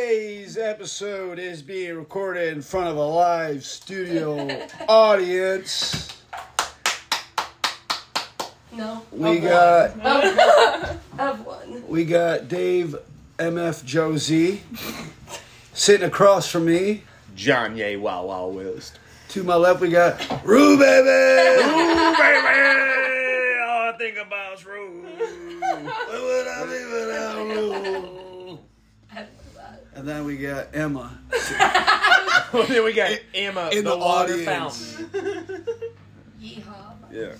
Today's episode is being recorded in front of a live studio audience. No. We got Of one. Of one. we got Dave MF Josie sitting across from me. John Ye Wow Wow Willis. To my left we got Rue Baby. Ooh, baby! All I think about is Rue. What would I be without Rue? I uh, love that. and then we got Emma. Well, then we got Emma, in the, the water audience. fountain. Yeehaw. Yeah.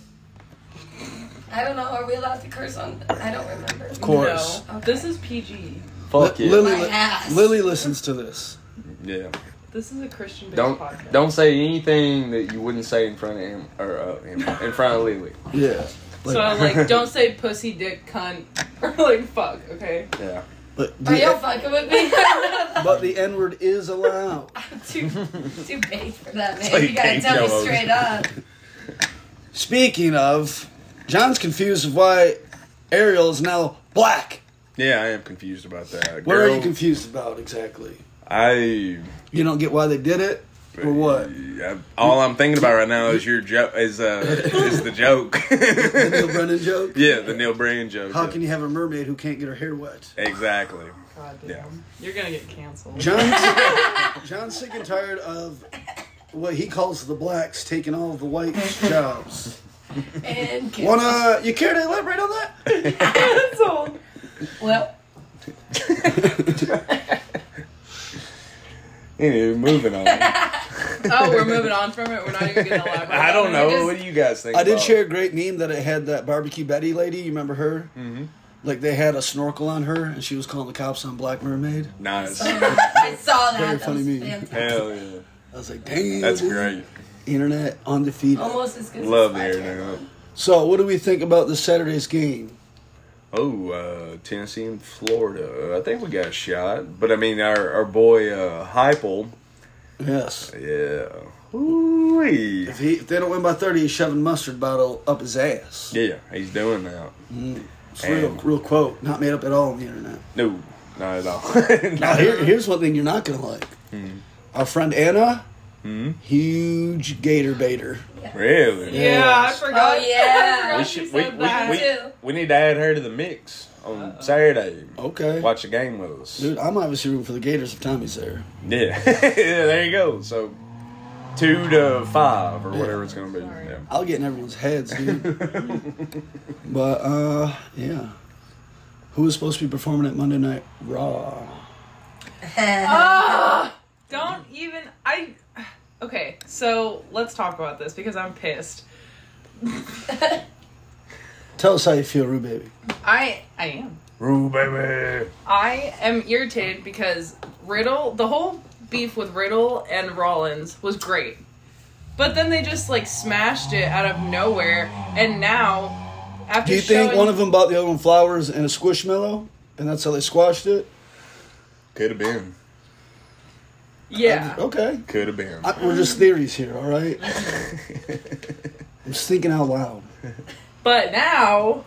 I don't know. Are we allowed to curse on? I don't remember. Of course. Horse. No, this is PG. Fuck yeah. Lily My ass. Lily listens to this. Yeah. This is a Christian based Don't podcast. don't say anything that you wouldn't say in front of him or uh, in, in front of Lily. Yeah. So I'm like, don't say pussy, dick, cunt, or like fuck. Okay. Yeah. But Are y'all the, fucking with me? but the N word is allowed. I'm too too big for that, man. like you gotta cake tell me yellows. straight up. Speaking of, John's confused of why Ariel is now black. Yeah, I am confused about that. What are Girl, you confused about exactly? I, You don't get why they did it or what? I- all I'm thinking about right now is your joke is uh is the joke. The Neil Brennan joke. yeah, the Neil Brand joke. How can you have a mermaid who can't get her hair wet? Exactly. God damn. Yeah. You're gonna get canceled. John's, John's sick and tired of what he calls the blacks taking all the whites' jobs. And kiss. Wanna you care to elaborate on that? canceled. well, Anyway, moving on. I Oh, we're moving on from it. We're not even gonna elaborate. on don't it. know. Just- what do you guys think? I did about- share a great meme that it had that barbecue Betty lady. You remember her? Mm-hmm. Like they had a snorkel on her, and she was calling the cops on Black Mermaid. Nice. I saw that. Very that funny was meme. fantastic. Hell yeah. I was like, damn, That's this great. Internet undefeated. Almost as good. Love as the my air turn. now. So, what do we think about this Saturday's game? Oh, uh, Tennessee and Florida. I think we got shot, but I mean our our boy uh, Heupel. Yes. Yeah. Ooh-wee. If, he, if they don't win by 30, he's shoving mustard bottle up his ass. Yeah, he's doing that. It's real, And- real quote. Not made up at all on the internet. No, not at all. Now, here, here's one thing you're not going to like. Mm-hmm. Our friend Anna, huge gator baiter. really. Yeah, I forgot. Oh, yeah. I forgot We you should we, said we, that. we, we need to add her to the mix on Saturday. Okay. Watch the game with us. Dude, I'm obviously rooting for the Gators if Tommy's there. Yeah. yeah, there you go. So two to five or whatever it's gonna be. Sorry. Yeah. I'll get in everyone's heads, dude. but, uh, yeah. Who was supposed to be performing at Monday Night Raw? Ah, don't even. I. Okay, so let's talk about this because I'm pissed. Tell us how you feel, Rue Baby. I I am. Rule baby. I am irritated because Riddle, the whole beef with Riddle and Rollins was great. But then they just like smashed it out of nowhere and now after Do you showing, think one of them bought the other one flowers and a squishmallow, and that's how they squashed it? Could have been. Yeah. Okay, Could have been. I, we're just theories here, all right? I'm just thinking out loud. But now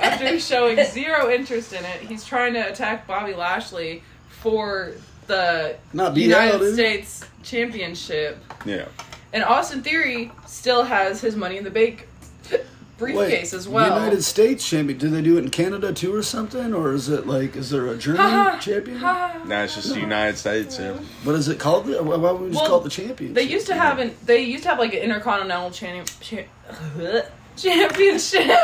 after showing zero interest in it, he's trying to attack Bobby Lashley for the Not beat out, United dude. States Championship. Yeah. And Austin Theory still has his money in the bank briefcase as well. United States champion. Do they do it in Canada too, or something? Or is it like, is there a Ha ha, German champion? ha. Now it's just the United States. Yeah. But is it called? The, why would we just Well, call it the champion? They used to have an they used to have like an intercontinental champ, championship,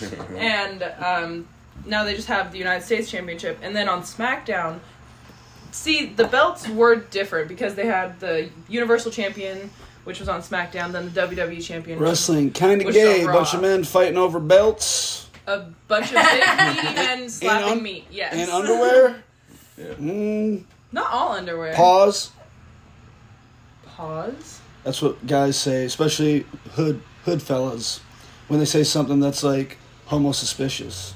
Mm-hmm. and um, now they just have the United States championship. And then on SmackDown, see the belts were different because they had the Universal Champion, which was on SmackDown, then the WWE Champion, Wrestling kind of Which is gay. on Raw. Bunch of men fighting over belts a bunch of big meaty men slapping un- meat. Yes, and underwear. Yeah. Mm, Not all underwear. pause. Pause. That's what guys say, especially hood hood fellas, when they say something that's like homo suspicious.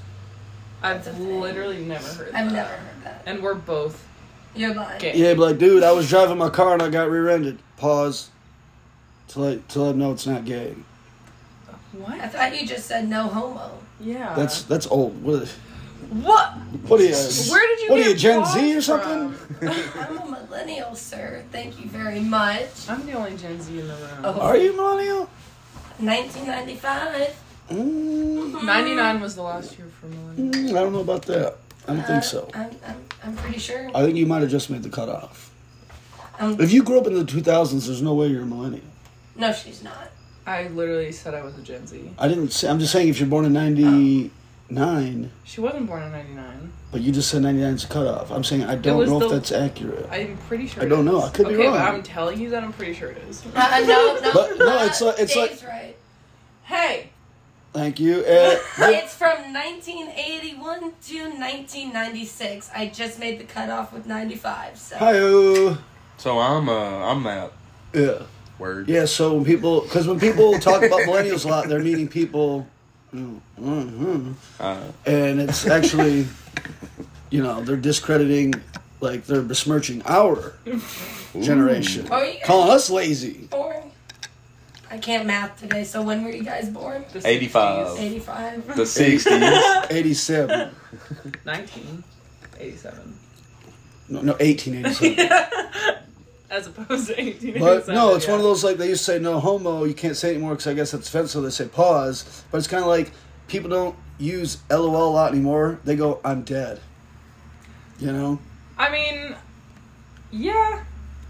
I've literally never heard that. I've never heard that. And we're both You're lying. gay. Yeah, be like, dude, I was driving my car and I got rear-ended. Pause. Till I till I know it's not gay. I What? thought you just said no homo. Yeah. Uh-huh. That's that's old. What is, What? What are you? Where did you What get are you, Gen pause Z or from? something? I'm a millennial, sir. Thank you very much. I'm the only Gen Z in the room. Oh. Are you millennial? 1995. Mm, 99 was the last year for millennials. mm, I don't know about that. I don't Uh, think so. I'm, I'm, I'm pretty sure. I think you might have just made the cutoff. Um, If you grew up in the 2000s, there's no way you're a millennial. no, she's not. I literally said I was a Gen Z. I didn't. Say, I'm just saying if you're born in '99, She wasn't born in 99. but you just said '99 is a cutoff. I'm saying I don't was know the- if that's accurate. I'm pretty sure I it don't know. is. I could be okay, wrong. but I'm telling you that I'm pretty sure it is. Uh, no, no, But, no, uh, it's like- it's Dave's right. Hey! Thank you. Uh, It's from 1981 to 1996. I just made the cutoff with 95. So hi So I'm uh I'm that Yeah. word. Yeah. So when people, because when people talk about millennials a lot, they're meaning people, mm, mm, mm. Uh, and it's actually, you know, they're discrediting, like they're besmirching our generation, Are you- calling us lazy. boring. I can't math today. So when were you guys born? The 85. 60s. 85. the sixties. Eighty-seven. 1987. No, no 1887. As opposed to 1887. But no, it's yeah. one of those like they used to say no homo. You can't say anymore because I guess that's offensive. So they say pause. But it's kind of like people don't use LOL a lot anymore. They go I'm dead. You know, I mean, yeah.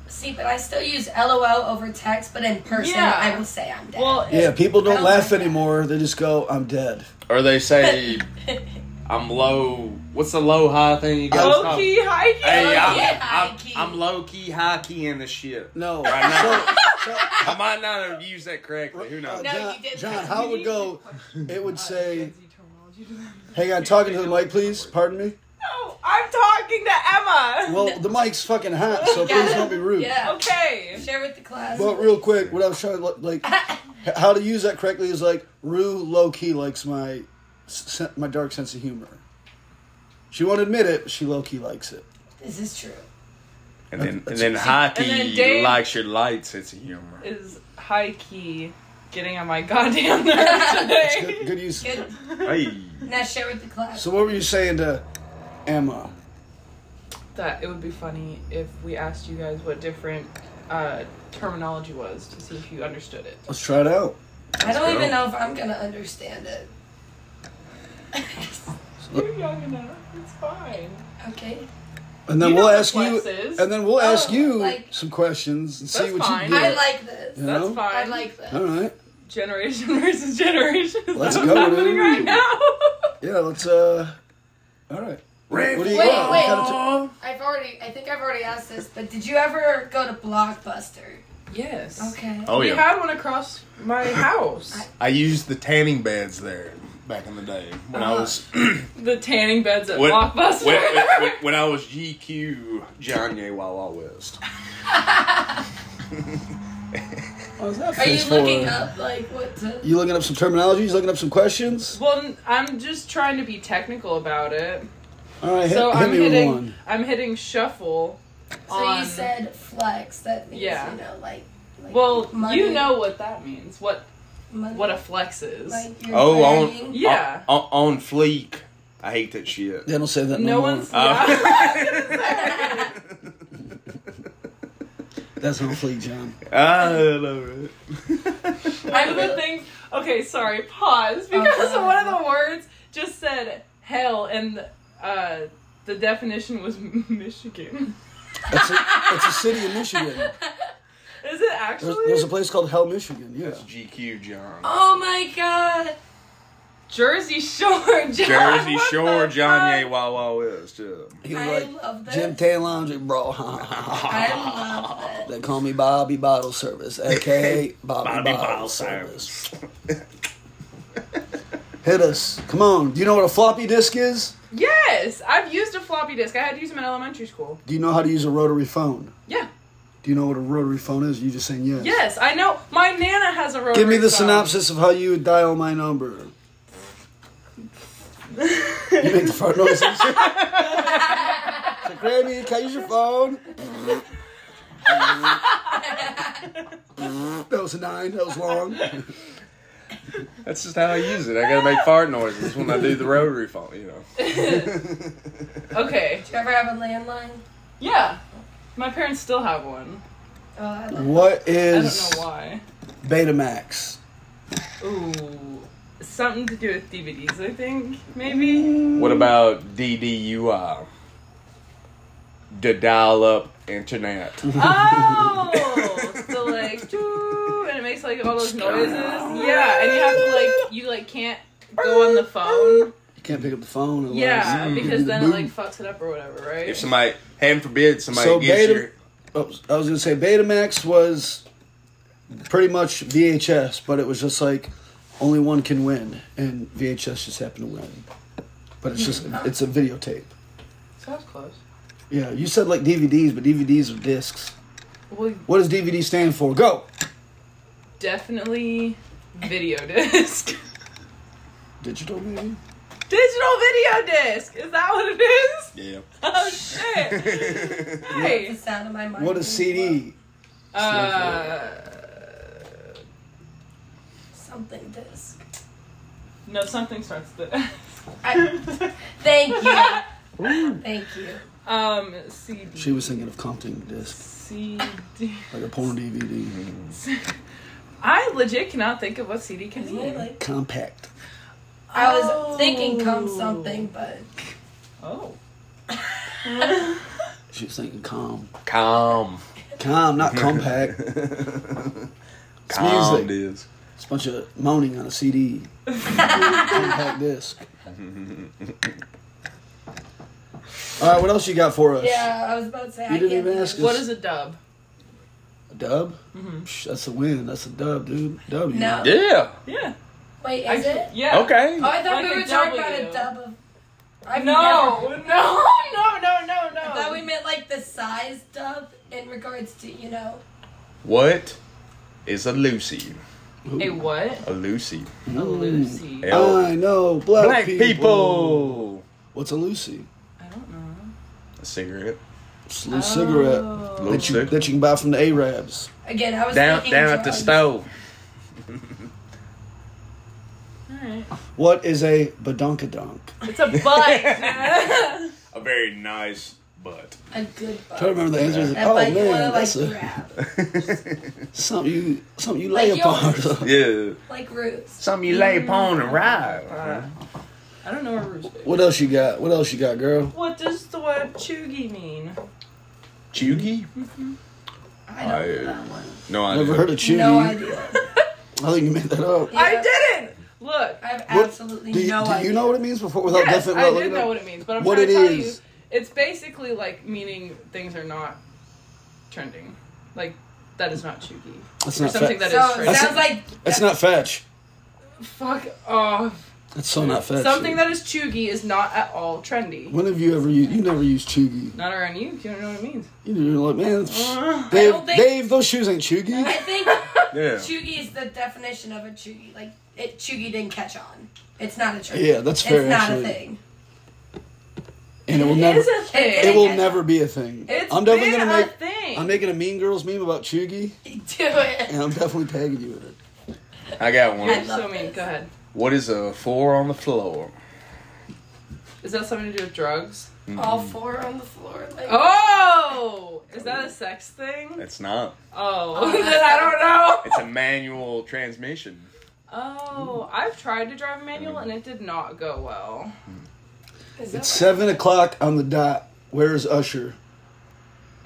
See, but I still use LOL over text, but in person, Yeah. I will say I'm dead. Well, yeah. People I don't, don't laugh like that. anymore. They just go I'm dead. or they say I'm low. What's the low high thing you guys? low talk- key, high key. Hey, Low-key, I'm, I'm, high-key. I'm low key, high key in the shit. No. Right now. So, so, I might not have used that correctly. Who knows? uh, John, you didn't. John, how it would go? It would say, Gen Z terminology to them. "Hang on, talking to the mic, please. Pardon me. No, I'm talking to Emma. Well, the mic's fucking hot, so please don't be rude." Yeah. okay. Share with the class. But real quick, what I was trying to look- like, how to use that correctly is like Rue low key likes my sen- my dark sense of humor. She won't admit it. but She low key likes it. this is true. And then, and then high key then Dave- likes your light sense of humor. Is high key getting on my goddamn nerves today? Good, good use. Good. Hey, Now share with the class. So what were you saying to Emma? that it would be funny if we asked you guys what different uh, terminology was to see if you understood it. Let's try it out. I don't go. even know if I'm gonna understand it. You're young enough. It's fine. okay. And then You know we'll what ask you. flex is. And then we'll ask you like- some questions and see That's what fine. you I get. like this. Yeah. That's No? fine. I like this. All right. generation versus generation. Is Let's that go, what's happening dude. right now? Yeah. Let's. uh All right. Red What do you Wait, got? What wait. kind of ter- I've already. I think I've already asked this, but did you ever go to Blockbuster? yes. Okay. oh we yeah, had one across my house. I used the tanning beds there back in the day when I was the tanning beds at when, Blockbuster. when, when- when- when I was GQ John Gay Wawa West. what was that Are you face for? looking up like what? To, You looking up some terminologies? Looking up some questions? well, n- I'm just trying to be technical about it. All right. Hit, So hit I'm me with hitting. one. I'm hitting shuffle. so you on- said flex. That means Um, Yeah. you know like. like Well, you money- know what that means. What money, what a flex is. Like you're Oh, on, bragging. on- Yeah. on, on fleek. I hate that shit. They don't say that no, no more. one's. Uh, yeah. That's on fleek, John. I love it. Oh. One of the things. Okay, sorry. Pause because Uh-huh. one of the words just said hell, and uh, the definition was Michigan. It's a, it's a city in Michigan. Is it There's, actually there's a place called Hell, Michigan. Yeah. That's GQ John. Oh my god. Jersey Shore? John, Jersey what Shore the John Gay fuck? Wawa West. Yeah. He I was love like, this. Jim Tan Laundry, bro. Ha, ha, ha. I love that. they call me Bobby Bottle Service, aka Bobby, Bobby Bottle, Bottle Service. Hit us. Come on. Do you know what a floppy disk is? Yes, I've used a floppy disk. I had to use them in elementary school. Do you know how to use a rotary phone? Yeah. Do you know what a rotary phone is? You just saying yes. Yes, I know. My nana has a rotary. Give me the phone. synopsis of how you would dial my number. you make the fart noises. so, Grammy, can I use your phone? that was a nine. That was long. That's just how I use it. I gotta make fart noises when I do the rotary phone, you know. okay. Do you ever have a landline? Yeah. My parents still have one. Oh, I love What I don't is know why. Betamax? Ooh. Something to do with DVDs, I think. Maybe. What about DDUI? The dial up internet. Oh! so like, doo, and it makes like all those noises. Yeah, and you have to like, you like can't go on the phone. You can't pick up the phone. unless- Yeah, because then it Boom. like fucks it up or whatever, right? If somebody, heaven forbid, somebody So gets beta- your. Oh, I was gonna say Betamax was pretty much VHS, but it was just like only one can win, and VHS just happened to win. But it's just it's a videotape. Sounds close. Yeah, you said like DVDs, but DVDs are discs. Well, What does DVD stand for? Go. definitely video disc. Digital maybe. Digital video disc! Is that what it is? Yeah. Oh shit! the Hey! sound of my mind. What is CD? Uh, Something disc. no, something starts with I- Thank you. Thank you. Um, CD. She was thinking of Compton disc, CD. like a porn DVD. I legit cannot think of what CD can Isn't be. it like- Compact. I was Oh. thinking come something, but Oh. She was thinking calm. Calm. Calm, not compact. Calm music. it is. It's a bunch of moaning on a CD. compact disc. All right, what else you got for us? yeah, I was about to say I Oh. didn't can't even think ask of- What is a dub? A dub? Psh, that's a win. That's a dub, dude. W. No. Yeah. Yeah. Wait, is it? Yeah. Okay. Oh, I thought Like we a were talking about W. a dub of. I've No, never- no, no, no, no, no. I thought we meant like the size dub in regards to you know. What is a Lucy? a what? A Lucy. A Lucy. Yeah. Mm. I know black, Black people. people. What's a Lucy? I don't know. A cigarette. It's a little cigarette Oh. Little that you, cigarette. that you can buy from the Arabs. Again, I was Down, thinking down at the drugs. stove. Alright. What is a badonkadonk? It's a butt. A very nice butt. A good I don't bug. remember the answer. That oh like you man, wanna like that's a, grab, something you something you Like lay upon. yours. yeah. like roots. Something you lay upon and ride. Mm-hmm. I don't know where Roost is. what else you got? What else you got, girl? What does the word chuggy mean? Chugi? I don't know that one. Oh, No, I Never heard of Chewy. No idea. I think you made that up. Yeah. I didn't! Look, I have What- absolutely Do you, no do idea. you know what it means before without yes, definitely I looking did it up? know what it means, but I'm What trying to it tell is. you, it's basically like meaning things are not trending. Like, that is not chuggy. That's Or not something fetch. that So is it That's- sounds trending. like That's not fetch. Fuck off. That's so not fetch. Something that is chuggy is not at all trendy. When have you ever used? You never used chuggy. Not around you, if you don't know what it means. You know, You're like, Uh, man, psh, I Dave, don't think- Dave, those shoes ain't chuggy. I think Yeah. chuggy is the definition of a chuggy. Like it, chuggy didn't catch on. It's not a chuggy. Yeah, that's it's fair. not actually. a thing. And it will It never. is a thing. It will never be a thing. It's I'm definitely been gonna make. a thing. I'm making a Mean Girls meme about chuggy, Do it. and I'm definitely tagging you in it. I got I one. love so mean. this. Go ahead. What is a four on the floor? Is that something to do with drugs? All four on the floor. Like, Oh, is that a sex thing? It's not. Oh, Oh, then I don't know. It's a manual transmission. Oh, I've tried to drive a manual and it did not go well. is that It's seven o'clock on the dot. Where's Usher?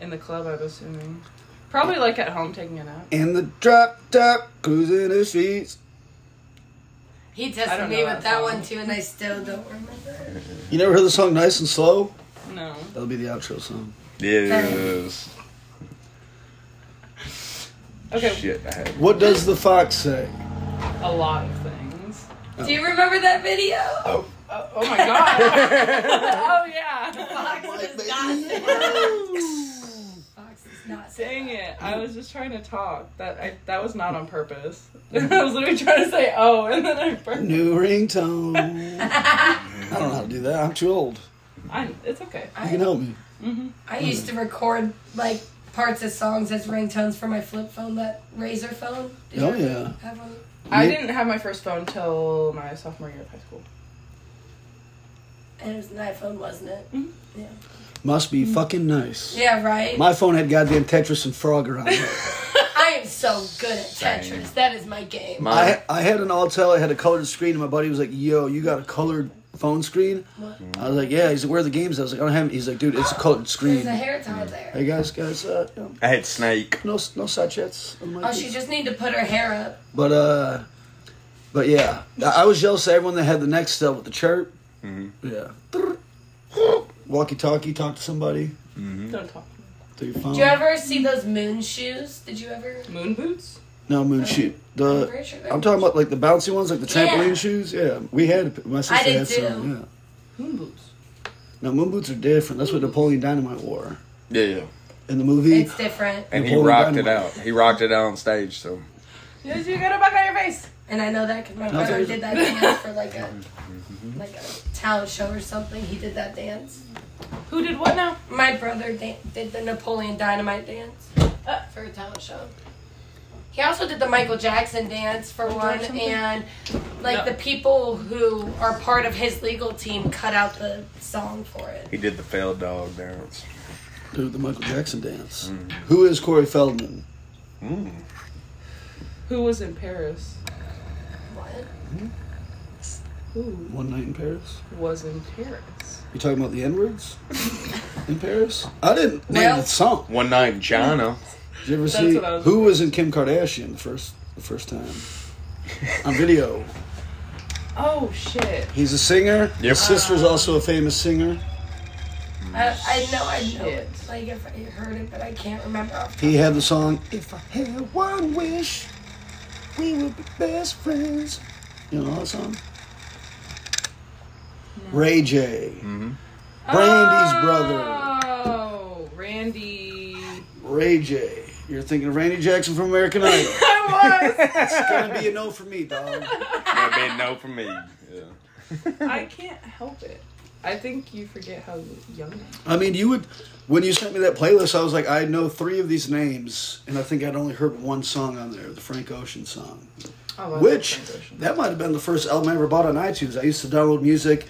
In the club, I'm assuming. Probably like at home taking a nap. In the drop top, cruising the streets. He I don't tested know me that with that song. one too, and I still don't remember. it. You never heard the song "Nice and Slow"? No. That'll be the outro song. Yes. Okay, Shit, I had What does the fox say? a lot of things. Do you remember that video? Oh, oh my god. oh yeah. Fox is not there. Fox is not there. Dang it! I was just trying to talk. That I, that was not on purpose. I was literally trying to say oh, and then I burned. New ringtone. I don't know how to do that. I'm too old. I, it's okay. You can help me. Mm-hmm. I used to record like parts of songs as ringtones for my flip phone, that razor phone. Did you Oh ever yeah. have one? I You- didn't have my first phone till my sophomore year of high school. And it was an iPhone, wasn't it? Must be fucking nice. Yeah, right? My phone had goddamn Tetris and Frogger on it. I am so good at Tetris. Same. That is my game. Mine, I, I had an Altel, I had a colored screen, and my buddy was like, Yo, you got a colored phone screen? I was like, Yeah. He's like, Where are the games? I was like, I don't have any. He's like, Dude, it's a colored There's screen. a hair tie there. Hey guys, guys, uh, you know, I had Snake. no, no sachets. on my Oh, she kids. just need to put her hair up. But uh, but yeah, I I was jealous of everyone that had the next step with the chirp. Yeah. Walkie talkie, talk to somebody Don't talk. through your phone. Do you ever see those moon shoes? Did you ever? Moon boots. no moon shoot. I'm The pretty sure they're- Uh, I'm talking about like the bouncy ones, like the trampoline Oh. Yeah. shoes. Yeah, we had my sister did had some. too. Yeah. Moon boots. No, moon boots are different. That's what Napoleon Dynamite wore Yeah, yeah. in the movie. It's different. And he Napoleon rocked it out. Dynamite. He rocked it out on stage. So Yes, you got a bug on your face. And I know that because my That's brother it. did that dance for like a like a talent show or something. He did that dance. Who did what now? My brother dan- did the Napoleon Dynamite dance uh, for a talent show. He also did the Michael Jackson dance for one, something? and like No. the people who are part of his legal team cut out the song for it. he did the failed dog dance. Dude, the Michael Jackson dance. Who is Corey Feldman? Mm. Who was in Paris? What? Who One night in Paris. was in Paris? You talking about the N words in Paris? I didn't name Well- the song. One night in China. Did you ever That's see what I was who was in Kim Kardashian the first the first time on video? Oh shit. He's a singer. Yep. His sister's also a famous singer. I, I know I know it. Shit. Like if I heard it, but I can't remember. off the He had the song "If I Had One Wish, We Would Be Best Friends." You know that song? Ray J, Brandy's Ah. brother. Oh, Randy. Ray J. You're thinking of Randy Jackson from American Idol. I it's gonna be a no for me, dog. That been no for me. Yeah. was. I can't help it. I think you forget how young. I I mean, you would. When you sent me that playlist, I was like, I know three of these names, and I think I'd only heard one song on there, the Frank Ocean song. am. Oh, I love Which, Frank Ocean. that might have been the first album I ever bought on iTunes. I used to download music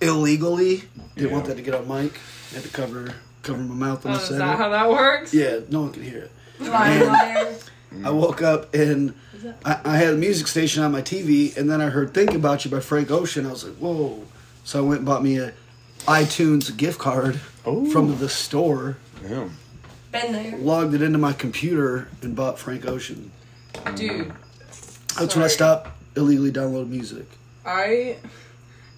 illegally. Didn't want Yeah. that to get on mic. Had to cover cover my mouth when Oh, I is said that it. how that works? yeah, no one could hear it. line there. Mm. I woke up and I, I had a music station on my TV, and then I heard "Think About You" by Frank Ocean. I was like, "Whoa!" So I went and bought me a iTunes gift card Ooh. from the store. Yeah. Been there. logged it into my computer and bought Frank Ocean. Dude, That's when I Sorry. stopped illegally downloading music. I.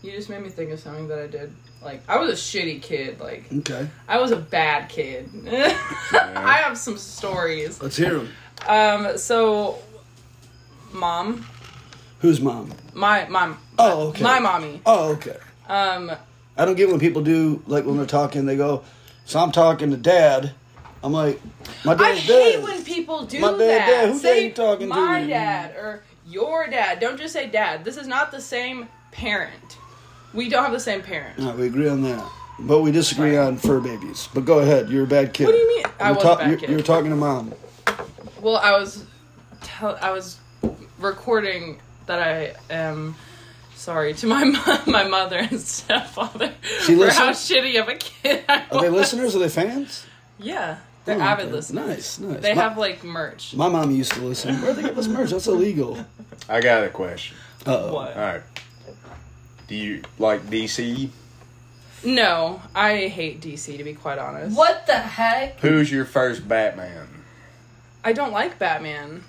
You just made me think of something that I did. Like, I was a shitty kid. Like, Okay, I was a bad kid. I have some stories. let's hear him. Um, so, mom, Who's mom? my mom, Oh, okay. my mommy. Oh, okay. Um, I don't get when people do like when they're talking. They go, "So I'm talking to dad." I'm like, "My I dad's hate dead." when people do My dad that. dead. Who say dad you talking to? my dad or your dad. Don't just say dad. This is not the same parent. We don't have the same parent. No, we agree on that, but we disagree on fur babies. But go ahead, you're a bad kid. What do you mean? I You're was ta- a bad you're- kid. You're talking to mom. Well, I was, tell- I was recording that I am sorry to my mo- my mother and stepfather She for how listens? shitty of a kid I Are they was. listeners? Are they fans? Yeah, they're Oh, avid okay. listeners. Nice, nice. They my, have like merch. My mom used to listen. Where'd they get this merch? That's illegal. I got a question. Uh-oh. What? All right. Do you like DC? No, I hate DC to be quite honest. What the heck? Who's your first Batman? I don't like Batman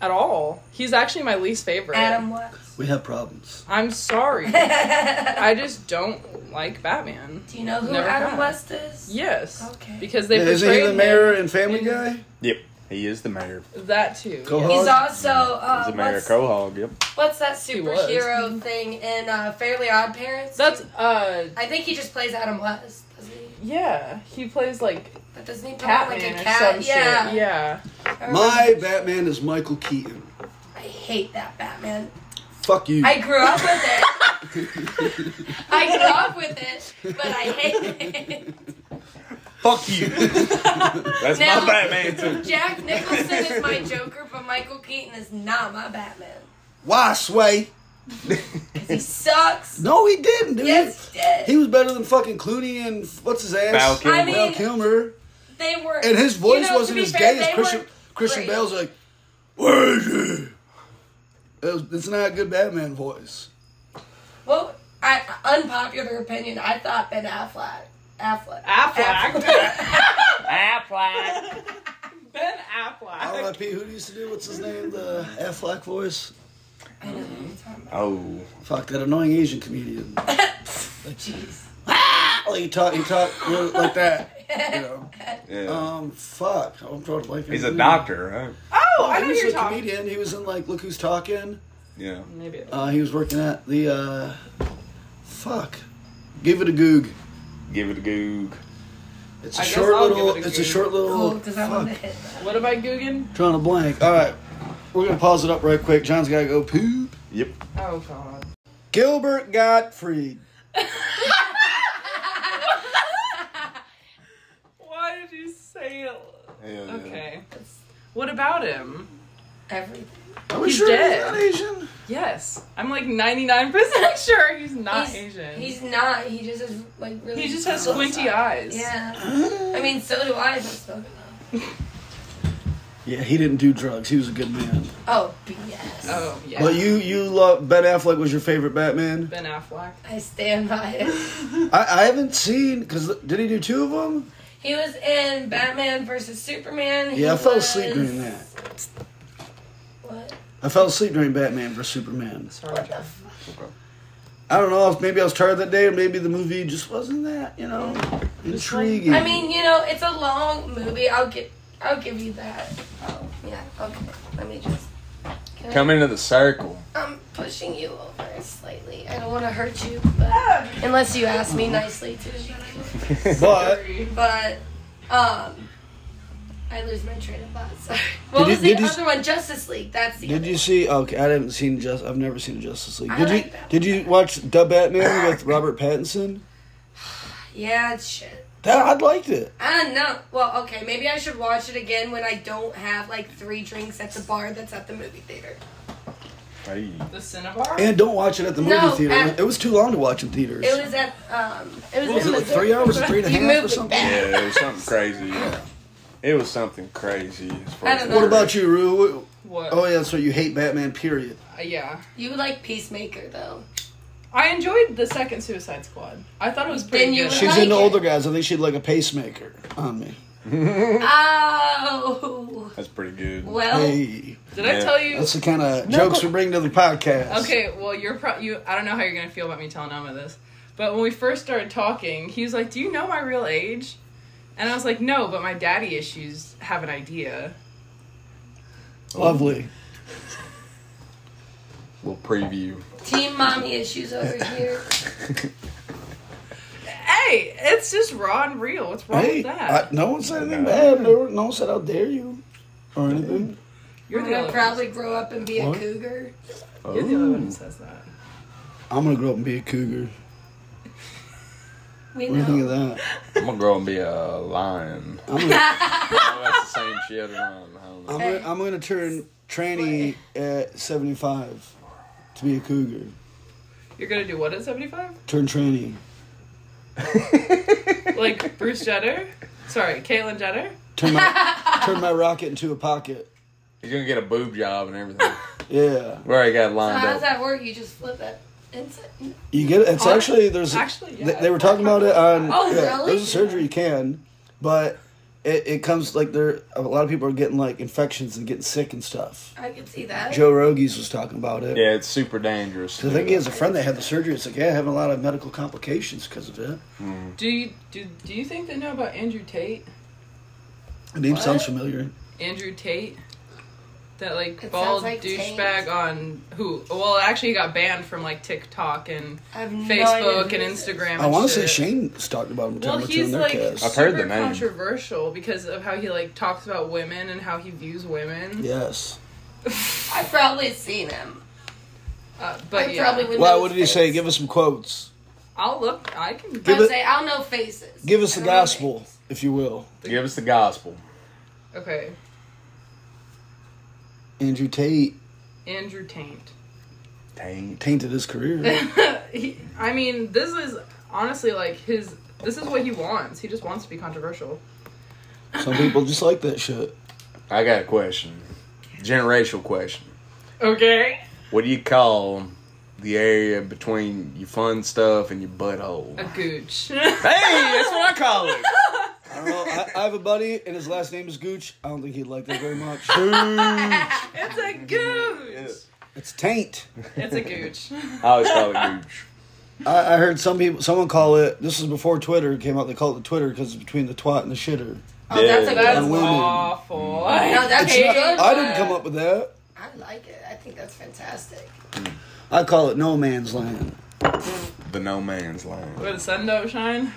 at all. He's actually my least favorite. Adam West. We have problems. I'm sorry. I just don't like Batman. Do you know who Never Adam had. West is? Yes. Okay. Because they Isn't he portrayed the mayor him- and Family in- Guy? Yep. He is the mayor. That too. Go yes. ahead. He's also uh, He's the mayor of what's, Quahog. Yep. what's that He was. superhero thing in uh, Fairly Odd Parents? That's uh I think he just plays Adam West. Doesn't he? yeah. He plays like But doesn't he play Catman Oh, like a or cat? some yeah. shit. Yeah. I My remember- Batman is Michael Keaton. I hate that Batman. Fuck you. I grew up with it. I grew up with it, but I hate it. Fuck you. That's Now- my Batman too. Jack Nicholson is my Joker, but Michael Keaton is not my Batman. Why, Sway? 'Cause he sucks. No, he didn't, dude. Yes, he did. He was better than fucking Clooney and f- what's his ass? Val Kilmer. I mean- Val Kilmer. They were. And his voice you know, wasn't to be as fair, gay as they Christian, weren't Christian great. Bale's like, where is he? It was- it's not a good Batman voice. Well, I, unpopular opinion. I thought Ben Affleck. Affleck. Affleck. Affleck. ben Affleck. R.I.P. Who used to do what's his name? The Affleck voice. Oh. Fuck that annoying Asian comedian. Jeez. Like he talk, he talk real- like that. You know. Yeah. Um, fuck. I'm trying to like. He's a doctor, right? Oh, I he know who was you're a talking. comedian. He was in like Look Who's Talking. Yeah. Maybe. Uh, he was working at the. uh Fuck. Give it a goog. Give it a goog. It's a I guess short I'll give little. it a it's a goog. short little. Cool, because I want to Oh, fuck. hit that. What about Guggen? Trying to blank. All right, we're gonna pause it up right quick. John's gotta go poop. Yep. Oh God. Gilbert Gottfried. Why did you say it? Yeah, yeah. Okay. What about him? Everything. Are we He's sure dead. he's not Asian? Yes, I'm like 99% sure he's not he's, Asian. He's not. He just is like really. he just has small squinty size. eyes. Yeah. I mean, so do I. But so do I. Yeah, he didn't do drugs. He was a good man. Oh, BS. Oh yeah. But you, you love Ben Affleck was your favorite Batman. ben Affleck. I stand by it. I, I haven't seen because did he do two of them? He was in Batman versus Superman. He Yeah, I fell was- asleep during that. What? I fell asleep during Batman vs Superman. Sorry. John. I don't know if maybe I was tired that day or maybe the movie just wasn't that you know intriguing. I mean, you know, it's a long movie. I'll get. I'll give you that. Oh, yeah. Okay. Let me just. Can I- Come into the circle. I'm pushing you over slightly. I don't want to hurt you, but unless you ask me nicely to. but But um, I lose my train of thought. Sorry. What Did you- was the did you s- other one? Justice League. That's the. did other you see? Okay, I haven't seen just. I've never seen Justice League. I Did like you? Batman. Did you watch Da Batman with Robert Pattinson? one. Yeah, it's shit. That I liked it. I don't know. Well, okay, maybe I should watch it again when I don't have like three drinks at the bar that's at the movie theater. Hey. The Cinnabar. And don't watch it at the movie No, theater. at- it was too long to watch in theaters. It was at um. It was, What was in it like Missouri. three hours or three and a You half or moved it something? back. Yeah, it was something crazy. Yeah. It was something crazy. as far I as- don't know. What about you, Rue? what? Oh yeah, so you hate Batman? Period. Uh, yeah. You like Peacemaker though. I enjoyed the second Suicide Squad. I thought it was pretty Then you good. would She's like into it. older guys. I think she'd like a pacemaker on me. Oh. That's pretty good. Well. Mm-hmm. Hey, Did I Yeah. tell you? that's the kind of jokes we bring to the podcast. Okay, well, you're pro- you. I don't know how you're gonna feel about me telling Emma this, but when we first started talking, he was like, "Do you know my real age?" And I was like, "No, but my daddy issues have an idea." lovely. Little preview. Team mommy issues over here. Hey, it's just raw and real. What's wrong Hey, with that? I, no one said anything No. bad. No, one- no one said how dare you or anything. you're I'm the gonna only one. probably grow up and be a What? cougar. You're the only one Oh. who says that. I'm gonna grow up and be a cougar. We What do you think of know. that? I'm gonna grow and be a lion. I'm gonna, Oh, that's the same shit. I don't I'm know. gonna, I'm gonna turn tranny at 75 to be a cougar. You're gonna do what at 75? Turn tranny. Like Bruce Jenner? Sorry, Caitlyn Jenner? Turn my turn my rocket into a pocket. He's gonna get a boob job and everything. Yeah, We already got So lined how does up. that work? You just flip it. It's, you get it. It's Hon- actually there's actually, they- yeah. they were talking about it on. Oh, yeah, really? There's a surgery you can, but it, it comes like there a lot of people are getting like infections and getting sick and stuff. I can see that. Joe Rogies was talking about it. Yeah, it's super dangerous. So I think he has a friend that had the surgery. It's like, yeah, having a lot of medical complications because of it. Do you do do you think they know about Andrew Tate? The name What? sounds familiar. Andrew Tate? That like It bald sounds like douchebag Tate. on who well actually he got banned from like TikTok and I have no idea Facebook who and this is. Instagram. I want to say shit. Shane's talked about him a Well, time or two in he's their like cast. I've heard the super name. controversial because of how he like talks about women and how he views women. Yes. I've probably seen him. Uh, I but yeah, probably would. Why? know What did he his say? face. Give us some quotes. I'll look. I can. Give I'll it- say I'll know faces. Give us I the don't know gospel. names. if you will. Give us the gospel. Okay. Andrew Tate Andrew Taint. Taint. tainted his career. He, I mean, this is honestly like his. This is what he wants. He just wants to be controversial. Some people just like that shit. I got a question. Generational question. Okay. What do you call the area between your fun stuff and your butthole? A hey, gooch. that's what I call it. I don't know. I, I have a buddy, and his last name is Gooch. I don't think he'd like that very much. it's a gooch. It's taint. It's a gooch. I always call it gooch. I, I heard some people, someone call it. This was before Twitter came out. They call it the Twitter because it's between the twat and the shitter. Oh, that's a Yeah. And That's good one. women. Mm. awful. No, that's It's a not- good I didn't one. come up with that. I like it. I think that's fantastic. I call it no man's land. The no man's land. What a sun don't shine.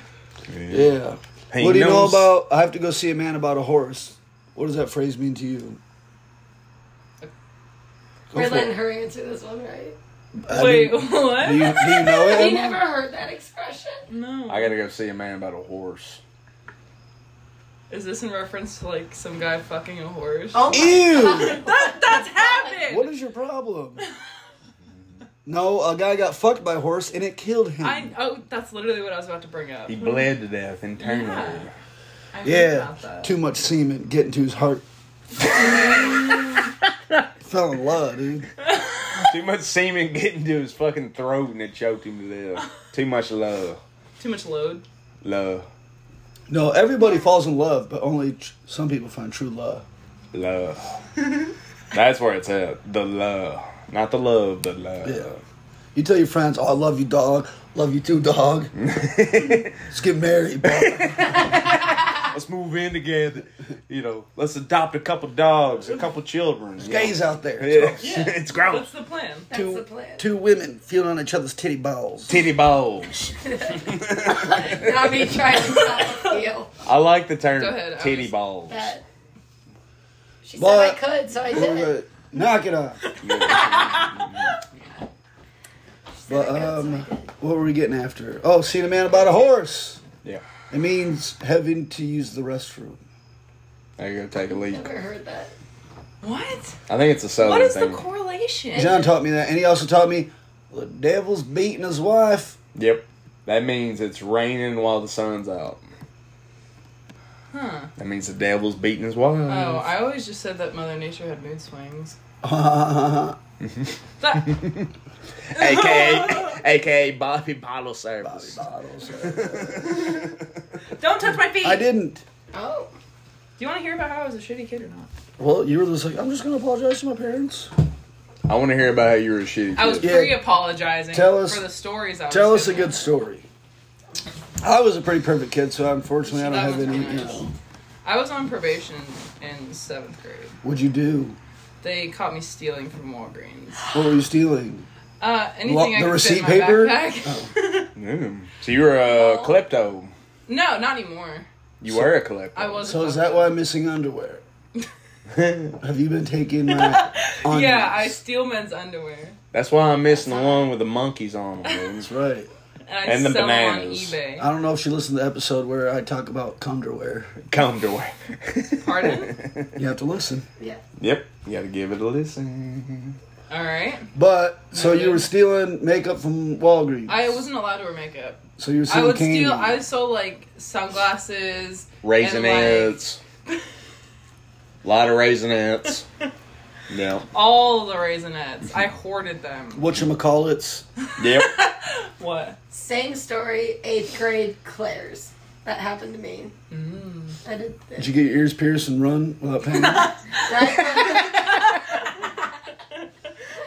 Yeah. He what do you know knows- about? I have to go see a man about a horse. What does that phrase mean to you? Go We're for letting it. her answer this one, right? I Wait, mean, what? do, you, do you know it? We Emma? never heard that expression. no. I gotta go see a man about a horse. Is this in reference to like some guy fucking a horse? Oh Ew! That, that's happened. what is your problem? No, a guy got fucked by a horse and it killed him. I oh, that's literally what I was about to bring up. He bled to death internally. Yeah. I heard yeah, about that. too much semen getting to his heart. Fell in love, dude. Too much semen getting to his fucking throat and it choked him to death. Too much love. Too much load. Love. No, everybody falls in love, but only tr- some people find true love. Love. That's where it's at. The love. Not the love, the love. Yeah. You tell your friends, "Oh, I love you, dog. Love you too, dog. Let's get married." Bro. Let's move in together. You know, let's adopt a couple dogs, a couple children. you know. Gays out there. Yeah. Yeah. it's gross. What's the plan? That's the Two, plan. two women feeling on each other's titty balls. Titty balls. Not me trying to stop you. I like the term Go ahead, I titty was- balls. That she But- said I could, so I did it. Alright, Knock it off. But um, what were we getting after? Oh, seeing a man about a horse. Yeah. It means having to use the restroom. There you go, take a leak. Never heard that. What? I think it's a southern What is the thing. correlation? John taught me that, and he also taught me the devil's beating his wife. yep. That means it's raining while the sun's out. Huh. That means the devil's beating his wife. Oh, I always just said that Mother Nature had mood swings. That, AKA, AKA Bobby Bottle Service. don't touch my feet. I didn't. Oh, Do you want to hear about how I was a shitty kid or not? Well, you were just like, I'm just gonna apologize to my parents. I want to hear about how you were a shitty kid. I was Yeah. pre-apologizing Tell us- for the stories I was. Tell us a giving. good story. I was a pretty perfect kid, so unfortunately, I don't That have was any. pretty You nice. know, I was on probation in seventh grade. what'd you do? They caught me stealing from Walgreens. What were you stealing? Uh, anything Lo- I the could fit in receipt my paper? Oh. backpack. Mm. So you were a klepto. no, not anymore. You were a klepto. I was. So is that why I'm missing underwear? Have you been taking my? onions? Yeah, I steal men's underwear That's why I'm missing the one with the monkeys on them. That's right. and I And the sell bananas. them on I don't know if she listened to the episode where I talk about cumderwear. Come to work. eBay. Pardon? You have to listen. yeah. Yep. You gotta give it a listen. All right. But so you Mhm. were stealing makeup from Walgreens. I wasn't allowed to wear makeup. So you were I stealing would candy. steal. I sold like sunglasses. Raisinets. A lot of raisinets. yeah. All the raisinets. I hoarded them. Whatchamacallits. Yep. What? Same story, eighth grade Claire's. That happened to me. I did Did that. you get your ears pierced and run without paying? that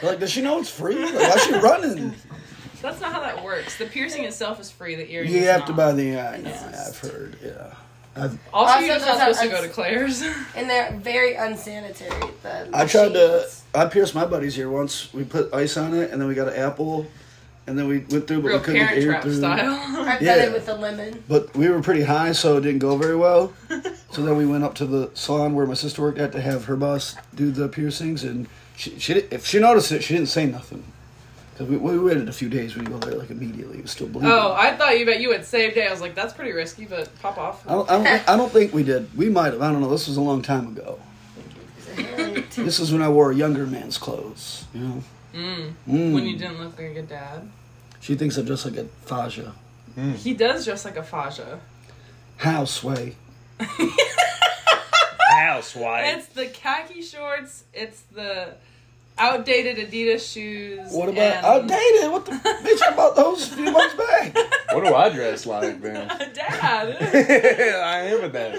like, does she know it's free? Like, why is she running? That's not how that works. The piercing itself is free. The earring. You is have not. to buy the eye. No, Yes. I've heard. Yeah. Also, Also, you're just not that's- supposed to go to Claire's. and they're very unsanitary. The I tried to. machines. I pierced my buddy's ear once. We put ice on it, and then we got an apple, and then we went through, but Real we couldn't get parent the ear trap through. style. I've Yeah. done it with the lemon. But we were pretty high, so it didn't go very well. so then we went up to the salon where my sister worked at to have her boss do the piercings, and she, she di- if she noticed it, she didn't say nothing. 'Cause we, we waited a few days. We didn't go there like immediately. It was still bleeding. Oh, I thought you bet you had saved day. I was like, that's pretty risky, but pop off. I don't, I, don't, I don't think we did. We might have. I don't know. This was a long time ago. Hmm. This is when I wore a younger man's clothes. You know, Mm. Mm. When you didn't look like a dad. She thinks I'm just like a Faja. He does dress like a Faja. How sway? Housewife. It's the khaki shorts. It's the outdated Adidas shoes. What and- about outdated? What the bitch? How about those a few months back? What do I dress like, man? A dad. I am a dad.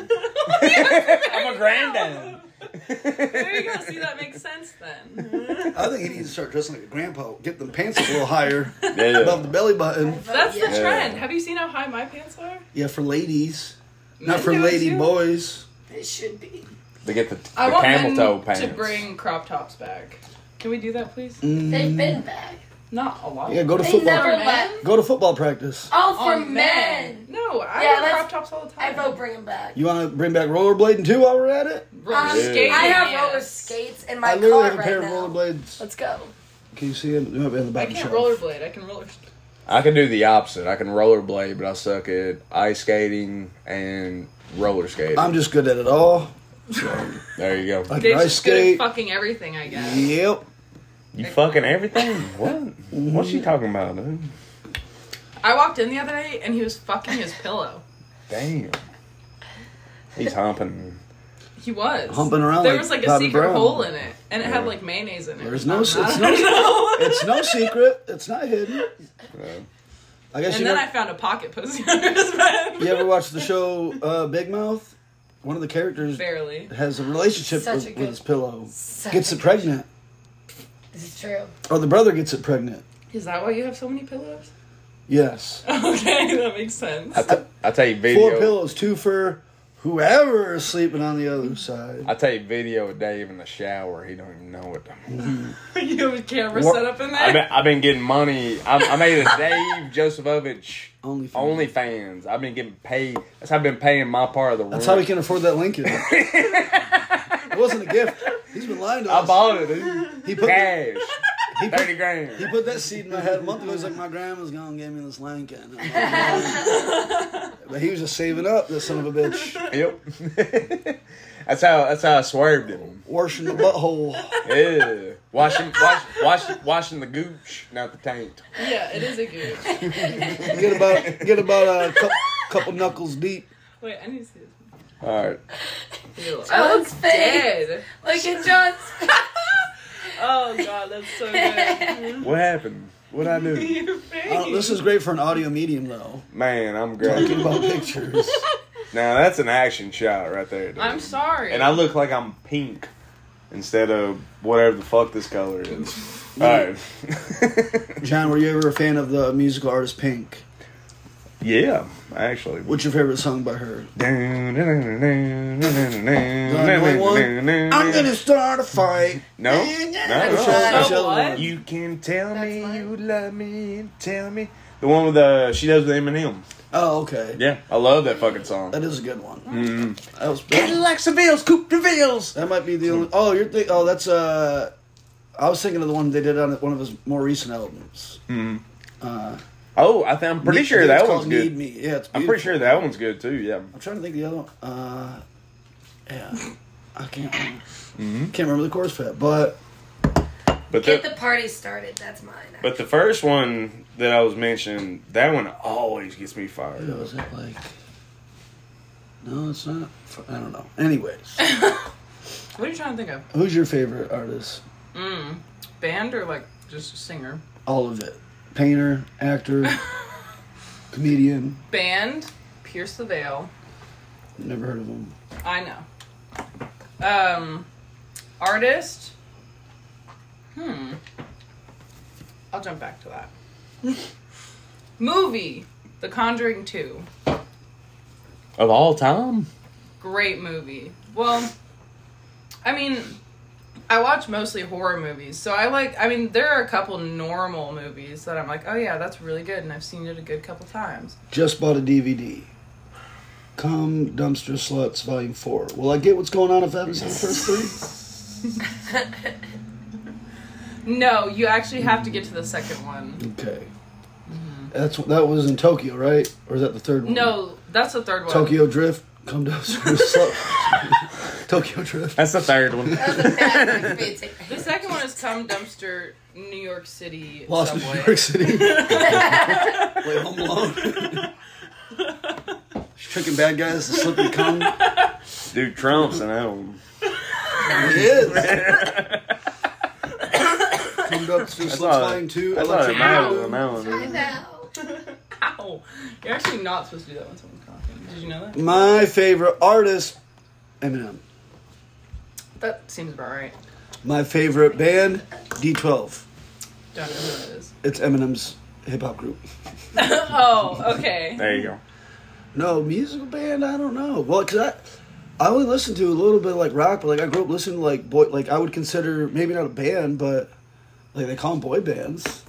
I'm a granddad. there you go. See, that makes sense then. I think he needs to start dressing like a grandpa. Get the pants a little higher above Yeah. the belly button. That's the Yeah. trend. Have you seen how high my pants are? Yeah, for ladies, not Men for do it lady too. boys. It should be. They get the, the I want camel men toe pants. to bring crop tops back. Can we do that, please? They've been back. Not a lot. Mm. Yeah, go to They football. never For men? left. Go to football practice. Oh, for On men. No, I Yeah, wear let's- crop tops all the I time. vote bring them back. You want to bring back rollerblading too while we're at it? roller Um, skating. I have yes. roller skates in my I literally car have a right pair now. of rollerblades. Let's go. Can you see them? They might be on the I bottom can't shelf. rollerblade. I can roller. I can do the opposite. I can rollerblade, but I suck at ice skating and roller skating. I'm just good at it all. there you go. I can Dave's ice just good at skate. fucking everything, I guess. Yep. You fucking everything? What? What's she talking about, dude? I walked in the other day and he was fucking his pillow. Damn. He's humping. He was Humping around There like was like a Bobby secret Brown. hole in it, and it had Yeah. like mayonnaise in it. There's no I s- don't it's no- know. It's no secret. It's not hidden. Yeah. I guess And you then never, I found a pocket pussy under his bed. you ever watched the show uh, Big Mouth? One of the characters Barely. has a relationship Such with, a good- with his pillow. Such Gets it pregnant. This is true. Or the brother gets it pregnant. Is that why you have so many pillows? Yes. Okay, that makes sense. I, t- I tell you video. Four pillows, two for whoever is sleeping on the other side. I take video of Dave in the shower. He don't even know it. you have a camera What- set up in I've there. been, I've been getting money. I, I made a Dave Josephovich Only for OnlyFans. I've been getting paid. That's how I've been paying my part of the rent. That's how we can afford that Lincoln. it wasn't a gift. He's been lying to I us. bought it. dude. he put Cash. he put- Thirty He grand. put that seed in my head a month ago. He's like, my grandma's gonna give me this Lincoln. but he was just saving up, that son of a bitch. Yep. that's how. That's how I swerved him. Washing the butthole. Yeah. Washing, wash, wash, washing the gooch, not the taint. Yeah, it is a gooch. Get about get about a cou- couple knuckles deep. Wait, I need to see this. All right. Ew, I John's look face. dead. Look at John's Oh god, that's so good. What happened? What I do? Your Uh, face. this is great for an audio medium, though. Man, I'm Talking great. about pictures. Now that's an action shot right there. Dude. I'm sorry. And I look like I'm pink instead of whatever the fuck this color is. Alright. John, were you ever a fan of the musical artist Pink? yeah, actually. What's your favorite song by her? I'm gonna start a fight. No. Michelle- No. So Michelle- what? You can tell me That's you love me and tell me. The one with the she does with Eminem. Oh, okay. Yeah, I love that fucking song. That is a good one. Mm. That was Cadillac Seville's, Coupe de Ville's. That might be the only. Oh, you're think. Oh, that's uh. I was thinking of the one they did on one of his more recent albums. Mm. Uh, Oh, I think I'm pretty Need- sure it's that called one's Need good. Me. Yeah, it's. Beautiful. I'm pretty sure that one's good too. Yeah. I'm trying to think of the other. One. Uh, yeah, I can't. Remember. Mm-hmm. Can't remember the chorus for that, but But Get the- the party started. That's mine. But the first one that I was mentioning, that one always gets me fired what up. was it like? No, it's not. I don't know. Anyways, What are you trying to think of? who's your favorite artist? Mm. Band or like just a singer? All of it. Painter, actor, comedian. Band, Pierce the Veil. Never heard of him. I know. Um, artist. Hmm. I'll jump back to that. Movie, The Conjuring Two. Of all time? Great movie. Well, I mean, I watch mostly horror movies, so I like. I mean, there are a couple normal movies that I'm like, oh yeah, that's really good, and I've seen it a good couple times. Just bought a DVD. Come Dumpster Sluts Volume 4. Will I get what's going on if I haven't seen the first three? No, you actually have to get to the second one. Okay. That's that was in Tokyo, right? Or is that the third one? No, that's the third one. Tokyo Drift. Come to us. for a slow- Tokyo Drift. That's the third one. That was a bad way to take- The second one is Come Dumpster, New York City Lost in subway. New York City. Wait, Home Alone. Tricking bad guys to slip and come. Dude, Trump's an album. It is. Come up to That's Slip all- Sliding 2. That's not an Electric album. Boogaloo. an album. No. Ow! You're actually not supposed to do that when someone's coughing. Did you know that? My favorite artist, Eminem. That seems about right. My favorite band, D12. Don't know who it is. It's Eminem's hip hop group. oh, okay. There you go. No, musical band, I don't know. Well, cause I, I only listen to a little bit of like rock, but like I grew up listening to like boy, like I would consider maybe not a band, but like they call them boy bands,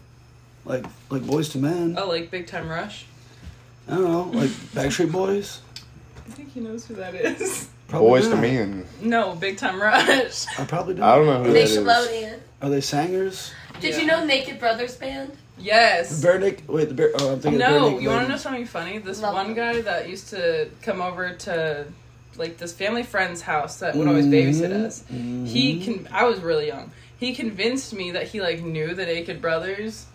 like like Boys to Men. Oh, like Big Time Rush. I don't know, like Backstreet Boys. I think he knows who that is. Probably Boys to not. Men. No, Big Time Rush. I probably don't. I don't know who that is. Nickelodeon. Are they singers? Did Yeah. you know Naked Brothers Band? Yes. Bare Nick. Wait, the bear. Oh, I'm thinking. of Bare No, Naked you want to Ladies. know something funny? This Love one them. guy that used to come over to like this family friend's house that would always babysit us. Mm-hmm. He can. I was really young. He convinced me that he like knew the Naked Brothers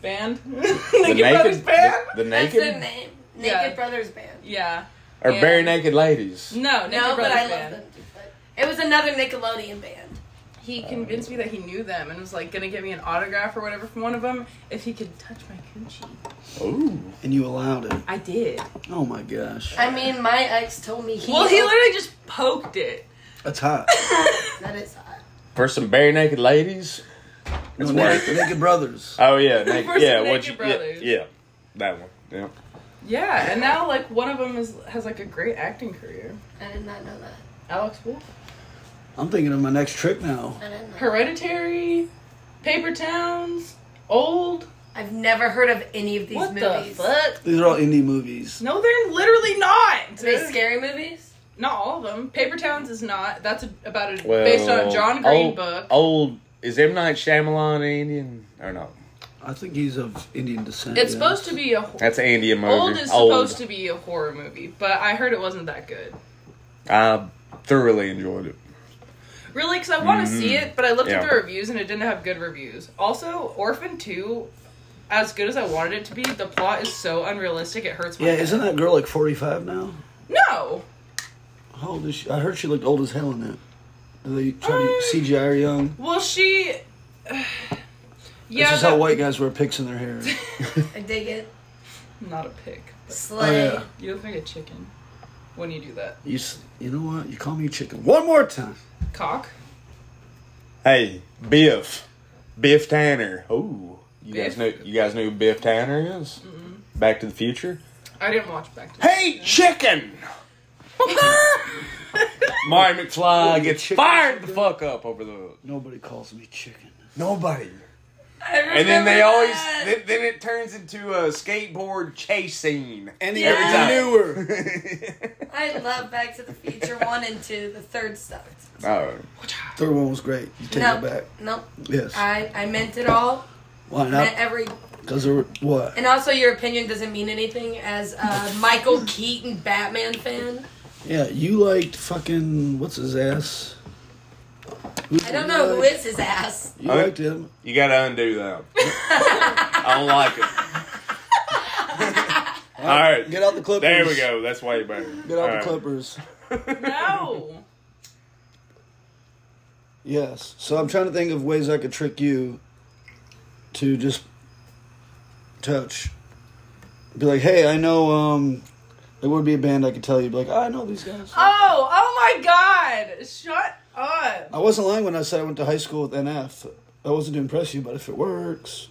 band. naked, Brothers band. The, the That's naked? their name. Naked Yeah. Brothers Band. yeah. or Yeah. Bare Naked Ladies? No, Naked No, but Brothers I love band. them. It was another Nickelodeon band. He convinced me that he knew them and was like gonna get me an autograph or whatever from one of them if he could touch my coochie. Ooh. And you allowed it. I did. Oh my gosh, I mean, my ex told me he. well, he literally just poked it. that's hot. That is hot. For some Bare Naked Ladies? No, It's naked, worth naked Brothers. Oh yeah, na- First yeah, Naked what you, Brothers. yeah, yeah, that one. Yeah. Yeah, and now like one of them is has like a great acting career. I did not know that. Alex Wolf. I'm thinking of my next trick now. I didn't know. Hereditary, Paper Towns, Old. I've never heard of any of these what movies. the fuck? These are all indie movies. No, they're literally not. Are they scary movies? Not all of them. Paper Towns is not. That's a, about a Well, oh, based on a John Green old, book. Old is M Night Shyamalan Indian or no? I think he's of Indian descent. It's yeah. supposed to be a ho- That's an Indian movie. old is supposed to be a horror movie, but I heard it wasn't that good. I thoroughly enjoyed it. Really, because I want to see it, but I looked at Mm-hmm. Yeah. the reviews and it didn't have good reviews. Also, Orphan Two, as good as I wanted it to be, the plot is so unrealistic it hurts. My Yeah, head. isn't that girl like 45 now? No, How old is she? I heard she looked old as hell in that. Do they try Uh, to CGI her young? Well, she. Yeah, yeah, this is that- how white guys wear picks in their hair. I dig it. Not a pig. Slay. Oh, yeah. You look like a chicken when you do that. You, s- you know what? You call me chicken one more time. Cock. Hey, Biff, Biff Tanner. Oh, you guys Biff? know you guys know who Biff Tanner is? Back to the Future. I didn't watch Back to. Hey, chicken! Marty McFly gets chicken fired the fuck up over the Nobody calls me chicken. nobody. And then they always then, then it turns into a skateboard chase scene. And Yeah. newer. I love Back to the Future one and two. The third sucked. oh, Third one was great. You take no, it back. Nope. Yes. I, I meant it all. Why Meant not? every. Because there were what? And also, your opinion doesn't mean anything as a Michael Keaton Batman fan. Yeah, you liked fucking what's his ass? Who- I don't you know who liked- is his ass. You I- liked him. you gotta undo that. I don't like it. All right, Get out the Clippers. there we go. That's way better. Get All out the right. Clippers. No. Yes. So I'm trying to think of ways I could trick you to just touch. Be like, hey, I know um there would be a band I could tell you. Be like, "Ah, I know these guys. Oh, oh my God! Shut up. I wasn't lying when I said I went to high school with NF. That wasn't to impress you, but if it works.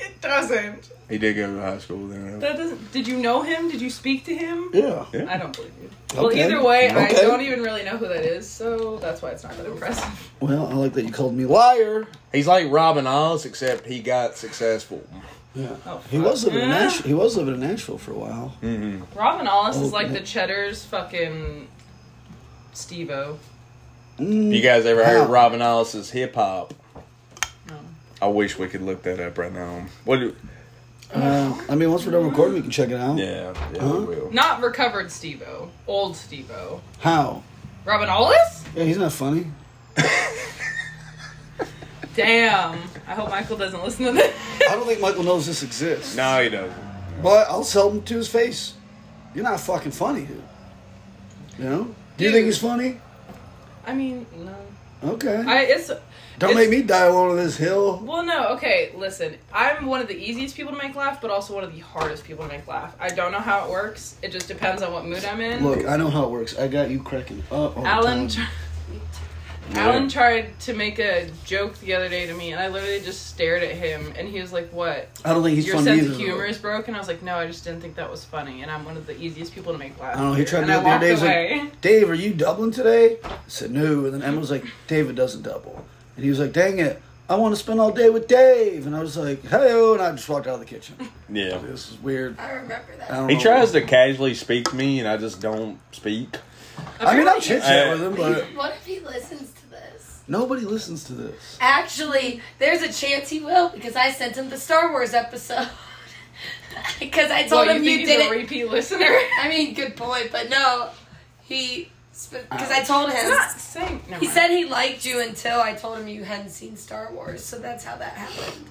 It doesn't. He did go to high school then. That doesn't. Did you know him? Did you speak to him? Yeah. Yeah. I don't believe you. Well, Okay. either way, I Okay. don't even really know who that is, so that's why it's not that impressive. Well, I like that you called me liar. He's like Robin Oz, except he got successful. Yeah. Oh, He was living in Yeah. Nash- he was living in Nashville for a while. Mm-hmm. Robin Ollis Oh, is like man. the Cheddar's fucking Stevo. Mm. You guys ever How? heard Robin Ollis's hip hop? I wish we could look that up right now. What? Do, Uh, I mean, once we're done recording, we can check it out. yeah, yeah, Huh? we will. Not recovered Stevo, old Stevo. How? Robin Ollis? Yeah, he's not funny. Damn. I hope Michael doesn't listen to this. I don't think Michael knows this exists. No, he doesn't. But I'll tell him to his face. You're not fucking funny, dude. You know? Do you Dude. think he's funny? I mean, no. Okay. I it's Don't it's- make me die alone on this hill. Well, no, okay, listen. I'm one of the easiest people to make laugh, but also one of the hardest people to make laugh. I don't know how it works. It just depends on what mood I'm in. Look, I know how it works. I got you cracking up. All Alan, the time. tr- Alan tried to make a joke the other day to me, and I literally just stared at him, and he was like, "What? I don't think he's Your funny sense either. of though. humor is broken." I was like, "No, I just didn't think that was funny." And I'm one of the easiest people to make laugh. I don't know. He here." tried and to do it the I other day. He's walked away. like, Dave, are you doubling today? I said, no. And then Emma was like, David doesn't double. And he was like, dang it. I want to spend all day with Dave. And I was like, hey, and I just walked out of the kitchen. Yeah. This is weird. I remember that. I don't He know. tries to casually speak to me, and I just don't speak. I mean, I'll Apparently- chit chat Uh, with him, but What if he listens to this? nobody listens to this. Actually, there's a chance he will because I sent him the Star Wars episode. Because I told Well, you him think you he's did a it. repeat listener? I mean, good point, but no, he. Because I told It's him. not saying. never He mind. said he liked you until I told him you hadn't seen Star Wars, so that's how that happened.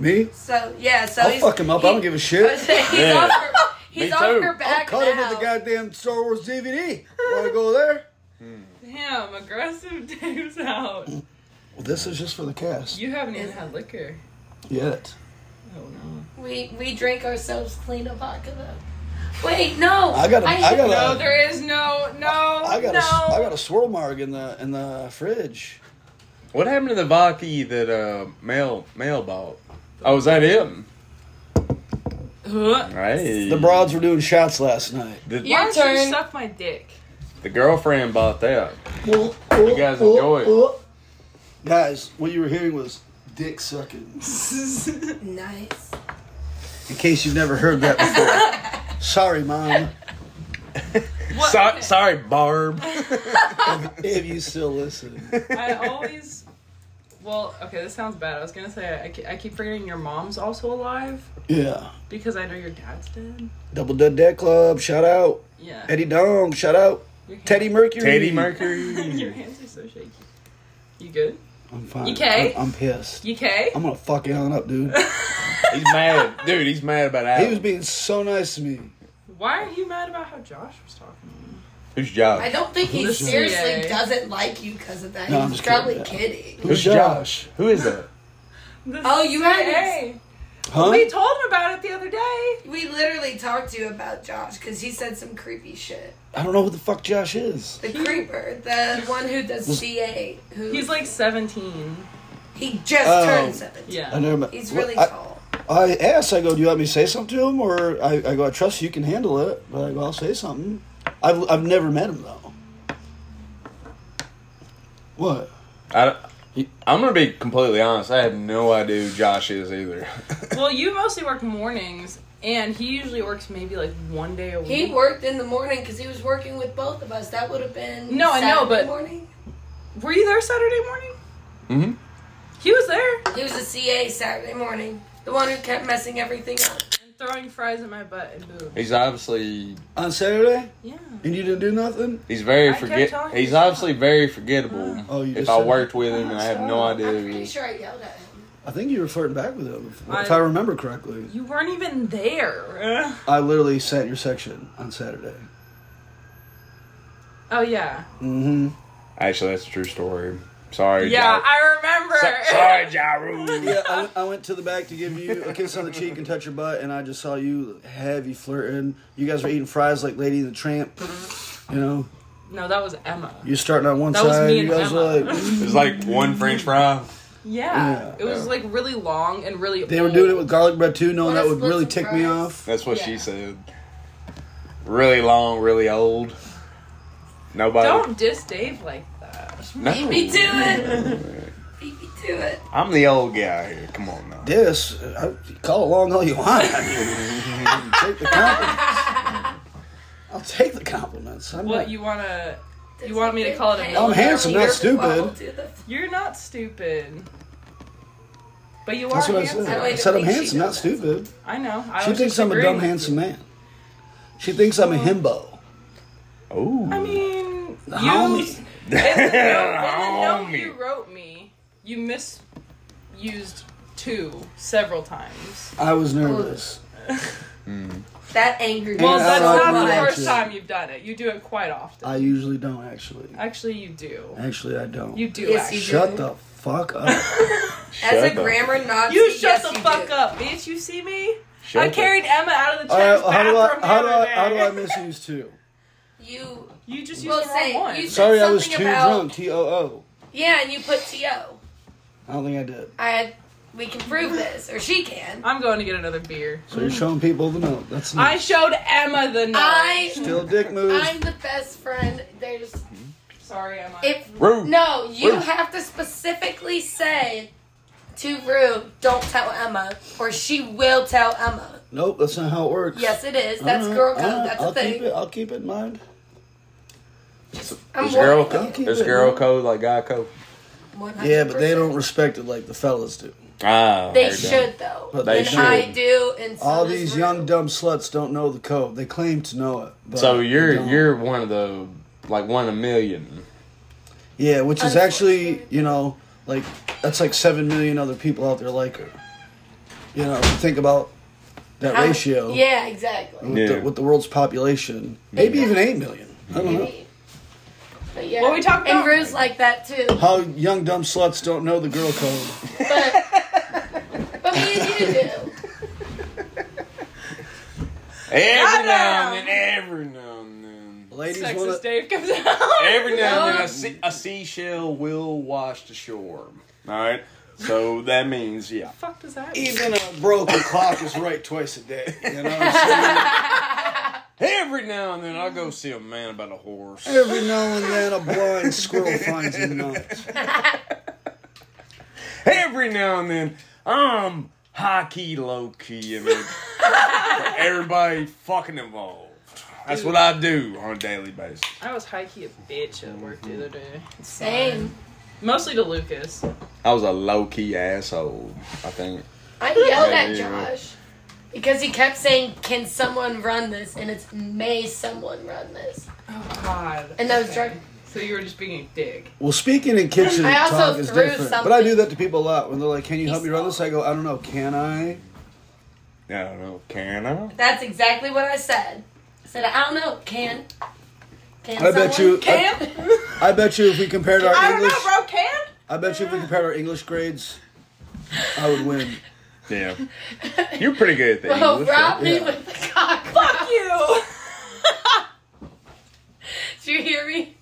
Me? So yeah, so I'll he's, fuck him up. I don't give a shit. I was saying, He's Yeah. off her, he's Me off too. her I'll back cut now. him with the goddamn Star Wars DVD. Want to go there? "Damn, aggressive Dave's out. Well, this is just for the cast. You haven't even had liquor." Yet. Oh no. We we drink ourselves clean of vodka though. Wait, no. I gotta- I gotta- No, there is no, no, I got Oh, no. a, I got a swirl marg in the in the fridge. What happened to the vodka that uh, Mel Mel bought? Oh, was that him? Huh. Hey, The broads were doing shots last night. the, Why Your don't you turn. suck my dick? the girlfriend bought that. You guys enjoy it. Oh, Guys, what you were hearing was dick sucking. nice. In case you've never heard that before. Sorry, mom, So- sorry, Barb. if you still listen. I always. Well, okay, this sounds bad. I was gonna say I, ke- I keep forgetting your mom's also alive Yeah. because I know your dad's dead. Double Dead Dead Club, shout out. Yeah. Eddie Dong, shout out. Your hand- Teddy Mercury. Teddy Mercury. your hands are so shaky. You good? I'm fine. You okay? I'm, I'm pissed. You okay? I'm gonna fuck Alan up, dude. He's mad, dude. He's mad about He was Alan. being so nice to me. Why are you mad about how Josh was talking? to you? Who's I Josh? don't think he Listen. seriously Yay. doesn't like you because of that. No, I'm he's just kidding, probably yeah. kidding. Who's Josh? Who is that? The Oh, you had CIA. Huh? We told him about it the other day. We literally talked to you about Josh because he said some creepy shit. I don't know who the fuck Josh is. The creeper, the one who does CA, who He's like 17. he just Oh. turned seventeen. I Yeah. never met. He's really I, tall. I asked. I go, do you want me to say something to him, or I, I go, I trust you can handle it, but I go, I'll say something. I've I've never met him though. What? I, I'm gonna be completely honest. I have no idea who Josh is either. Well, you mostly work mornings, and he usually works maybe like one day a week. He worked in the morning because he was working with both of us. That would have been No, I know, Saturday but- morning. Were you there Saturday morning? mm-hmm. He was there. He was a CA Saturday morning. The one who kept messing everything up. And throwing fries at my butt and boobs. He's obviously On Saturday, Yeah. and you didn't do nothing. he's I very kept forget. telling He's you obviously very forgettable. Oh, you if just I said- worked with him, and I have no idea. I'm Who he pretty is. sure I yelled at him. I think you were flirting back with him, if I- if I remember correctly. You weren't even there. I literally sat in your section on Saturday. Oh, yeah. Mm-hmm. Actually, that's a true story. Sorry. Yeah, Josh. I remember. Sorry, Jaru. Yeah, I, went- I went to the back to give you a kiss on the cheek and touch your butt, and I just saw you heavy flirting. You guys were eating fries like Lady and the Tramp. You know, No, that was Emma. you're starting on one That was side. me you and guys Emma. were like, It's like one French fry. Yeah. Yeah. It was like really long and really they were doing it with garlic bread too, knowing Wanna that would split really some tick me fries? off. That's what Yeah. she said. Really long, really old. Nobody. Don't diss Dave like that. No. Beat me to it. Beat me to it. I'm the old guy here. Come on now. This, I, call along all you want. I mean, take the compliments. I'll take the compliments. I'm What, not- you wanna. You want me to call it a I'm handsome, not You're stupid. welcome to the- You're not stupid. But you That's are what I handsome. said. don't I even said I'm think she handsome, not does that. stupid. I know. I She was thinks just I'm a agreeing dumb with you. handsome man. She thinks I'm a himbo. Oh. I mean, you. Homie. In the note, in the note Homie. you wrote me, you misused two several times. I was nervous. That angry Well, I me like that's so not the that much. first shit. time you've done it. You do it quite often. I usually don't actually. Actually, you do. Actually, I don't. You do. Yes, actually. you do. Shut the fuck up. As a Shut up. grammar Nazi, You shut yes, the you fuck do. up, bitch. You see me? Shut I up. carried Emma out of the All check's right, how do I bathroom how do the other I how do I day. misuse two? You You just used Well, the wrong say- one. you- Sorry, I was too Something about- drunk. T O O. yeah, and you put to. I don't think I did. I we can prove this, or she can. I'm going to get another beer. So you're showing people the note. That's I not showed Emma the note. I still dick moves. I'm the best friend. There's Sorry, Emma. if Rude. no, you Rude. have to specifically say to Rue, don't tell Emma, or she will tell Emma. Nope, that's not how it works. Yes, it is. That's All right, girl all code. right, That's I'll a thing. Keep it, I'll keep it in mind. I'm There's girl, warning I'll you. keep there's it in girl mind. code like guy code. 100%. Yeah, but they don't respect it like the fellas do. Ah, They there you go. should though. But They and should. I do. And so All does these Rue. young dumb sluts don't know the code. They claim to know it. But So they you're don't. you're one of the like one in a million. yeah, which is actually Unfortunately. you know like that's like seven million other people out there like her. You know, if you think about that How- ratio Mm-hmm. Yeah, exactly. with, Yeah. the, with the world's population, maybe even eight million. I don't know Maybe. But yeah. What we talking And about? Rue's like that too. how young dumb sluts don't know the girl code. But, but me and you do. Every now now. and then, every now and then, Ladies Sexist want to. Dave comes out. every now and then, a, sea, a seashell will wash the shore. All right, so that means yeah. fuck does that mean? Even a broken clock is right twice a day. You know what I'm saying? Every now and then, I'll go see a man about a horse. Every now and then, a blind squirrel finds a nut. Every now and then, I'm high key, low key. I mean, everybody fucking involved. That's what I do on a daily basis. I was high key a bitch at work the other day. Same. Mostly to Lucas. I was a low key asshole. I think. I yelled at Yeah. Josh because he kept saying, "Can someone run this?" and it's "May someone run this?" Oh God. And I was drunk. So you were just being a dick. Well, speaking in kitchen I also talk is threw different, something. but I do that to people a lot when they're like, "Can you help me He's run this?" I go, "I don't know. Can I?" I don't know. Can I? That's exactly what I said. I said, "I don't know. Can can I bet you. I, Cam? I bet you if we compared our I don't English, know, bro. Cam? I bet you if we compared our English grades, I would win. Yeah. You're pretty good at that. Bro, rob me yeah. with the cock. Fuck you. Did you hear me?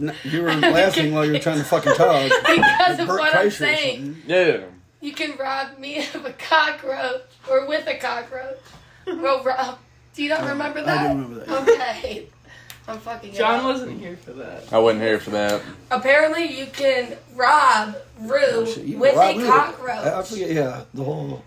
N- You were laughing while you were trying to fucking talk. Because of Bert what Kreischer I'm or saying. something. Yeah. You can rob me of a cockroach or with a cockroach. Well, Rob, do you not remember I that? do remember that. Okay. I'm fucking it John up. wasn't here for that. I wasn't here for that. Apparently, you can rob Rue Oh, Shit, you Oh, with robbed a me cockroach. I, I forget. Yeah, the whole.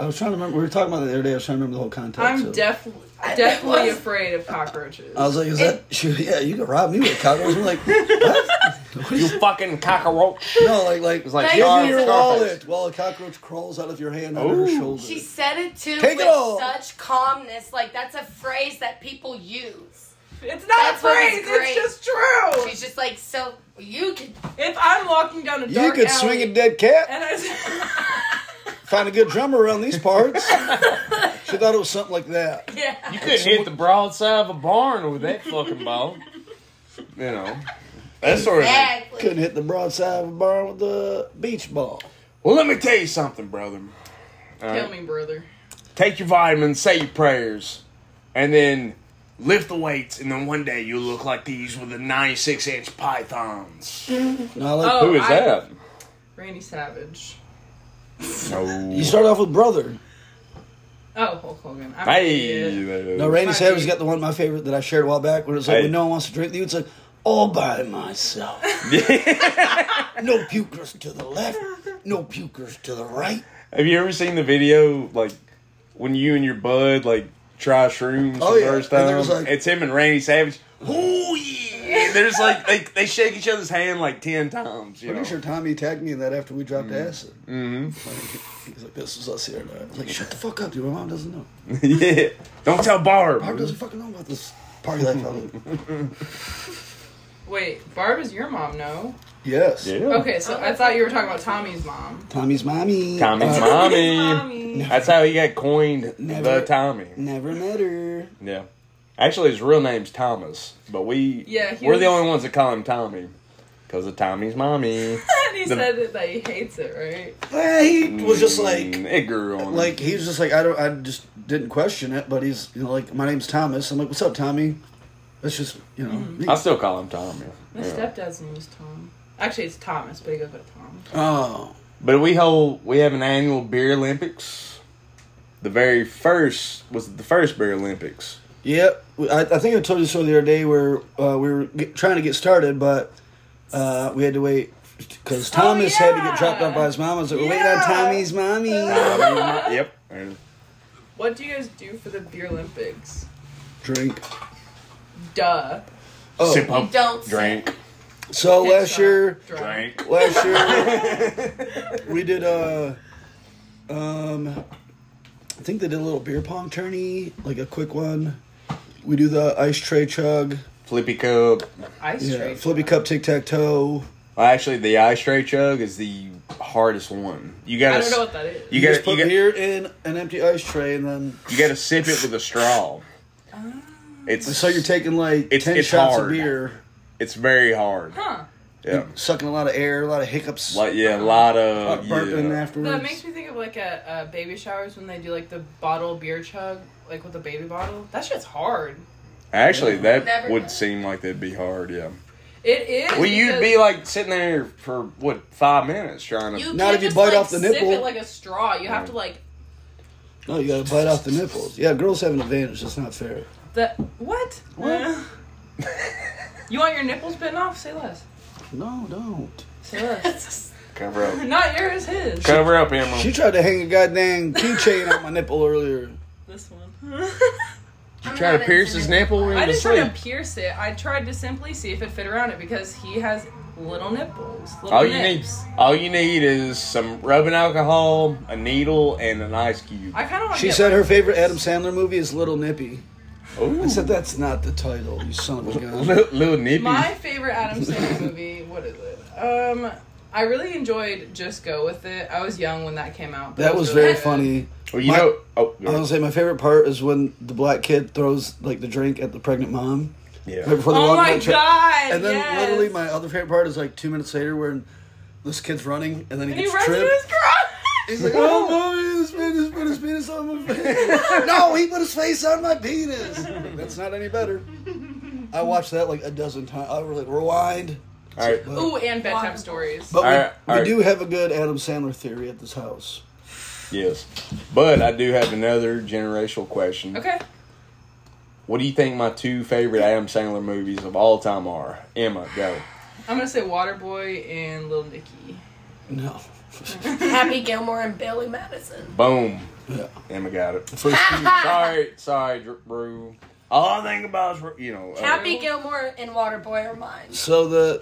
I was trying to remember. We were talking about that the other day. I was trying to remember the whole context. I'm of- def- I- definitely was- afraid of cockroaches. I was like, "Is that?" She, yeah, you can rob me with cockroach. I'm like, what? What You is- fucking cockroach. no, like, like, It's like Give Give Scar- me your Scarface. Oh. wallet while a cockroach crawls out of your hand under her Ooh. shoulder. She said it too Take it with all. such calmness. Like, that's a phrase that people use. it's not a That's what was phrase. It's great. just true. She's just like, so you can. If I'm walking down a you dark could alley swing a dead cat. and I s- Find a good drummer around these parts. she thought it was something like that. Yeah. You could hit the broadside of a barn with that fucking ball. You know. That sort of thing. Couldn't Exactly. hit the broadside of a barn with a beach ball. Well, let me tell you something, brother. All right? Kill me, brother. Take your vitamins, say your prayers, and then lift the weights, and then one day you'll look like these with the 96 inch pythons. No, I like, Oh. Who is I- that? Randy Savage. you No. start off with brother. Oh, Hulk Hogan. I'm an Hey. idiot. No, Randy Fuck Savage you. got the one my favorite that I shared a while back when it was like Hey. when no one wants to drink with you. It's like all by myself. no pukers to the left. No pukers to the right. Have you ever seen the video like when you and your bud like try shrooms Oh, for the yeah. first And time? there was, like- it's him and Randy Savage. Oh yeah, There's like they they shake each other's hand like ten times. You know? Pretty sure Tommy tagged me in that after we dropped acid. Mm-hmm. He's like, "This is us here." tonight." I was like, "Shut the fuck up, dude. My mom doesn't know. yeah. Don't tell Barb. Barb doesn't fucking know about this party life." I live." Wait, Barb is your mom, no? yes. Okay, so I thought you were talking about Tommy's mom. Tommy's mommy. Tommy's Uh, mommy. Mommy. That's how he got coined Never. the Tommy. Never met her. Yeah. Actually, his real name's Thomas, but we Yeah, he we're the was- only ones that call him Tommy because of Tommy's mommy. And he The- said that, that he hates it, right? Well, he was just Mm, like, it grew on him. like he was just like, I don't, I just didn't question it. But he's, you know, like, my name's Thomas. I'm like, what's up, Tommy? That's just, you know, Mm-hmm. me. I still call him Tommy. My Yeah. stepdad's name is Tom. Actually, it's Thomas, but he goes by Tom. oh, But we hold we have an annual beer Olympics. The very first was the first beer Olympics. Yep, I, I think I told you so the other day where uh, we were get, trying to get started, but uh, we had to wait because Thomas had to Oh, yeah. get dropped off by his mom. I was like, we're waiting on Yeah. Tommy's mommy. Tommy's mo- yep. And What do you guys do for the Beer Olympics? Drink. Duh. Oh, Sip up, Don't drink, so last Headshot. year, Drunk. drink. last year we did uh um I think they did a little beer pong tourney, like a quick one. We do the ice tray chug, Flippy cup. Ice yeah, trade. flippy cup tic tac toe. Well, actually, the eye straight chug is the hardest one. You gotta. I don't know s- what that is. You, You just gotta. put You, beer got, in an empty ice tray, and then you gotta sip it with a straw. Ah. It's so you're taking like It's- ten it's shots of hard. beer, It's very hard. Huh. Yeah. sucking a lot of air, a lot of hiccups, Like yeah, a lot uh, of burping yeah. afterwards. That makes me think of like a, a baby showers when they do like the bottle beer chug, like with the baby bottle. That shit's hard. Actually, that Never would done. seem like that'd be hard. Yeah. It is. Well, you'd because be like sitting there for what five minutes trying to. You Not can't if you just, bite like, off the nipple. Sip it like a straw. You have to like no, Oh, you gotta bite off the nipples. Yeah, girls have an advantage. That's not fair. the what? Eh. you want your nipples bitten off? Say less. No, don't. Say less. cover up. Not yours, his. Cover up, Emma. She tried to hang a goddamn keychain on my nipple earlier. This one. I'm Try not to pierce into this. his nipple when I he didn't was try to asleep. pierce it. I tried to simply see if it fit around it because he has little nipples. Little All you need, nips. all you need is some rubbing alcohol, a needle, and an ice cube. I kind of want. She get said like- her favorite Adam Sandler movie is Little Nippy. Ooh. I said that's not the title, you son of a gun. Little, little nippy. My favorite Adam Sandler movie. What is it? Um, I really enjoyed Just Go with It. I was young when that came out. but That it was really very good. funny. Well, you my- know. Oh, I was gonna say my favorite part is when the black kid throws like the drink at the pregnant mom. Right yeah. before they Oh walk my down the tra- god! And then yes. literally my other favorite part is like two minutes later when this kid's running and then he And he gets runs into tripped. his garage. He's like, oh, mommy, this man just put his penis on my face. no, he put his face on my penis. That's not any better. I watched that like a dozen times. I was like, rewind. All right. But, Ooh, and bedtime stories. but we, Alright, we alright. do have a good Adam Sandler theory at this house. Yes. But I do have another generational question. Okay. What do you think my two favorite Adam Sandler movies of all time are? Emma, go. I'm gonna say Waterboy and Little Nicky. No. Happy Gilmore and Billy Madison. Boom. Yeah. Emma got it. First sorry, sorry, Dr- Brew. All I think about is, you know. uh, Oh. Happy Gilmore and Waterboy are mine. So the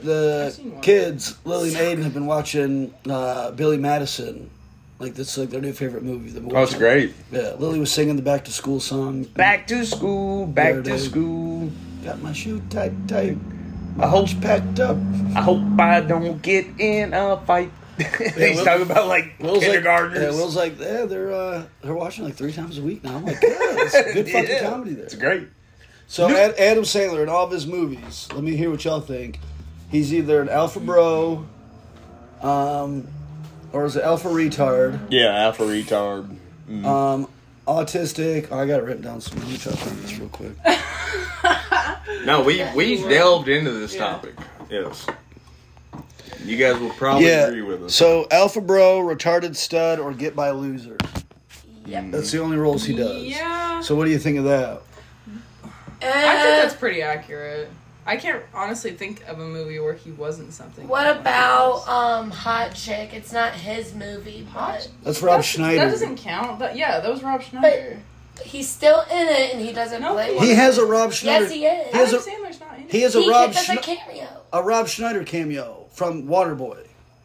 I've seen the one. kids, Lily and Aiden, have been watching uh, Billy Madison. Like that's like their new favorite movie. They've been oh, it's watching- great. Yeah, Lily was singing the back to school song. Back to school, back There it to is. school. Got my shoe tight, tight. My hole's packed up. I hope I don't get in a fight. He's Will- talking about like Will's like, yeah, kindergartners. Will's like, yeah, they're uh, they're watching like three times a week now. I'm like, yeah, it's good fucking Yeah, comedy there. it's great. So Ad, Adam Sandler in all of his movies. Let me hear what y'all think. He's either an alpha bro, um, or is it alpha retard? Yeah, alpha retard. Um, autistic. Oh, I got it written down. So let me try to find this real quick. No, we we delved into this topic. Yes. You guys will probably agree with us. So alpha bro, retarded stud, or get by loser. Yep. That's the only roles he does. Yeah. So what do you think of that? I Uh, think that's pretty accurate. I can't honestly think of a movie where he wasn't something. what about um Hot Chick? It's not his movie, but That's Rob That's- Schneider. That doesn't count. That, yeah, that was Rob Schneider. he's still in it and he doesn't No, play. he he it. has a Rob Schneider. Yes, he is. He has Adam a- Sandler's not in He is a He Rob gets us a Schne- cameo. a Rob Schneider cameo from Waterboy.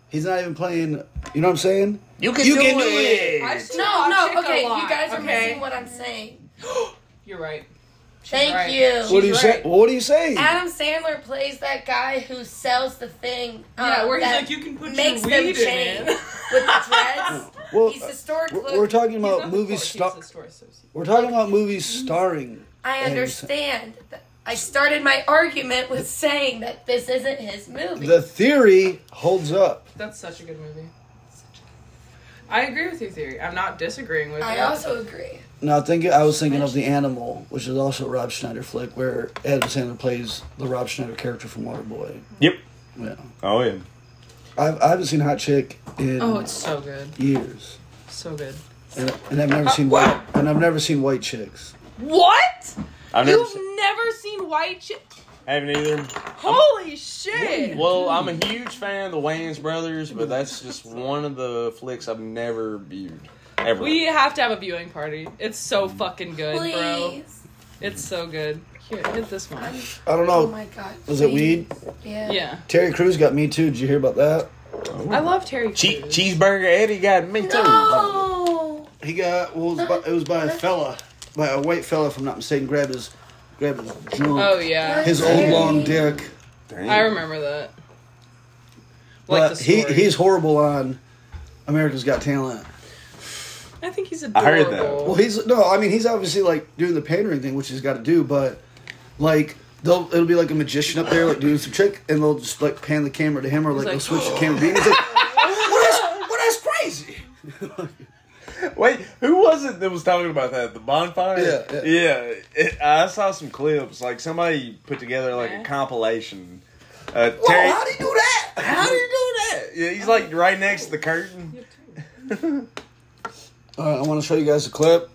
He's not even playing. You know what I'm saying? You can do it. I've seen No, Hot no, Chick a okay, lot. you guys are Okay. missing what I'm saying. You're right. Thank right. you. What do you say? right. What do you say? Adam Sandler plays that guy who sells the thing. um, yeah, where he's that like, you can put makes your them weed in change it. with the dreads. Well, He's uh, historically. we're, we're talking He's about not movies. the court, Star- he's the store associate. we're talking about movies Mm-hmm. starring. I understand. I started my argument with saying that this isn't his movie. The theory holds up. That's such a good movie. I agree with your theory. I'm not disagreeing with I you. also agree. Now, thinking I was thinking of the Animal, which is also a Rob Schneider flick, where Adam Sandler plays the Rob Schneider character from Waterboy. Yep. Mm-hmm. Yeah, Oh yeah. I've, I haven't seen Hot Chick in oh, it's so good. years, So good. and, and I've never seen white, and I've never seen White Chicks. What? I've never. You've Seen, never seen White Chick? haven't either. Holy shit! Well, I'm a huge fan of the Wayans brothers, but that's just one of the flicks I've never viewed. Ever. We have to have a viewing party. It's so fucking good, bro. Please. It's so good. Here, hit this one. I don't Oh know. my god. was it please. weed? Yeah. Yeah. Terry Crews got me too. Did you hear about that? Oh. I love Terry che- Crews. cheeseburger Eddie got me too. No. He got well. It was by, it was by a fella, by a white fella, if I'm not mistaken. Grabbed his, grabbed his junk, Oh yeah, his old long dick. Damn. I remember that. Like But the he story. he's horrible on America's Got Talent. I think he's I adorable. heard that. Well, he's no. I mean, he's obviously like doing the pandering thing, which he's got to do. But like, they'll it'll be like a magician up there, like doing some trick, and they'll just like pan the camera to him, or like, like, they'll switch the camera. to him. He's like, well, that's, well, that's crazy. Wait, who was it that was talking about that? The bonfire? Yeah, yeah. It- I saw some clips. Like somebody put together like a Yeah. compilation. Uh, Whoa, Terry, how do you do that? how do you do that? Yeah, he's like right next to the curtain. All right, I want to show you guys a clip,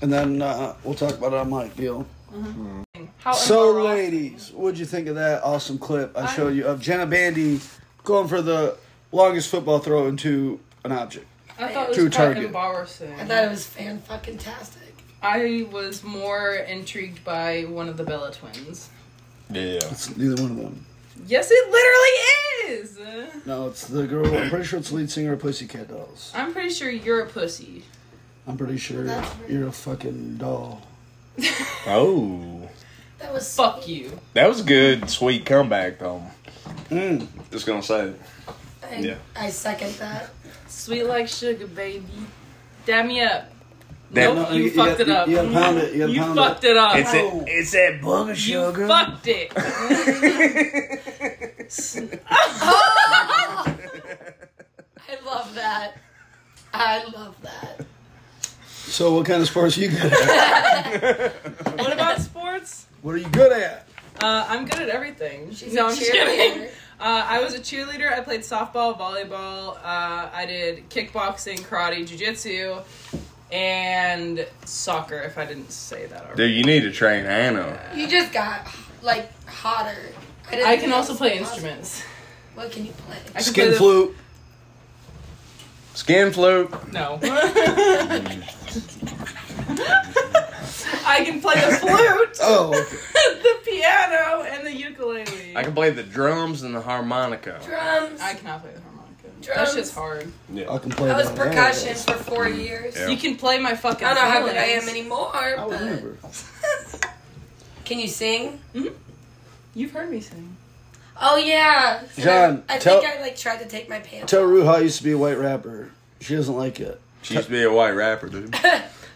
and then uh, we'll talk about it on mic, deal. Oh, How So, embarrassing. ladies, what'd you think of that awesome clip I showed you of Jenna Bandy going for the longest football throw into an object? I thought it True was quite target. embarrassing. I thought it was fan fucking tastic. I was more intrigued by one of the Bella twins. Yeah. It's neither one of them. Yes, it literally is. Uh, No, it's the girl. I'm pretty sure it's the lead singer of Pussycat Dolls. I'm pretty sure you're a pussy. I'm pretty sure That's right. you're a fucking doll. Oh, That was so Fuck you. that was a good, sweet comeback though. Mm. Just gonna say it. I, Yeah. I second that. Sweet like sugar, baby. Dab me up. Dab- nope, No, you, you- you fucked gotta- it up. you gotta pound it, you gotta pound it. fucked it up. It's that, it's that booger Oh. you sugar. fucked it. I love that. I love that. So, what kind of sports are you good at? what about sports? what are you good at? Uh, I'm good at everything. She's no, a I'm just cheerleader. kidding. Uh, I was a cheerleader. I played softball, volleyball. Uh, I did kickboxing, karate, jujitsu, and soccer. If I didn't say that already, Dude, you need to train Anna. You just got like hotter. didn't I think can it also was play possible. instruments. What can you play? I can play Skin the- flute. Skin flute. No. I can play the flute, Oh, okay. the piano, and the ukulele. I can play the drums and the harmonica. Drums. I cannot play the harmonica. That Drums. shit's hard. I Yeah. can play I was that. percussion for four years. Yeah. You can play my fucking. I don't know how good I feelings. am anymore, I but remember. can you sing? You've heard me sing. Oh yeah, And I- John, I, tell- think I like tried to take my pants. Tell Rue how I used to be a white rapper. She doesn't like it. She used to be a white rapper, dude.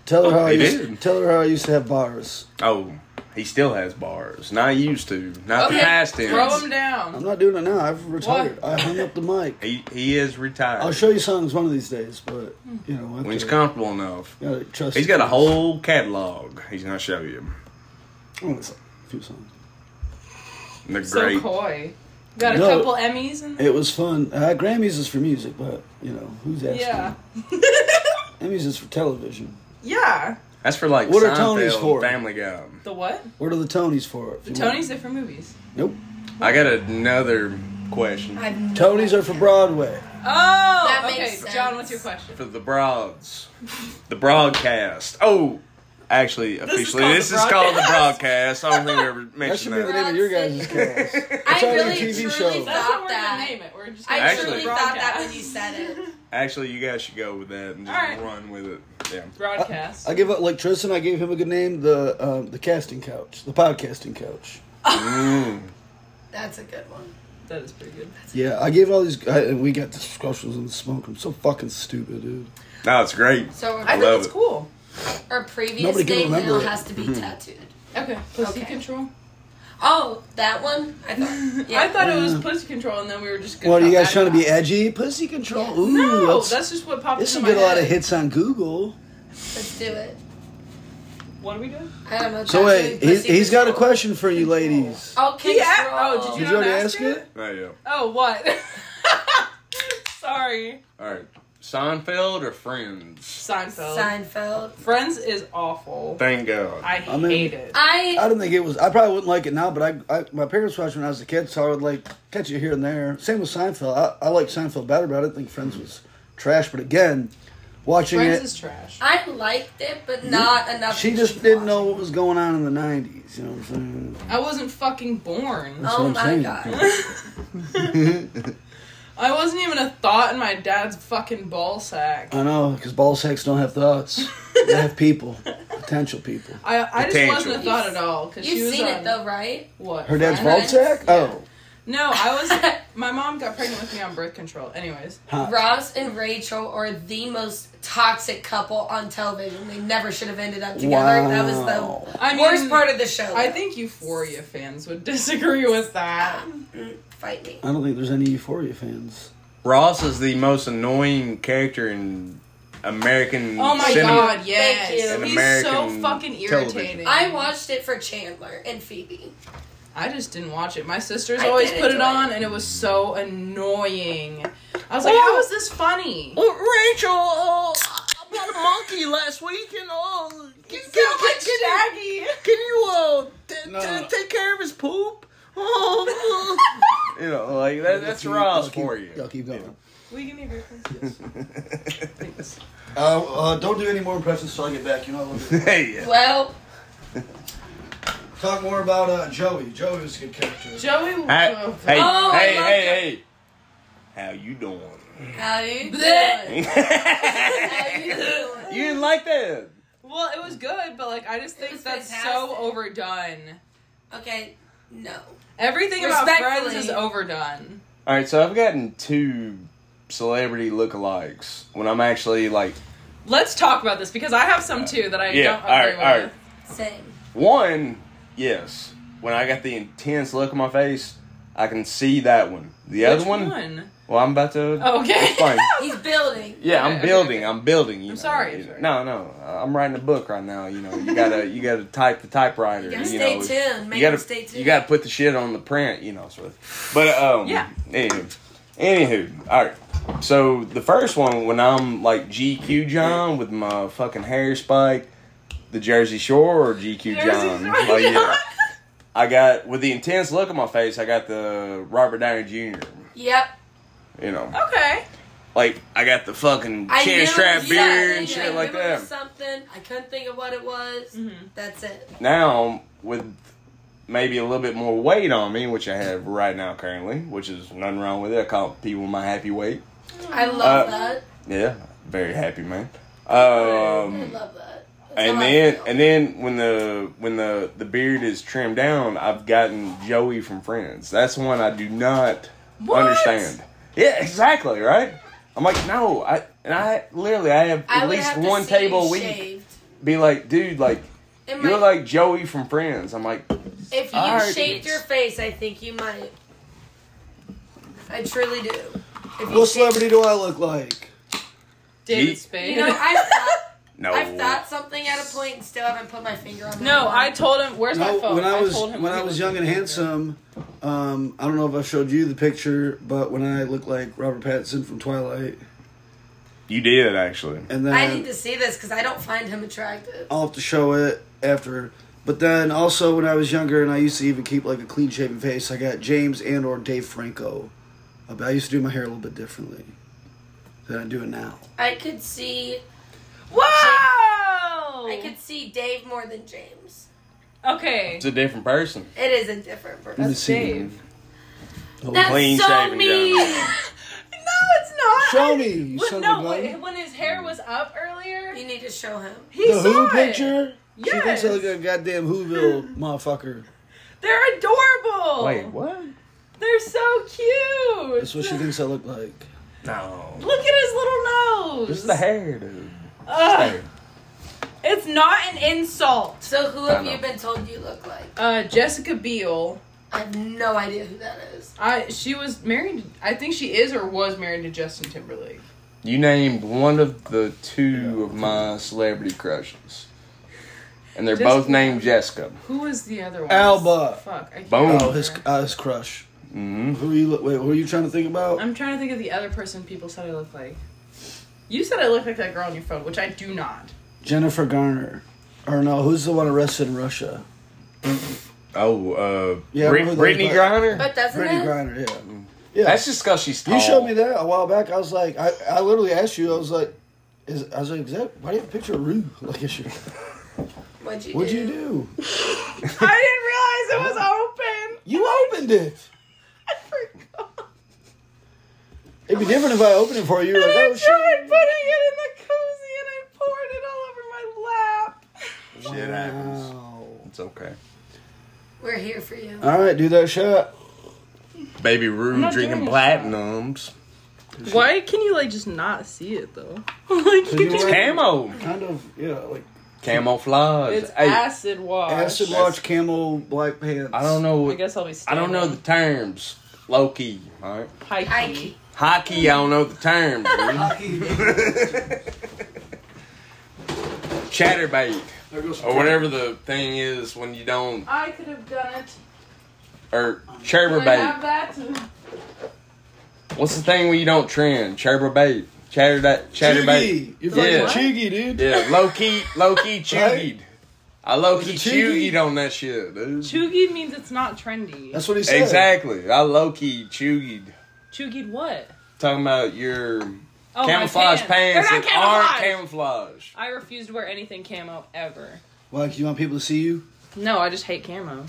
Tell her how I He used, Oh, did. tell her how I used to have bars. Oh, he still has bars. Not used to. Not Okay, past Throw him. him doung I'm not doing it now. I've retired. I hung up the mic. He he is retired. I'll show you songs one of these days, but you know, when he's comfortable enough. gotta trust He's got a you. whole catalog. He's gonna show you. Oh, it's a few songs. The So great. coy. Got a No. couple Emmys in there. It was fun. Uh, Grammys is for music, but you know who's asking? Yeah. Emmys is for television. yeah. That's for like What are Seinfeld, Tonys for? Family Guy. The what? What are the Tonys for? if The you Tony's different movies. want? I got another question I've Nope. Tonys are for Broadway. Oh. makes okay. sense. John, what's your question? for the broads. the broadcast. Oh, Actually, is officially, called this the is called the broadcast. I don't think we ever That should mentioned be the that. name of your guys' cast. I on your really TV truly show. That's what thought we're that. gonna name it. We're just I gonna Actually- truly thought that when you said it. Actually, you guys should go with that and just All right. run with it. Yeah. broadcast. I give up like Tristan. I gave him a good name. The um, the casting couch, the podcasting couch. That's a good one. that is pretty good. Yeah, I gave all these. I, and we got discussions in the smoke. room. so fucking stupid, dude. No, it's great. So I our, think love it's it. cool. our previous Nobody can name remember now it. Mm-hmm. has to be tattooed. Okay, pussy Okay. control. Oh, that one. I thought. Yeah. I thought it was pussy control, and then we were just. gonna What are you talk guys trying to be about edgy? Pussy control. it. Ooh, No, let's- that's just what popped. this will into get a my lot of head. hits on Google. Let's do it. What are we doing? I don't know. So wait, tattooed he's, pussy he's got a control. question for you, ladies. Oh, control. Yeah. Oh, did Did You you don't already ask ask it? it? There you Oh, what? Sorry, go. All right. Seinfeld or Friends? Seinfeld. Seinfeld. Friends is awful. Thank God. I I mean- hate it. I I don't think it was. I probably wouldn't like it now, but I, I my parents watched when I was a kid, so I would like catch it here and there. Same with Seinfeld. I, I like Seinfeld better, but I didn't think Friends was trash. But again, watching Friends it, is trash. I liked it, but not enough. she to just keep didn't know watching. what was going on in the '90s. You know what I'm saying? I wasn't fucking born. That's oh what I'm my saying. god! I wasn't even a thought in my dad's fucking ball sack. I know because ball sacks don't have thoughts; they have people, potential people. I, I just Potential. wasn't a thought at all. Cause she You've was seen on, it though, right? What? Her dad's ball Friends? sack? Oh, No, I was. my mom got pregnant with me on birth control. Anyways, Ross and Rachel are the most toxic couple on television. They never should have ended up together. wow. That was the I mean, worst part of the show. I think Euphoria fans would disagree with that. Mm, Fight me. I don't think there's any Euphoria fans. Ross is the most annoying character in American Oh my cinema. god, yes. Thank you. An He's so American fucking television. irritating. I watched it for Chandler and Phoebe. I just didn't watch it. My sisters I always did put it enjoy on, it. and it was so annoying. I Oh. was like, how is this funny? Rachel, oh, I bought a monkey last week, and oh, can, Shaggy. can you uh, t- No, no, no. take care of his poop? Oh, you know, like that, that's Keep- Ross keep- for you. Y'all keep going. We can hear Uh, uh, don't do any more impressions till I get back. You know, I love you. Hey, Well, talk more about uh, Joey. Joey was a good character. Joey. hey, oh, hey, Oh, I hey, love hey, hey, how you doing? how you doing? Bleh. How you doing? You didn't like that? Well, it was good, but like I just It think was that's so fantastic. overdone. Okay, no. Everything about Friends Respectfully. is overdone. All right, so I've gotten two celebrity lookalikes when I'm actually like Let's talk about this because I have some too that I Yeah, don't agree alright, alright. with. Same. One, yes. When I got the intense look on my face, I can see that one. The other Which Oh, one, Well, I'm about to. Okay. It's fine. He's building. Yeah, Okay, I'm okay, building. okay. I'm building. You I'm know, sorry, you I'm know. No, sorry. no. uh, I'm writing a book right now. You know, you gotta, you gotta type the typewriter. You gotta you stay know, tuned. Make you gotta, him stay tuned. You gotta put the shit on the print. You know, sort of. But um, Yeah. Anywho, anywho. All right. So the first one, when I'm like GQ John with my fucking hair spiked, the Jersey Shore or GQ Jersey John, Shore Like, yeah. John. I got with the intense look on my face. I got the Robert Downey Jr. Yep. You know, Okay. like I got the fucking chin knew strap it was beard something. and I shit knew like it was that. Something I couldn't think of what it was. Mm-hmm. That's it. Now with maybe a little bit more weight on me, which I have right now currently, which is nothing wrong with it. I call people my happy weight. Mm-hmm. I love Uh, that. Yeah, very happy man. I Um, love that. That's how and I then feel. and then when the when the the beard is trimmed down, I've gotten Joey from Friends. That's one I do not What? understand. Yeah, exactly right. I'm like, no, I and I literally I have I at would least have to one see you table a week. shaved. be like, dude, like It you're might- like Joey from Friends. I'm like, if you Alright. shaved your face, I think you might. I truly do. If you What shaved- celebrity do I look like? David Yeet. Spade. You know, I've thought, no. I've thought something at a point and still haven't put my finger on. that No, one. I told him. Where's my No, phone? when I was told him when he I was looked young and really handsome, um, I don't know if I showed you the picture, but when I looked like Robert Pattinson from Twilight, you did actually. and then I need to see this because I don't find him attractive. I'll have to show it after. But then also when I was younger and I used to even keep like a clean shaven face, I got James and or Dave Franco. Uh, but I used to do my hair a little bit differently than I do it now. I could see good. Whoa! no. I could see Dave more than James. Okay. It's a different person. It is a different Let me person. That's see. Dave. That's Clean so shaven, mean. No, it's not. Show I- me, you When- son of a no, gun. when, when his hair was up earlier, You need to show him. he The saw Who it. picture? She Yes. thinks I look like a goddamn Whoville motherfucker. They're adorable. what? They're so cute. That's what she thinks I look like. No. Look at his little nose. This is the hair, dude. Ugh. It's not an insult. So who I have know. you been told you look like? Uh, Jessica Biel. I have no idea who that is. I she was married. I think she is or was married to Justin Timberlake. You named one of the two of my celebrity crushes. And they're both Jessica. named Jessica. Who was the other one? Alba. Fuck. I can't Boom. remember. Oh, his uh, his crush. Mm-hmm. Who are you? Wait, who are you trying to think about? I'm trying to think of the other person people said I look like. You said I look like that girl on your phone, which I do not. Jennifer Garner. Or no, who's the one arrested in Russia? Oh, uh, Yeah, Brit- who Brittany they- Griner? But doesn't Brittany it? Griner. Yeah. Yeah. Mm. That's just because she's tall. you showed me that a while back. I was like, I, I literally asked you. I was like, is I was like, is that, why do you have a picture of Rue? Like, is she, What'd you what'd do? you do? I didn't realize it was open. You opened it. I forgot. It'd be different if I opened it for you. You're And like, I oh shit. tried putting it in the cozy and I poured it all over my lap. Shit happens. Wow. It's okay. We're here for you. All right, do that shot. Baby Rue not drinking doing it. platinums. Why can you like just not see it though? like you It's wearing- camo. Kind of, yeah, like Camouflage. it's Hey, acid wash. acid watch camel black pants. I don't know. I What, guess I'll be. I don't know the terms. Low key, alright? High Hike. Hockey, I don't know the terms. dude. Chatterbait. There goes some Or whatever the thing is when you don't. I could have done it. Or Can I have chatterbait. that? What's the thing when you don't trend? Chatterbait. Chatter that chatterbait. Chuggy. You're Yeah. fucking chuggy, dude. Yeah, low key, low key Right? chugied. I low key Was it chuggy? chugied on that shit, dude. Chuggy means it's not trendy. That's what he said. Exactly. I low key chugied. Chugied what? Talking about your Oh, camouflage my pants, They're not that aren't camouflage. camouflage. I refuse to wear anything camo ever. Like, you want people to see you? No, I just hate camo.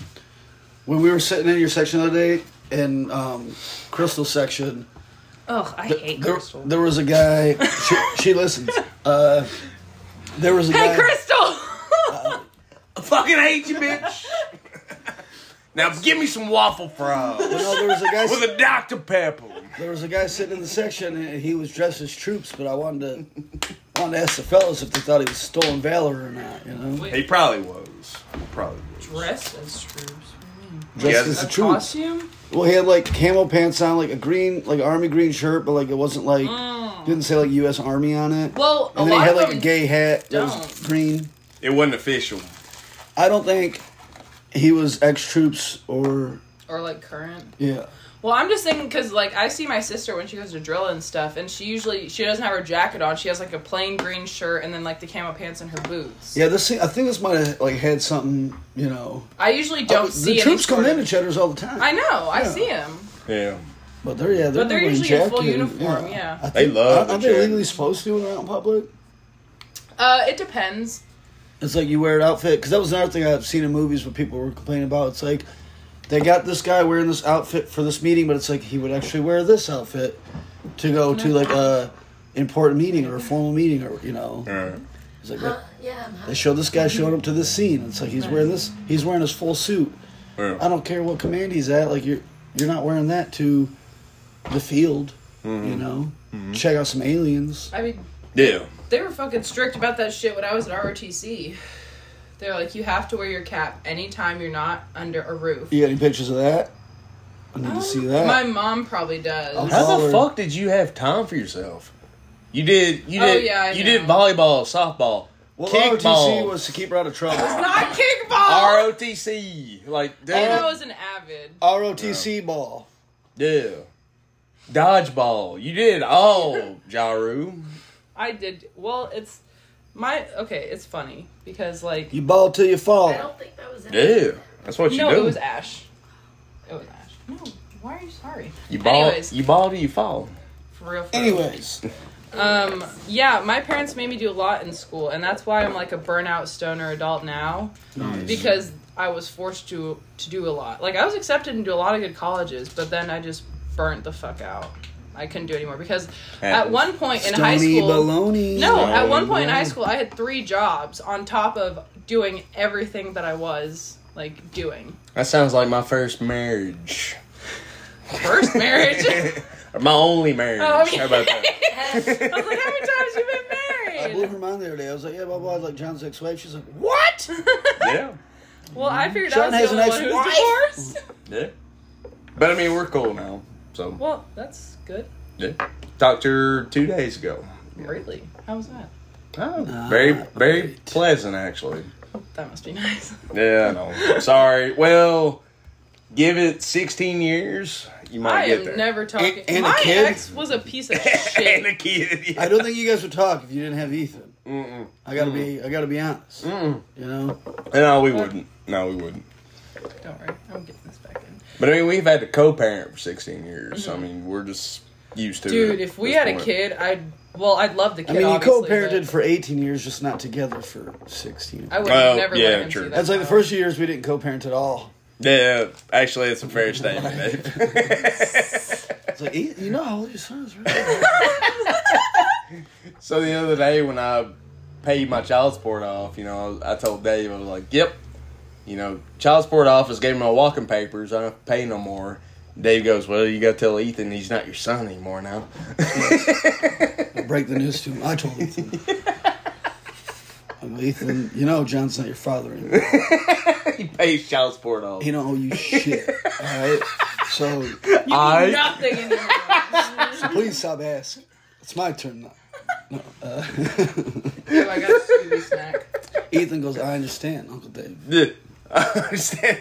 When we were sitting in your section the other day, in um, Crystal section, Ugh, I hate there, crystal. there was a guy. She, she listens. Uh, there was a hey, guy. Crystal! Fucking hate you, bitch. now give me some waffle fries No, there was a guy. with a Dr Pepper. There was a guy sitting in the section, and he was dressed as troops. But I wanted to, wanted to ask the fellas if they thought he was stolen valor or not. You know, He probably was. Probably was. Dressed as troops. dressed Yeah, as a a troop. Costume? Well, he had like camel pants on, like a green, like army green shirt, but like it wasn't like Oh. didn't say like U.S. Army on it. Well, a and then he lot had of like a them gay hat that was don't. green. It wasn't official. I don't think he was ex troops or Or like current. yeah. Well, I'm just thinking because like I see my sister when she goes to drill and stuff, and she usually she doesn't have her jacket on. She has like a plain green shirt and then like the camo pants and her boots. Yeah, this thing, I think this might have like had something, you know. I usually don't Oh, the see troops come in in. to Cheddar's all the time. I know. I Yeah. see them. Yeah. But they're yeah, they're, But they're not wearing usually in full jacket, uniform, yeah. I They think- love Aren't, the aren't they jacket. legally supposed to when they're out in public? Uh, it depends. It's like you wear an outfit because that was another thing I've seen in movies where people were complaining about. It's like they got this guy wearing this outfit for this meeting, but it's like he would actually wear this outfit to go to like a important meeting or a formal meeting or you know. It's like Huh? that- Yeah, I'm hot. they show this guy showing up to this scene. It's like he's wearing this. He's wearing his full suit. I don't care what command he's at. Like you're you're not wearing that to the field. You know, check out some aliens. I mean, Yeah. they were fucking strict about that shit when I was at ROTC. They're like, you have to wear your cap anytime you're not under a roof. You got any pictures of that? I need to see that. Um, My mom probably does. Oh, How the Baller. fuck did you have time for yourself? You did. You Oh, did. yeah, I you know. did volleyball, softball, Well, kickball, ROTC was to keep her out of trouble. Not kickball. ROTC. Like and I that. was an avid. ROTC ball. Yeah. Dodgeball. You did all, Jaru. I did. Well, it's my okay. It's funny because like You ball till you I fall. don't think that was it. Yeah. That's what you no, do. it was Ash. It was Ash. No, why are you sorry? you ball. Anyways. You ball till you fall. For real. For real. Anyways, Um, yeah, my parents made me do a lot in school, and that's why I'm like a burnout stoner adult now, because I was forced to to do a lot. Like I was accepted into a lot of good colleges, but then I just burnt the fuck out. I couldn't do it anymore because at Happens. one point in high Stony school, baloney. no, at one point in high school, I had three jobs on top of doing everything that I was like doing. That sounds like my first marriage. First marriage. I Or my only marriage. Oh, okay. How about that? was like, how many times you been I married? blew her mind the other day. I was like, yeah, blah, blah, like John's ex wife. She's like, what? What? yeah. well, I figured John I has was the only one an who was divorced. Yeah. But I mean, we're cool now. So, Well, that's good. yeah. Talked to her two days ago. Really? How was that? Oh, very, very Ah, great. pleasant, actually. That must be nice. Yeah, I know. Sorry. Well, give it 16 years, you might I get am there. never talking. and a My kid? ex was a piece of and a shit. kid. I don't think you guys would talk if you didn't have Ethan. Mm-mm. I gotta be, I gotta be honest. Mm-mm. You know, No, we wouldn't. No, we wouldn't. Don't worry, I'm getting this back in. But I mean, we've had to co-parent for 16 years. I mean, we're just used to it. Mm-hmm. at Dude, if we this had a point. kid, I'd. Well, I'd love the I kid. mean, you obviously, but co-parented for 18 years, just not together for 16. I would Oh, never yeah, let him true. see that. That's like the child. first few years we didn't co-parent at all. Yeah, actually, it's a fair statement. babe. It's like, "E- you know how old your son is, right? so the other day when I paid my child support off, you know, I told Dave, I was like, "Yep, you know, child support office gave me my walking papers. I don't have to pay no more." Dave goes, "Well, you gotta tell Ethan he's not your son anymore now." break the news to him. I told Ethan. I'm like, Ethan, you know John's not your father anymore. he pays child support off. He don't owe you shit. All right. So, I Nothing anymore. so please stop asking. It's my turn now. uh, Dude, I got a Scooby snack. Ethan goes, I understand, Uncle Dave. Yeah, I understand,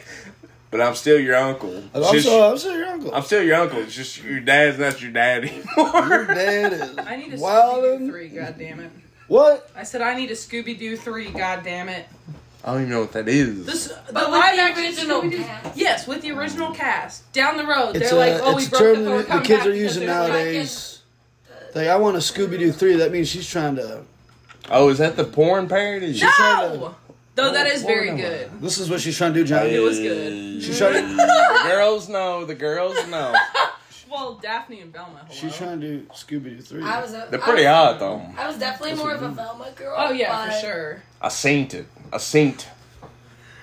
but I'm still your uncle. It's I'm just- so, I'm so your uncle. I'm still your uncle. It's just your dad's not your dad anymore. your dad is I need a Scooby Doo wildin'. three. God damn it! What? I said I need a Scooby Doo three. God damn it! I don't even know what that is. This, the But with live the action original Scooby-Doo- cast. Yes, with the original cast. Down the road, It's they're like, a, "Oh, it's we a broke term the that floor. the Come kids back are because using there's like- nowadays. Like, I want a Scooby Doo 3. That means she's trying to. Oh, is that the porn parody? No, though Oh, that is very Porno. good. This is what she's trying to do, John. It was good. She's trying to. the girls know. The girls know. Well, Daphne and Velma. Hello. She's trying to do Scooby Doo 3. I was a, They're I pretty was, odd though. I was definitely more of a Velma girl. oh yeah, but for sure. I seen it. I seen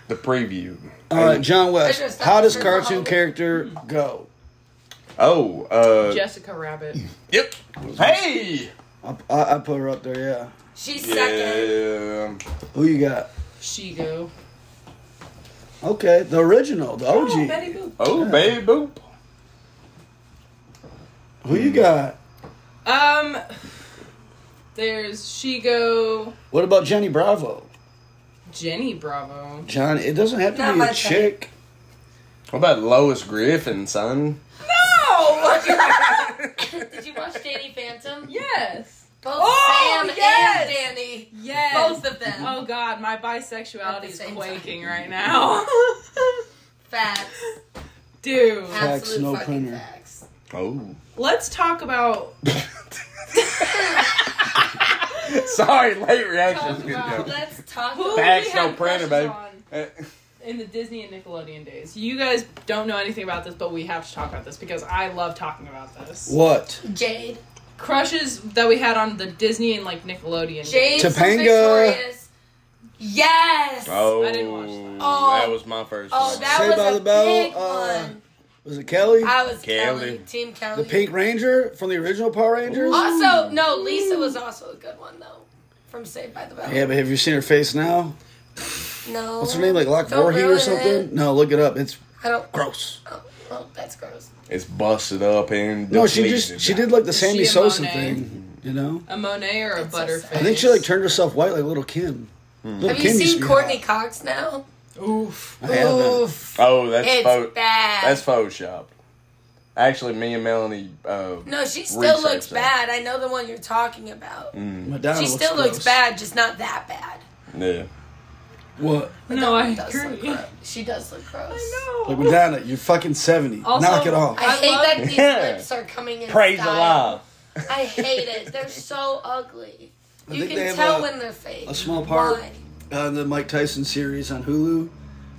the preview. All right, John I just West. thought How it was does for cartoon Halloween. character go? Oh, uh, Jessica Rabbit. yep. Hey. I, I, I put her up there. Yeah. She's second. Yeah. Who you got? She go. Okay, the original, the OG. Oh, Betty Boop. Oh, baby boop. Who you got? Um, there's she go. What about Jenny Bravo? Jenny Bravo. John, it doesn't have to Not be my a type. chick. What about Lois Griffin, son? Did you watch Danny Phantom? Yes. Both Oh, Sam yes! and Danny. Yes. Both of them. Oh God, my bisexuality At the is same quaking right now, Facts. dude. Facts, Absolute no fucking printer. facts. Oh. Let's talk about Sorry, late reactions. Talk Good about, job. let's talk who about Facts, we no had printer, crushes babe. on Uh, in the Disney and Nickelodeon days. You guys don't know anything about this, but we have to talk about this because I love talking about this. What? Jade. Crushes that we had on the Disney and like Nickelodeon. Jade from Topanga. Victorious. Yes. Oh, I didn't watch that. Oh. that was my first. Oh, one. that Saved was by a the Bell, big uh, one. Was it Kelly? I was Kelly. Kelly. Team Kelly. the Pink Ranger from the original Power Rangers? Also, no, Lisa was also a good one though. From Saved by the Bell. Yeah, but have you seen her face now? No. What's her name? Like Lock Don't Voorhees ruin or something? it. No, look it up. It's I don't. gross. Oh, oh, that's gross. It's busted up and No, she depleted. just she did like the she Sammy a Sosa Monet? thing, you know. A Monet or a That's so Butterface. sad. I think she like turned herself white like little Kim. Little Have you used to seen be Courtney hot. Cox now? Oof. I haven't. Oof. Oh, that's It's pho- bad. that's photoshopped. Actually, me and Melanie. Uh, no, she still researched looks that. bad. I know the one you're talking about. Madonna she still looks gross. bad, just not that bad. Yeah. What? No, I Does look agree. gross. She does look gross. Like Madonna, you're fucking seventy. Also- Knock it off. I, I hate love- that these Yeah. lips are coming in. Praise style. Allah. I hate it. They're so ugly. I You think they can have tell a- when they're fake. a small part Why? uh, in the Mike Tyson series on Hulu,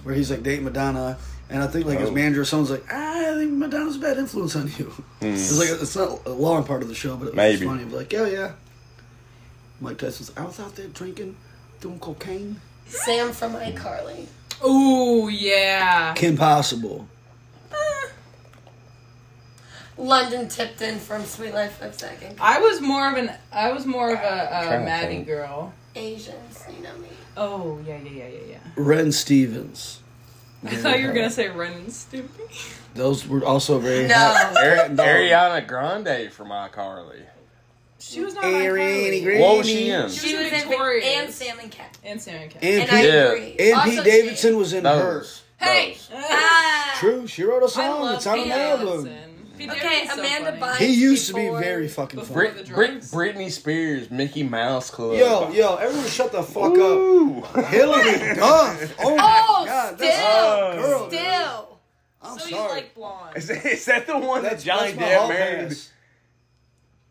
where he's like dating Madonna, and I think like his Oh. manager or someone's like, "Ah, I think Madonna's a bad influence on you. It's like it's not a long part of the show, but it was Hmm. Maybe. funny. Like, yeah, yeah. Mike Tyson's, I was out there drinking, doing cocaine. Sam from iCarly. Ooh, yeah. Kim Possible. London Tipton from Sweet Life Five Second. I was more of an I was more of a, Trying a to Maddie think. girl. Asians, you know me. Oh yeah yeah yeah yeah yeah. Ren Stevens. I thought you were gonna say Ren and Stimpy. Those were also very Oh, No. Ari- Ariana Grande from iCarly. She was not my Ariana favorite. Grande. What was she in? She She was was in Victorious. and Sam and Cat. And Sam and Cat. And, And Pete, I Yeah. agree. and Also Pete Sam. Davidson was in Those. Hey! Those. Ah. her. True, she wrote a I song. Uh, love It's on an Pete album. Davidson. Pete Okay, Davidson's so Amanda funny. Bynes. He used to be before- very fucking before funny. the Brit- Brit- drugs. Britney Spears, Mickey Mouse Club. Yo, yo, everyone shut the fuck Ooh. up. Hillary Duff. Oh, my Oh, God. still, That's, girl, still. I'm So you sorry. like blonde? Is that- is that the one that's that Johnny that's my Depp hall married? pass.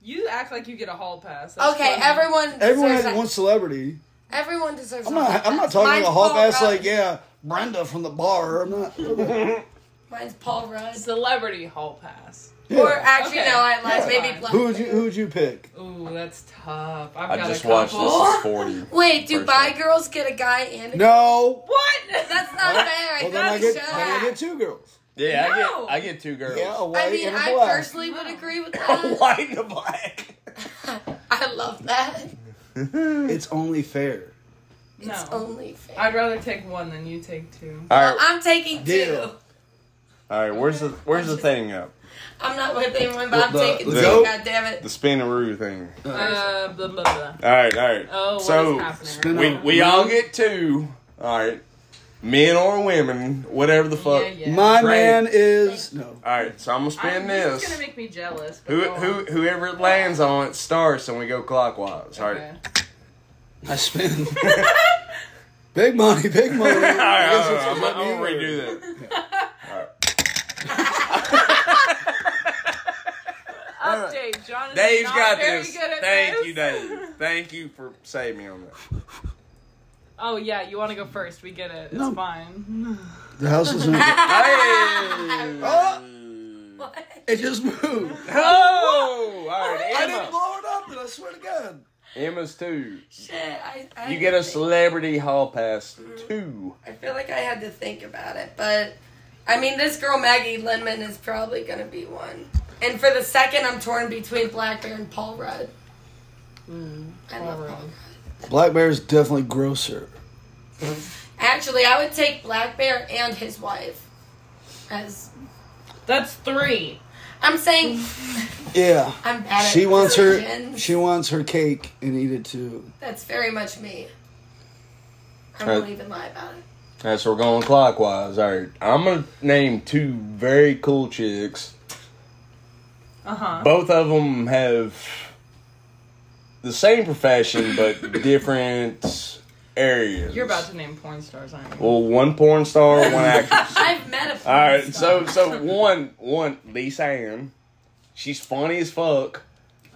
You act like you get a hall pass. That's Okay, funny. everyone. Deserves Everyone has a- one celebrity. Everyone deserves. I'm a hall not. I'm not pass. talking Mine's about a hall Paul pass Rudd. like yeah, Brenda from the bar. I'm not. Mine's Paul Rudd. celebrity hall pass. Yeah. Or actually, Okay. no, I lied. Yeah. Maybe Black. who would you Who would you pick? Ooh, that's tough. I've I got just a watched couple. This Is 40. Wait, do First bi one. girls get a guy and a No. What? That's not fair. I Well, then got I to get. show Then I that. get two girls. Yeah, No. I get I get two girls. Yeah, a white I mean, and a I black. personally would agree with that. White and a black. I love that. it's only fair. no. It's only fair. I'd rather take one than you take two. All Well, right, I'm taking two. Deal. all right. Where's the Where's the thing up? I'm not with anyone, but I'm The- taking the- two. God damn it. The spinaroo thing. Uh, blah blah blah. All right, all right. Oh, what's so happening? we- right we now? we all get two. All right, men or women, whatever the fuck. yeah, yeah. My Great. man is no. All right, so I'm gonna spin I'm, this. is gonna make me jealous. but who go on. who whoever it lands on it starts, and we go clockwise. All right. Okay. I spin. big money, big money. All right, I guess all right, it's I'm, about gonna- I'm you gonna or- redo that. Update. John is Dave's not got very this. good at Thank this. you, Dave. Thank you for saving me on that. Oh yeah, you want to go first? We get it. It's No. fine. The house is. in- Hey! It just moved. Oh! All right, I didn't Emma. blow it up, and I swear to God. Emma's two. Shit, I, I You get a think- celebrity hall pass two. I feel like I had to think about it, but I mean, this girl Maggie Lindman is probably gonna be one. And for the second, I'm torn between Black Bear and Paul Rudd. I love Hmm, Paul Rudd. Black Bear is definitely grosser. Actually, I would take Black Bear and his wife. As That's three. I'm saying, Yeah. I'm bad at She wants her. decisions. She wants her cake and eat it too. That's very much me. I Uh, won't even lie about it. All right, so we're going clockwise. All right, I'm gonna name two very cool chicks. Uh huh. Both of them have the same profession but different areas. You're about to name porn stars, aren't you? Well, one porn star, one actress. I've met a. porn All right, star. so so one one Lisa Ann, she's funny as fuck.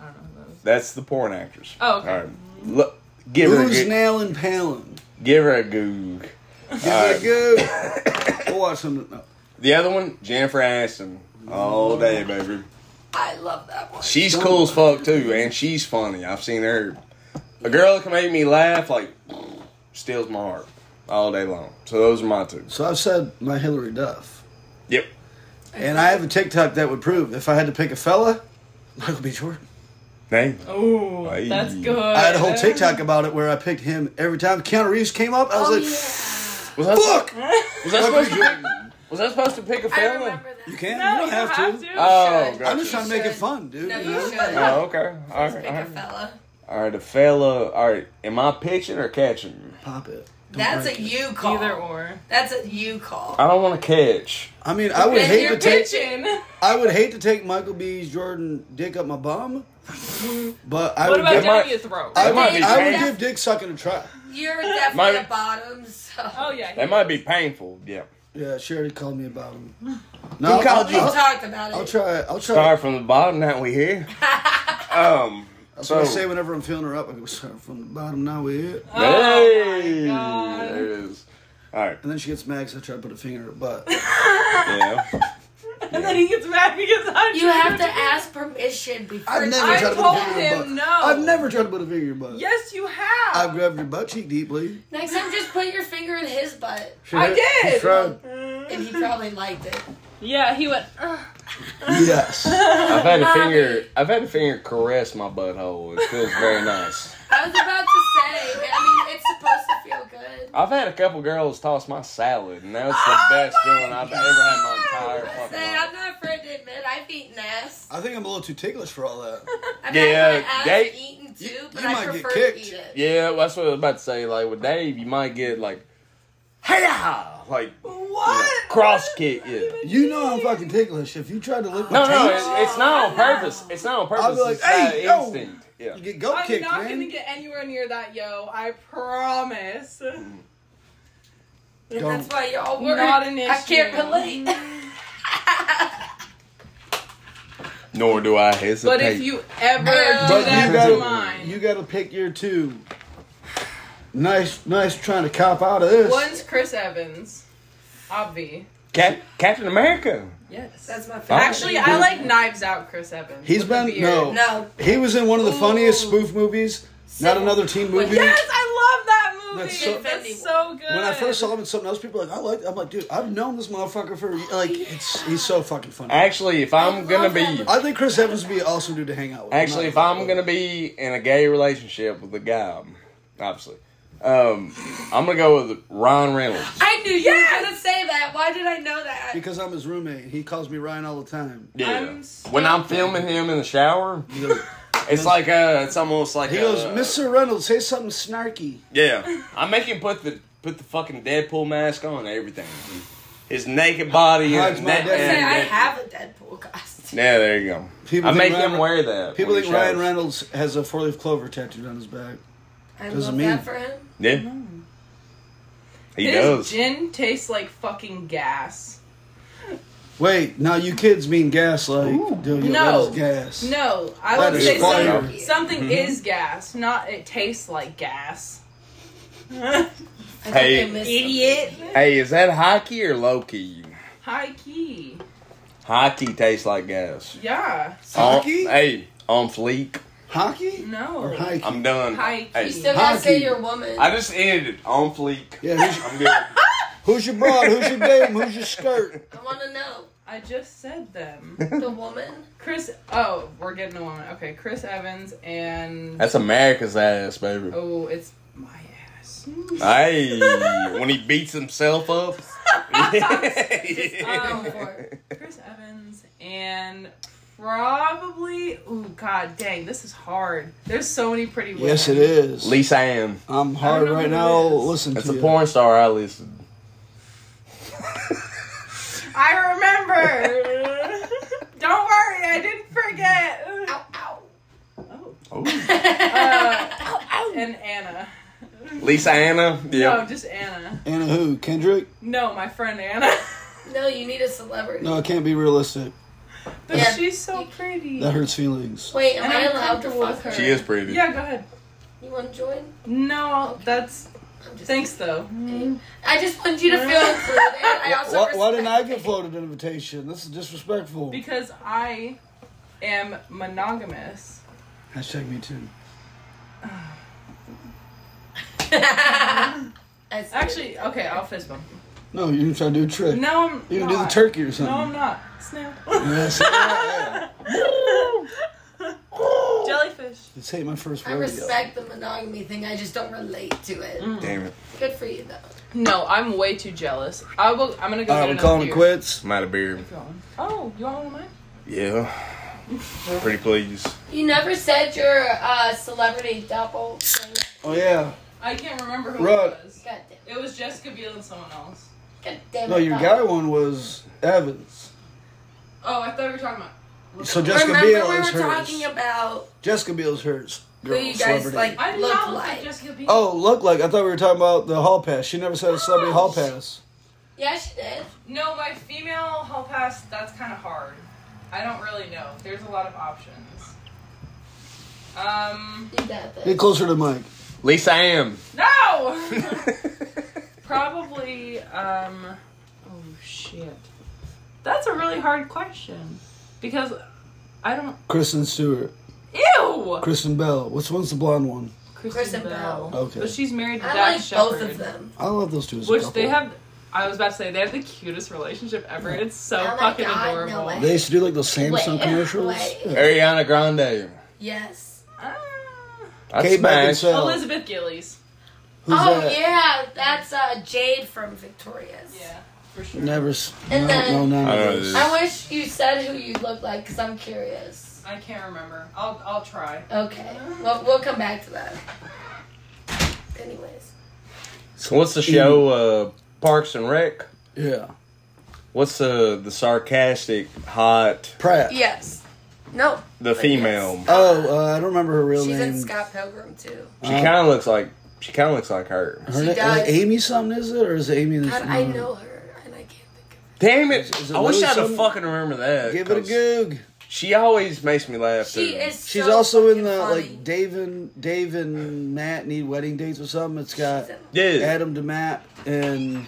I don't know who that is. That's the porn actress. Oh, okay. All right, look, give her a Who's good, nailing Palin? give her a goog. Is it good? we'll watch some. No. The other one, Jennifer Aniston, all day, baby. I love that one. She's cool as fuck too, and she's funny. I've seen her. A girl that can make me laugh like steals my heart all day long. So those are my two. So I've said my Hillary Duff, Yep. and I have a TikTok that would prove if I had to pick a fella, Michael B. Jordan. Name. Oh, Hey. that's good. I had a whole TikTok about it where I picked him every time Keanu Reeves came up. I was Oh like, yeah, Was "Fuck, that Was that supposed to pick, was that supposed to pick a I fella? remember that. you can't. No, you don't have, to." Uh, Oh, I'm just trying to make it Should. fun, dude. No, you know? you should. Oh, okay. All Pick right, all a right. fella. All right, a fella. All right, am I pitching or catching? Pop it. Don't That's break a it. Uh, you call. Either or. That's a you call. I don't want to catch. I mean, I would And hate you're to take. Pitching. I would hate to take Michael B. Jordan dick up my bum, but I What would about give, my- down your throat? I That might would, be I would painful. give dick sucking a try. You're definitely My- a bottom, so. oh yeah. he- That might be painful. Yeah. Yeah, Sherry called me about him. No, I'll, called I'll, We I'll, talked about it. I'll try. I'll try. Start from the bottom. Now we here. Um, That's so, what I say whenever I'm feeling her up. I go, start from the bottom, now we hit. Oh Hey, my God. there it is. All right. And then she gets mad because I try to put a finger in her butt. Yeah. And then he gets mad because I'm You have to ask permission before. I've never I tried to put a told finger in your butt. him no. I've never tried to put a finger in your butt. Yes, you have. I've grabbed your butt cheek deeply. Next time, just put your finger in his butt, She I hit- did. Mm. she tried. and he probably liked it. yeah, he went. "Ugh." Yes. I've had a finger. I've had a finger caress my butthole. It feels very nice. I was about to say. I mean, it's supposed to feel good. I've had a couple girls toss my salad, and that's the best feeling I've ever had in my entire fucking Say, life. I'm not afraid to admit I've eaten ass. I think I'm a little too ticklish for all that. I've Yeah, had my ass they- eaten too, you- but you I might get prefer to kicked. eat it. Yeah, that's what I was about to say. Like with Dave, you might get like, hey like What? cross kick. Yeah. You know I'm fucking ticklish. If you tried to lick my No, no, taint, it's, it's not on purpose. It's not on purpose. I'll be like, it's by "Hey, yo!" instinct. Yeah. you get goat I'm kicked, not man. gonna get anywhere near that, yo. I promise. That's Don't. why y'all were Not an I can't issue. relate. Nor do I hesitate. But if you ever But do that you to gotta, mine, you gotta pick your two. Nice, nice trying to cop out of this. one's Chris Evans, obvi. Cap- Captain America. Yes. That's my favorite. Actually, I like Knives Out Chris Evans. Oh. He's with the been- beard. no. no. He was in one of the funniest spoof movies. Not another teen movie. Yes, I love that movie. That's That's so- so, good. When I first saw him in something else, people were like, I like. I'm like, dude, I've known this motherfucker for like. It's he's so fucking funny. Actually, if I'm gonna love be, that. I think Chris Evans would be an awesome dude to hang out with. actually, if I'm gonna be in a gay relationship with a guy, um, obviously, um, I'm gonna go with Ryan Reynolds. I knew you were gonna say that. Why did I know that? because I'm his roommate, he calls me Ryan all the time. Yeah. I'm so- When I'm filming him in the shower, He goes, it's like uh, it's almost like he goes, uh, Mr. Reynolds, say something snarky. Yeah, I make him put the put the fucking Deadpool mask on and everything. His naked body and Hides his my neck. Deadpool. Say, I Yeah, have a Deadpool costume. yeah, there you go. People I think make Ryan- him wear that. People when think he Ryan showers. Reynolds has a four leaf clover tattooed on his back. I Doesn't love mean- that for him. Yeah, he His does. gin tastes like fucking gas. Wait, now you kids mean gas like dude, yo, that No. is gas. Mm-hmm. No, I That would is say fire. something, something is gas, not it tastes like gas. I think Hey, I missed Hey, is that high key or low key? High key. High key tastes like gas. Yeah. High On- key? Hey, on fleek. Hockey? No. Or high key? I'm done. High Hey, You key. still gotta say Hockey. you're a woman. I just ended it. on fleek. Yeah, who's, I'm good. who's your broad? Who's your dame? Who's your skirt? I want to know I just said them. the woman. Chris. Oh, we're getting a woman. Okay, Chris Evans and That's America's ass, baby. oh, it's my ass. Hey, when he beats himself up. Go for it. Oh, Chris Evans and probably. Ooh, god dang, this is hard. There's so many pretty women. Yes, it is. Lisa Ann. I'm hard I don't know right who now. it is. Listen That's to a you. porn star I listed. I remember. Don't worry, I didn't forget. Ow, ow. Oh. Oh. Uh, and Anna. Lisa Anna. No, just Anna. Anna who? Kendrick? No, my friend Anna. No, you need a celebrity. No, it can't be realistic. But Yeah. she's so pretty. That hurts feelings. Wait, am And I I'm allowed to comfortable fuck with her? her. She is pretty. Yeah, go ahead. You want to join? No, that's I'm just thanks though. I just want you to feel included. I also Why, why didn't I respect get floated an invitation? This is disrespectful. Because I am monogamous. Hashtag me too. I see. Actually, okay, I'll fist bump. No, you didn't try to do a trick. No, I'm you not. can do the turkey or No, I'm something. not. Snap. Yes, yeah, Jellyfish. This ain't my first I rodeo. respect the monogamy thing. I just don't relate to it. Mm. Damn it. Good for you though. No, I'm way too jealous. I will. I'm gonna go. All right, get we're calling another it beer. quits. I'm out of beer. Oh, you want one of mine? Yeah. Pretty please. You never said your uh, celebrity double. Thing. Oh yeah. I can't remember who Right. it was. God damn. It was Jessica Biel and someone else. God damn No, it, your Bob. guy one was Evans. Oh, I thought we were talking about. So Jessica Remember Biel we is were hers. talking about Jessica Biel's hers. who you guys like I did look not look like. like Jessica Biel. Oh, look like I thought we were talking about the hall pass. She never said a celebrity hall pass. Yeah, she did. No, my female hall pass. That's kind of hard. I don't really know. There's a lot of options. Um, You got this. Get closer to Mike. Lisa Am. no. Probably. Um, oh shit. That's a really hard question because I don't. Kristen Stewart. Ew. Kristen Bell. Which one's the blonde one? Kristen, Kristen Bell. Bell. Okay. But she's married to I Dax like Shepard, both of them. I love those two. as a which couple. they have. I was about to say they have the cutest relationship ever, and it's so Oh my fucking God, no adorable. way. They used to do like those Samsung Wait, commercials. wait. Yeah. Ariana Grande. Yes. Ah. I'd Kate smash. Beckinsale. Elizabeth Gillies. Who's oh that? yeah, that's uh, Jade from Victorious. for sure. Never. s- And no, then- no, none I of know those. this. I wish you said who you look like because I'm curious. I can't remember. I'll I'll try. Okay, well we'll come back to that. Anyways, So what's the show? Uh, Parks and Rec. Yeah. What's the the sarcastic, hot, Pratt. yes, no, the female? Oh, uh, I don't remember her real she's name. in Scott Pilgrim too. She Uh-huh. kind of looks like she kind of looks like her. Her She name, does. like Amy something is it or is it Amy? How that's- do I no. know her and I can't think Damn it! Is it I wish really I'd have some- fucking remember that. Give it a 'cause goog. She always makes me laugh. of. She too. is. She's so also in fucking the funny. like Dave and Dave and Matt need wedding dates or something. It's got She's in- Yeah. Adam to Matt and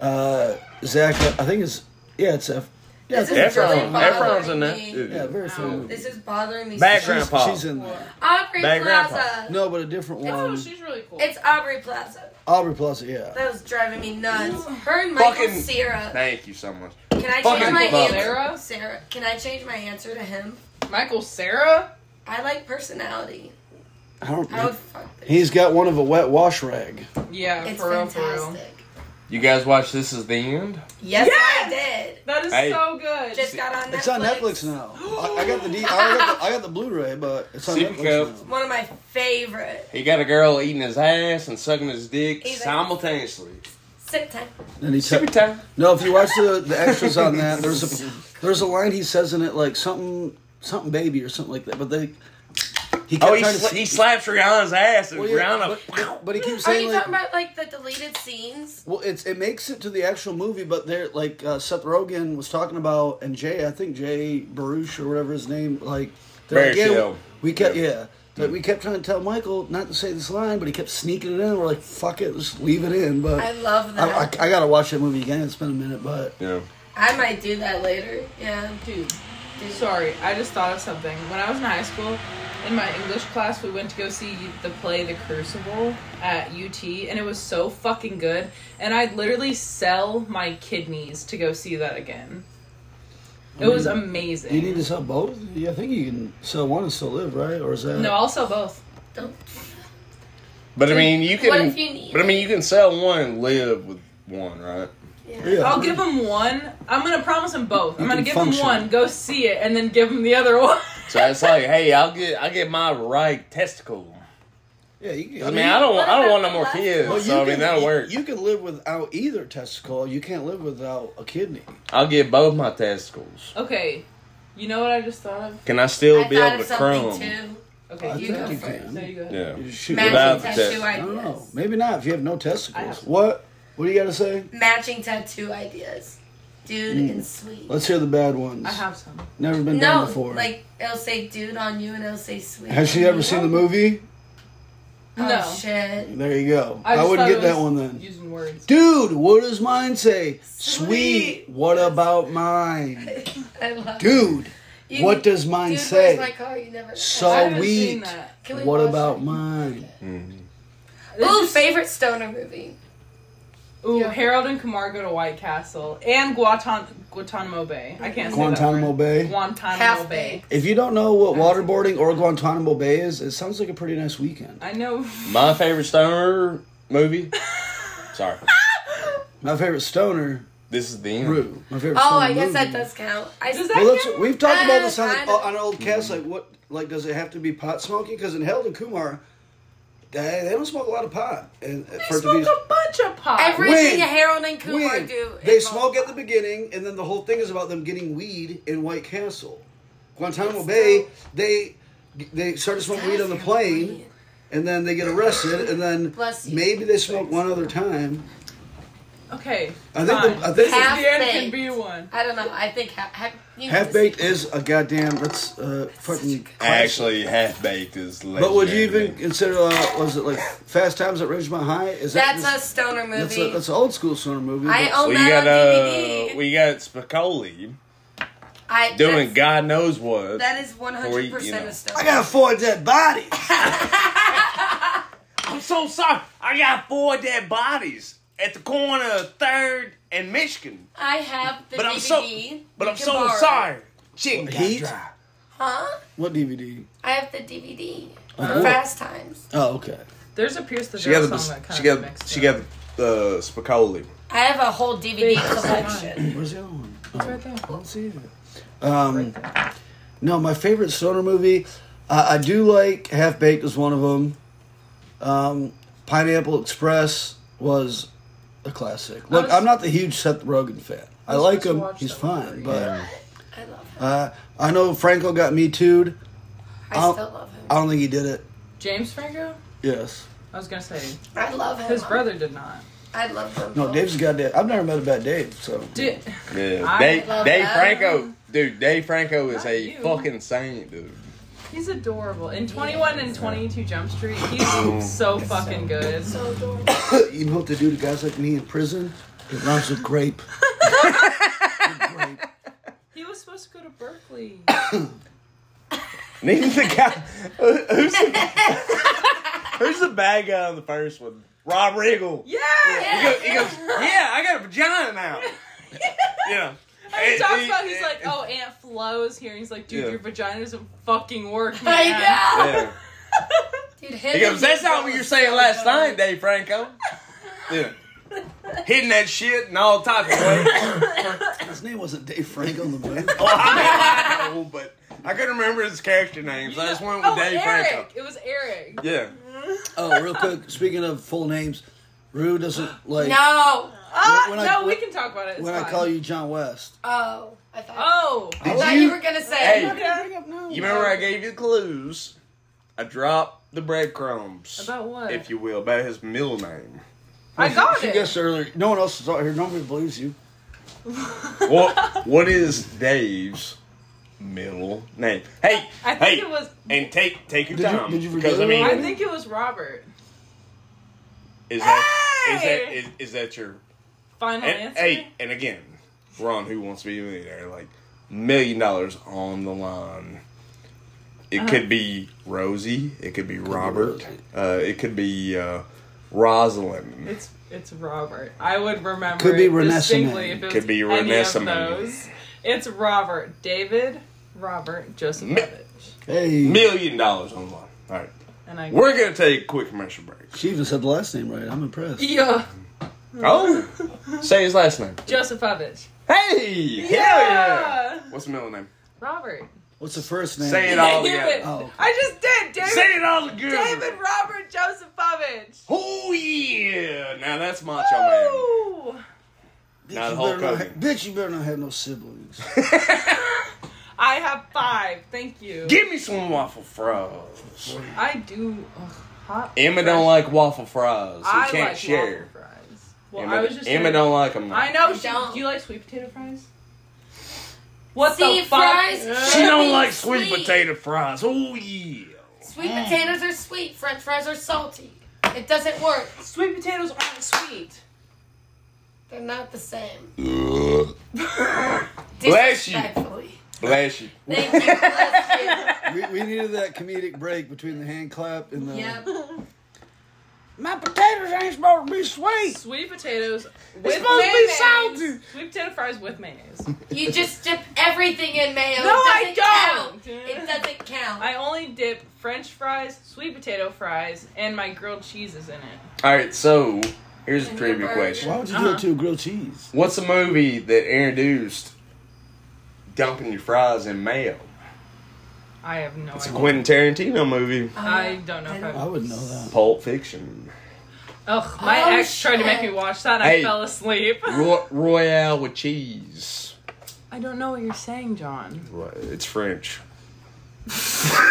uh, Zach. I think it's yeah, it's F. Yeah, This it's is Efron. really Efron. Efron's bothering in that. me. yeah, very Wow. funny. This is bothering me. so Background much. pop. She's in there. Aubrey Background pop. Plaza. No, but a different one. Oh, she's really cool. It's Aubrey Plaza. Aubrey Plaza. Yeah. That was driving me nuts. Her and Michael Fucking- Cera. Thank you so much. Can I Fucking change my love answer? it. Sarah? Sarah, can I change my answer to him? Michael Sarah. I like personality. I don't. I would fuck this. He's got one of a wet wash rag. Yeah, It's for real, for real. fantastic. You guys watch This Is the End? Yes, Yes! I did. That is Hey. so good. Just got on Netflix. It's on Netflix now. I, I got the D, I got the I got the Blu-ray, but it's on Super Netflix Cup. now. One of my favorite. He got a girl eating his ass and sucking his dick He's like- simultaneously. Sit time. And he Super said, time. "No, if you watch the, the extras on that, there's a there's a line he says in it like something something baby or something like that." But they he kept Oh, he, trying sla- to he slaps Rihanna's ass and Well, yeah, Rihanna. but, but he keeps Are saying you like, talking about like the deleted scenes? Well, it's it makes it to the actual movie, but they're like uh, Seth Rogen was talking about, and Jay, I think Jay Baruch or whatever his name, like, they're like, Baruchel. yeah, we kept yeah, Like, we kept trying to tell Michael not to say this line, but he kept sneaking it in. We're like, fuck it, just leave it in. But I love I, I, that. I gotta watch that movie again. It's been a minute, but yeah. I might do that later. Yeah. Dude, sorry, I just thought of something. When I was in high school, in my English class, we went to go see the play The Crucible at UT, and it was so fucking good. And I'd literally sell my kidneys to go see that again. It was amazing. you need to sell both. Yeah, I think you can sell one and still live, right? Or is that no, I'll sell both. Don't. But I mean, you can. What if you need but I mean, you can sell one and live with one, right? Yeah. Yeah. I'll give him one. I'm gonna promise him both. I'm You gonna can give function. him one, go see it, and then give him the other one. So it's like, hey, I'll get, I will get my right testicle. Yeah, you can, I mean, I don't, What I don't about want no the more last kids. well, you so I mean, can- that'll you- work. You can live without either testicle. You can't live without a kidney. I'll get both my testicles. okay, you know what I just thought of? Can I still I be thought able of to something too. crumb? Okay, I you think go you first. can. No, you go. ahead. Yeah. You just shoot Matching Without the tattoo test. I don't know. ideas. Maybe not if you have no testicles. I have- What? What do you got to say? Matching tattoo ideas. Dude and sweet. Mm. Let's hear the bad ones. I have some. Never been done No, before. like it'll say dude on you and it'll say sweet. Has she ever seen the movie? Oh No. shit. There you go. I I, just wouldn't thought get it that was one then. Using words. Dude, what does mine say? Sweet. Sweet. What about mine? I love Dude, You what can- does mine Dude, say? Where's my car? You never. I So haven't seen weak. that. Can we What watch about it? mine? Mm-hmm. This Ooh, is- favorite stoner movie. Ooh, Harold and Kumar go to White Castle and Guantan- Guantanamo Bay. I can't Guantanamo say that word. Bay. Guantanamo Half Bay. baked. If you don't know what waterboarding or Guantanamo Bay is, it sounds like a pretty nice weekend. I know. My favorite stoner movie. Sorry, My favorite stoner, this is the end. Rue. My favorite Oh, stoner I movie. guess that does count. I Does does that Well, let's, we've talked about this on, I the, know. on an old cast. Like, what? Like, does it have to be pot smoking? Because in Harold and Kumar, they, they don't smoke a lot of pot. And They smoke a bunch of pot. everything When? Harold and Kumar when do. they involves- smoke at the beginning, and then the whole thing is about them getting weed in White Castle, Guantanamo It's Bay. still- They they start to smoke Guys, weed on the they're plane, weird. and then they get arrested, and then Bless you. maybe they smoke one other time. Okay. I think the- fine. I think the- This Half-baked. can be one. I don't know. I think ha- have you Half baked is a goddamn. That's uh, fucking. Actually, half baked is. But would you legendary. even consider? Uh, was it like Fast Times at Ridgemont High? Is that That's this- a stoner movie. That's, a, that's an old school stoner movie. I but- own Well, you that got on uh, DVD. well, you got Spicoli I, doing that's- God knows what. That is one Or, hundred you percent know. a stoner. I got four dead bodies. I'm so sorry. I got four dead bodies at the corner of Third and Michigan. I have the But DVD. I'm so- But You I'm can so borrow it. sorry. Chicken got Heat? dry. Huh? What DVD? I have the DVD. Oh. Fast Times. Oh, okay. There's a Pierce the She got Veil the song that kind she of got mixed she up. got the Spicoli. I have a whole DVD Big collection. Where's the other one? It's right there. I don't see it. Um, no, my favorite stoner movie. I, I do like Half Baked is one of them. Um, Pineapple Express was a classic. Look, was- I'm not the huge Seth Rogen fan. I, was like supposed to him. watch He's that fine, movie. but I love him. uh, I know Franco got me too'd. I I'll- still love him. I don't think he did it. James Franco? Yes. I was gonna say I love him. his brother did not. I love him. No, Dave's got that. I've never met a bad Dave, so Did Yeah, I Dave, love Dave that. Franco, dude. Dave Franco is Not a uh, you. fucking saint, dude. he's adorable. In 21 and 22 Jump Street, he's so fucking good. So adorable. you know what they do to guys like me in prison? It rhymes with grape. He was supposed to go to Berkeley. Neither the guy. who- Who's the, who's the bad guy on the first one? Rob Riggle. Yeah! He goes, he goes, yeah, I got a vagina now. yeah. He And talks he- about he's like, and- oh, Aunt Flo is here. He's like, dude, Yeah. your vagina doesn't fucking work, I man. know. Yeah. Dude, him He and goes, that's his not what brother you're saying so last adorable. night, Dave Franco. Yeah. Hitting that shit and all type of ways. His name wasn't Dave Franco in the movie. Oh, I know, but I couldn't remember his character name, so I just went with Oh, Dave Eric. Franco. It was Eric. Yeah. Oh, real quick, speaking of full names, Rue doesn't like No. Ah, When I- no, we when- can talk about it. It's when fine. I call you John West. Oh, I thought. Oh. I thought you, you- were gonna say. Hey. Okay. You remember I gave you the clues? I dropped the breadcrumbs. About what? If you will, about his middle name. I got She it. guessed earlier. No one else is out here. Nobody believes you. What What is Dave's middle name? Hey, I think hey, it was. and take take your Did you- time. did you because I forget it? mean, I think it was Robert. is that is Hey! that is, is that your Final and, answer. hey? And again, we're on Who Wants to Be a Millionaire? Like million dollars on the line. It Uh-huh. could be Rosie. It could be Robert. Rosie. Uh, it could be uh, Rosalind. It's it's Robert. I would remember Could be it distinctly Renesmee. if it was Could be any of Renesmee. those. It's Robert, David, Robert, Joseph, Me- Hey, million dollars on the line. All right, and I. we're gonna take a quick commercial break. she even said the last name right. I'm impressed. yeah, Oh, say his last name. Josephovich. Hey, hell yeah. What's the middle name? Robert. What's the first name? Say it all Damn it. together. Oh, okay. I just did. David, Say it all together. David, Robert, Josephovich. Oh yeah! Now that's Macho Woo! Bitch, Not you Hulk better not ha- Hogan. bitch, you better not have no siblings. I have five. Thank you. Man. Give me some waffle fries. I do ugh, hot. Emma fresh- don't like waffle fries. You I can't like share. waffle fries. Well, Emma, I was just. Emma saying- don't like them. I know. I She, don't. do you like sweet potato fries? What See, the fuck? fries Ugh. should She don't be like sweet, sweet. potato fries. Oh yeah! Sweet potatoes are sweet. French fries are salty. It doesn't work. Sweet potatoes aren't sweet. They're not the same. Bless you. Disrespectfully. Bless you. Thank you. Bless we, we needed that comedic break between the hand clap and the. you. Yep. My potatoes ain't supposed to be sweet. Sweet potatoes with supposed to be mayonnaise. salty. Sweet potato fries with mayonnaise. You just dip everything in mayo. No, I it doesn't don't. Count. It doesn't count. I only dip French fries, sweet potato fries, and my grilled cheese is in it. All right, so here's a And trivia hamburger. Why question: would you do Uh-huh. it to a grilled cheese? What's a movie that introduced dumping your fries in mayo? I have no It's a idea. Quentin Tarantino movie. Oh, I don't know if I I've. wouldn't know that. Pulp Fiction. Ugh, my Oh, ex tried to shit. make me watch that. Hey. I fell asleep. Roy- Royale with cheese. I don't know what you're saying, John. What? It's French. Sorry.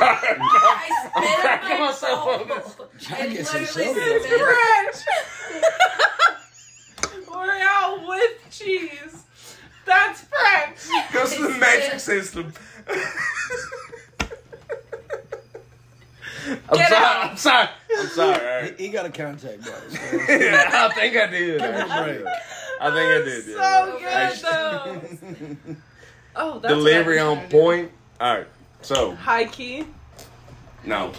I I'm cracking myself up. John gets himself French. L'Oreal with cheese. That's French. Goes to the magic system. I'm Get sorry. out. I'm sorry. I'm sorry. He got a contact, bro. I think I did. Right. I think I did. So yeah. good though. Oh, that's Delivery what I on decided. point. All right. So High key. no.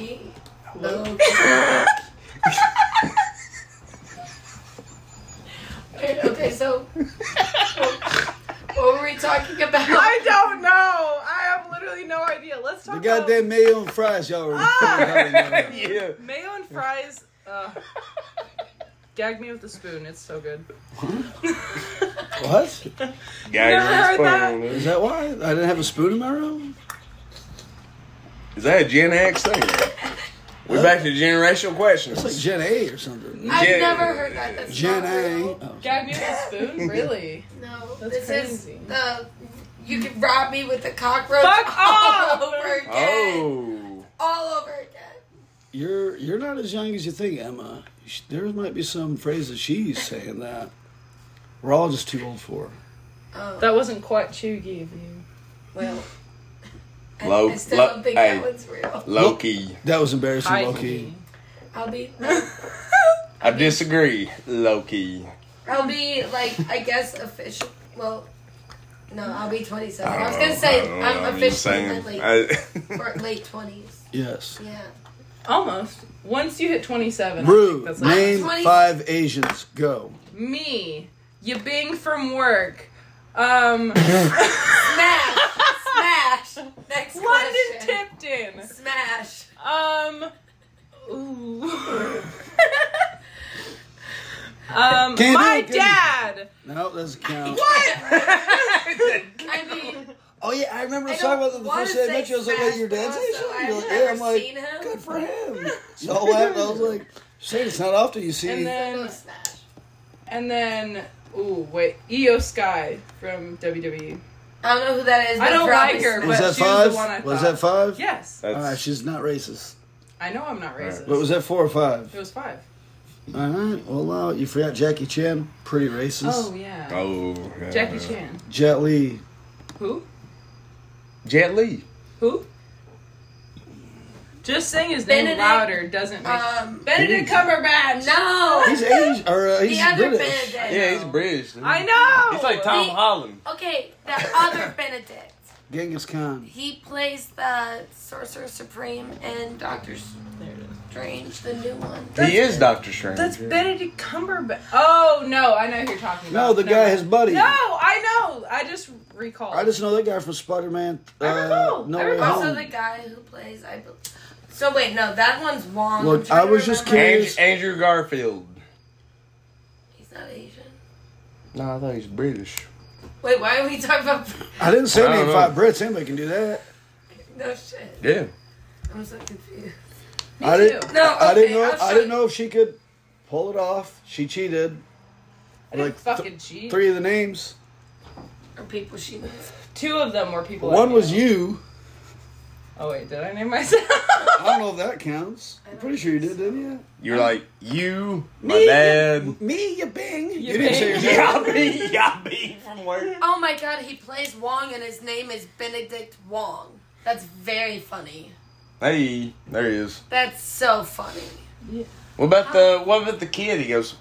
okay, so what were we talking about? I don't know. I have literally no idea. Let's talk The about goddamn mayo and fries, y'all were. Ah! Yeah. mayo and fries. Uh, gag me with a spoon. It's so good. what? Gagger Never heard that. spoon. Is that why I didn't have a spoon in my room? Is that a Gen X thing? We're back to generational questions. It's like Gen A or something. I've Gen- never heard that. That's Gen not A. real. Oh. Gag me with a spoon? Really? No, That's this crazy. is the. You can rob me with a cockroach Fuck off! all over again. oh. All over again. You're you're not as young as you think, Emma. You sh- There might be some phrase that she's saying that we're all just too old for. Oh, That wasn't quite chuggy of you. well. I, Low- I still low- don't think hey. that one's real. Loki. That was embarrassing, High Loki. key. I'll be. I disagree. Loki. I'll be like I guess official. Well, no, I'll be 27. I, was Oh, gonna say I'm officially in my late or late 20s. Yes. Yeah, Almost. Once you hit 27, I think Rude. that's like Name Twenty- five Asians. Go. me. You being from work. Um, smash, smash. Next London question. Tipton. Smash. Um, ooh. um, Can't my do it, can't do it. dad. No, that doesn't count. I mean, Oh yeah, I remember I us talking don't about that the wanna first day I say met you. I was like, smash "Wait, your dad's Bros, Asian?" so I've You're like, never "Yeah." I'm like, seen him. "Good for him." Y'all laughed. I was like, "Shit, it's not often you see." And no then, smash. and then, ooh, wait, Io Sky from E. WWE. I don't know who that is. I but don't probably like smash. her, but- was that she was five? the one I was thought. that five? Yes, All right, That's she's not racist. I know I'm not racist. But was that four or five? It was five. All right. Well, uh, you forgot Jackie Chan. Pretty racist. Oh yeah. oh yeah. Jackie Chan. Jet Li. Who? Jet Li. Who? Just saying his name Benedict- louder doesn't make Um, Uh, Benedict Cumberbatch. no. He's Asian. Or uh, he's the other British. Benedict. Yeah, he's British. dude. I know. He's like Tom He- Holland. Okay, the other Benedict. Genghis Khan. He plays the Sorcerer Supreme in Doctor There it is. Strange, the new one. That's- he is Doctor Strange. That's Benedict Cumberbatch. Oh no, I know who you're talking about. No, the guy, his buddy. No, I know. I just recalled. I just know that guy from Spider Man. Uh, I recall. No I Way recall. Also, Home. the guy who plays I. Be- so wait, no, that one's Wong. Look, I'm trying I to was just remember. kidding. Andrew, Andrew Garfield. He's not Asian. No, I thought he's British. Wait, why are we talking about? I didn't say I don't name know. five Brits. Anybody can do that. No shit. Yeah. I'm so confused. Me I didn't. too. No, I didn't okay, know. I'll I show didn't you. know if she could pull it off. She cheated. I didn't like, fucking cheat. Three of the names. Or people she knows. Two of them were people. I One was knew. you. Oh wait, did I name myself? I don't know if that counts. I'm pretty sure you did, didn't you? You're like you, my dad. Me, you bing. You, You didn't say your bing. name. Yabby, yabby from work. Oh my god, he plays Wong, and his name is Benedict Wong. That's very funny. Hey, there he is. That's so funny. What about the what about the kid? He goes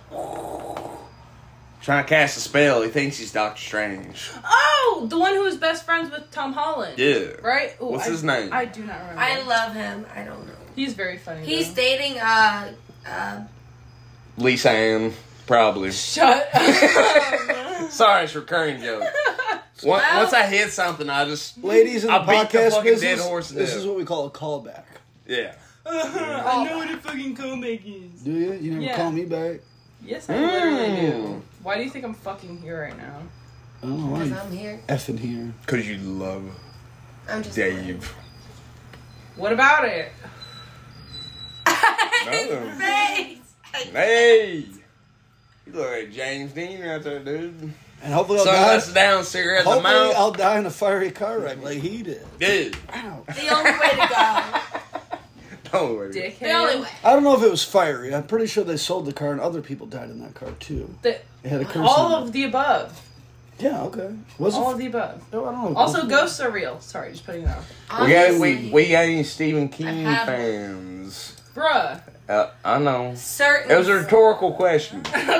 trying to cast a spell. He thinks he's Doctor Strange. oh, the one who was best friends with Tom Holland. Yeah. Right. Ooh, What's I- his name? I do not remember. I love him. I don't know. He's very funny. He's though. dating uh uh Lisa Ann, probably. Shut up. Sorry, it's recurring joke. Once, Well- once I hit something, I just Ladies in the I beat the podcast fucking business. dead horse. to this death. is what we call a callback. yeah. I know what a fucking comeback is. Do you? You never Yeah. call me back. Yes, I literally do. Mm. Why do you think I'm fucking here right now? I don't because like I'm here. effing here. Cause you love I'm just Dave. What about it? No. Face. Hey, you look like James Dean out there, dude. And hopefully I'll die. Sunglasses down, cigarette in the Hopefully mouth. I'll die in a fiery car wreck like he did. Dude, Ow. The only way to go. The only way to dickhead. The only way. I don't know if it was fiery. I'm pretty sure they sold the car and other people died in that car too. The- It had a curse. all on it. of the above. yeah, okay. Was All it? of the above. no, I don't know. Also, ghosts are real. Sorry, just putting it out. We got, we, Honestly, we got any Stephen King have- fans? Bruh. Uh, I know. certain. It was a rhetorical question. Okay, I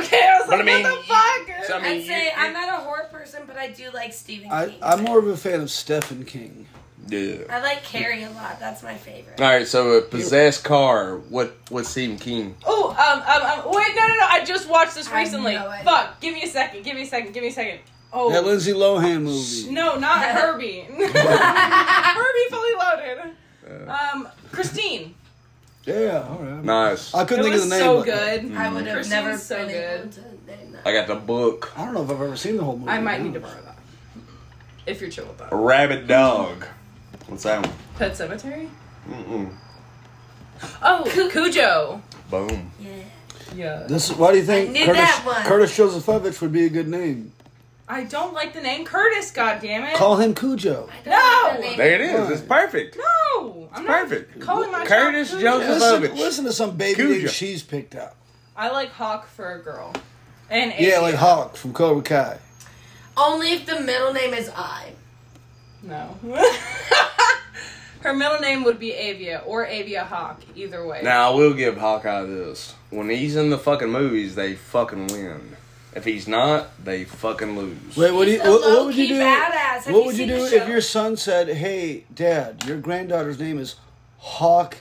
was But like, I mean, what the fuck? so- I mean, I'd say you- I'm not a horror person, but I do like Stephen I, King. I'm more of a fan of Stephen King. Yeah. I like Carrie a lot. That's my favorite. All right, so a possessed car. What? What Stephen King? Oh, um, um, um, wait, no, no, no. I just watched this I have recently. no idea. Fuck. Give me a second. Give me a second. Give me a second. Oh. That Lindsay Lohan movie. No, not Herbie. Herbie fully loaded. Um, Christine. Yeah, all right. Nice. I I couldn't it think was of the name. so but- good. Mm. I would have Christine's never so been able good. to name that. got the book. I don't know if I've ever seen the whole movie. I might need to honest. borrow that. If you're chill with that. A rabid dog. What's that one? Pet Cemetery? Mm-mm. Oh, Cujo. Boom. Yeah. Yeah. This is, why do you think knew Curtis, that one. Curtis Josephevich would be a good name? I don't like the name Curtis, God damn it. Call him Cujo. I don't No! know the name. There it is. It's perfect. no! I'm not Perfect. calling my Curtis shot Cujo. Joseph- Listen, Josephevich. listen to some baby Cujo. name she's picked out. I like Hawk for a girl. And Yeah, Asia. like Hawk from Cobra Kai. Only if the middle name is I. No. Her middle name would be Avia or Avia Hawk, either way. Now I will give Hawkeye this. When he's in the fucking movies, they fucking win. If he's not, they fucking lose. Wait, what do you He's a what, what would you low-key do? badass. Have What you would you seen do the if show? your son said, "Hey, Dad, your granddaughter's name is Hawk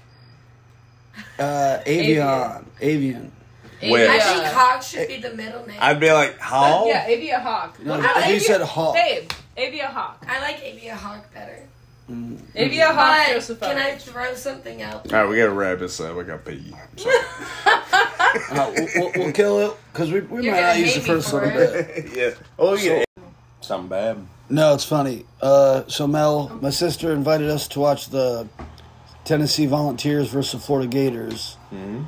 uh, Avian, Avian"? Well- I Yeah. think Hawk should be the middle name. I'd be like, how? Yeah, Avia Hawk. No, Look if up he Avia- said Hawk. Babe, Avia Hawk. I like Avia Hawk better. Avia Hawk But Joseph. can I throw something out? All right, we got to wrap this up. I got pee. Uh, we'll, we'll, we'll kill it because we, we You're might gonna not use the hate me first for one. it. but- yeah. Oh yeah. Something bad. No, it's funny. Uh, so Mel, my sister invited us to watch the Tennessee Volunteers versus Florida Gators, Mm-hmm.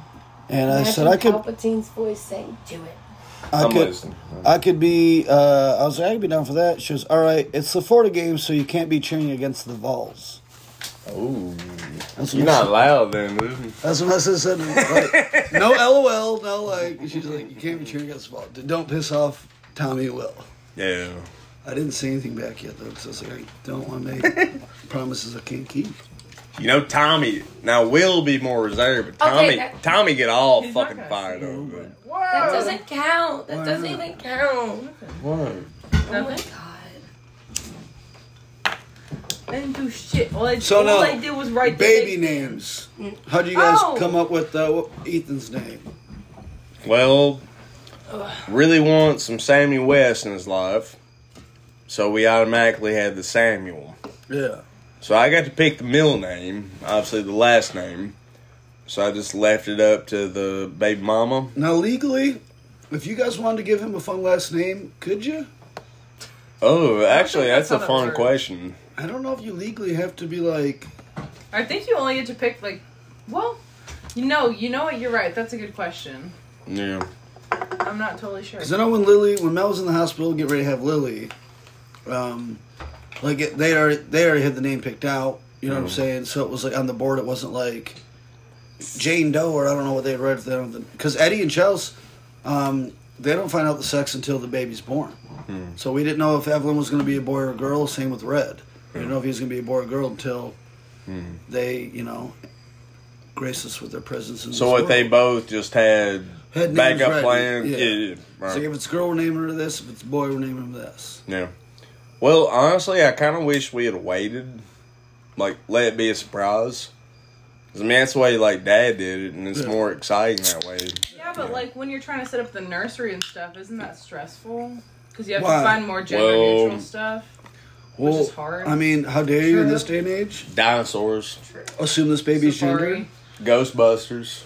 and I said I could, Palpatine's voice saying, "Do it." I I'm could, listening. I could be. Uh, I was like, I could be down for that. She was all right. It's the Florida game, so you can't be cheering against the Vols. Ooh. That's You're my not sis- loud then, dude. That's what my sister said. Like, no LOL, no like. She's like, you can't be cheering against the Vols. Don't piss off Tommy Will. Yeah. I didn't say anything back yet though, because I was like, I don't want to make promises I can't keep. You know Tommy. Now Will be more reserved, but Okay, Tommy, that- Tommy get all He's fucking not gonna fired see up. dude. That Whoa! doesn't count. That doesn't not? even count. Oh my Nothing. god. I didn't do shit. All I, So all no. I did was write the Baby name. names. How do you guys Oh. come up with uh, what- Ethan's name? Well, really wants some Samuel West in his life, so we automatically had the Samuel. Yeah. So I got to pick the middle name, obviously the last name. So I just left it up to the baby mama. Now legally, if you guys wanted to give him a fun last name, could you? Oh, actually, that's, that's a how that fun works. question. I don't know if you legally have to be like. I think you only get to pick like, well, you know, you know what? You're right. That's a good question. Yeah. I'm not totally sure. Because I know when Lily, when Mel was in the hospital, get ready to have Lily, um, like it, they already they already had the name picked out. You know Oh. what I'm saying? So it was like on the board. It wasn't like Jane Doe or I don't know what they had read if they don't. Because Eddie and Chels, um, they don't find out the sex until the baby's born. Hmm. So we didn't know if Evelyn was going to be a boy or a girl. Same with Red. We didn't know if he was going to be a boy or girl until Hmm. they, you know, grace us with their presence. In So this what? They world. both just had, Had names backup ready, plan. yeah. Yeah. yeah, right. So if it's girl, we're naming her this. If it's boy, we're naming him this. Yeah. Well, honestly, I kind of wish we had waited. Like, let it be a surprise. 'Cause, I mean, that's the way, like, Dad did it, and it's Yeah. more exciting that way. yeah, but like when you're trying to set up the nursery and stuff, isn't that stressful? Because you have Why? to find more gender neutral Well- stuff. Well, is hard. I mean, how dare you in Sure. this day and age Dinosaurs, assume this baby's Safari. gender? Ghostbusters.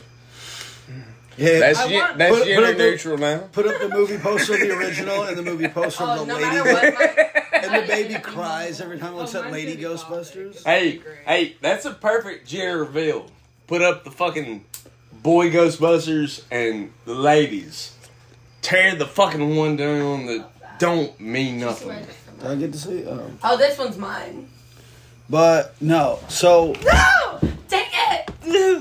Yeah, That's, I ge- want- that's Put it- put gender it there. neutral now. put up the movie poster of the original and the movie poster of Oh, the no lady, matter what, my, and the baby cries every time it looks Oh, at mine's Lady gonna be gothic. Ghostbusters. Hey, That'd be great. hey, that's a perfect gender reveal. Put up the fucking boy Ghostbusters and the ladies. Tear the fucking one down that don't mean nothing. Did I get to see? Oh. oh, this one's mine. But no, so No, take it.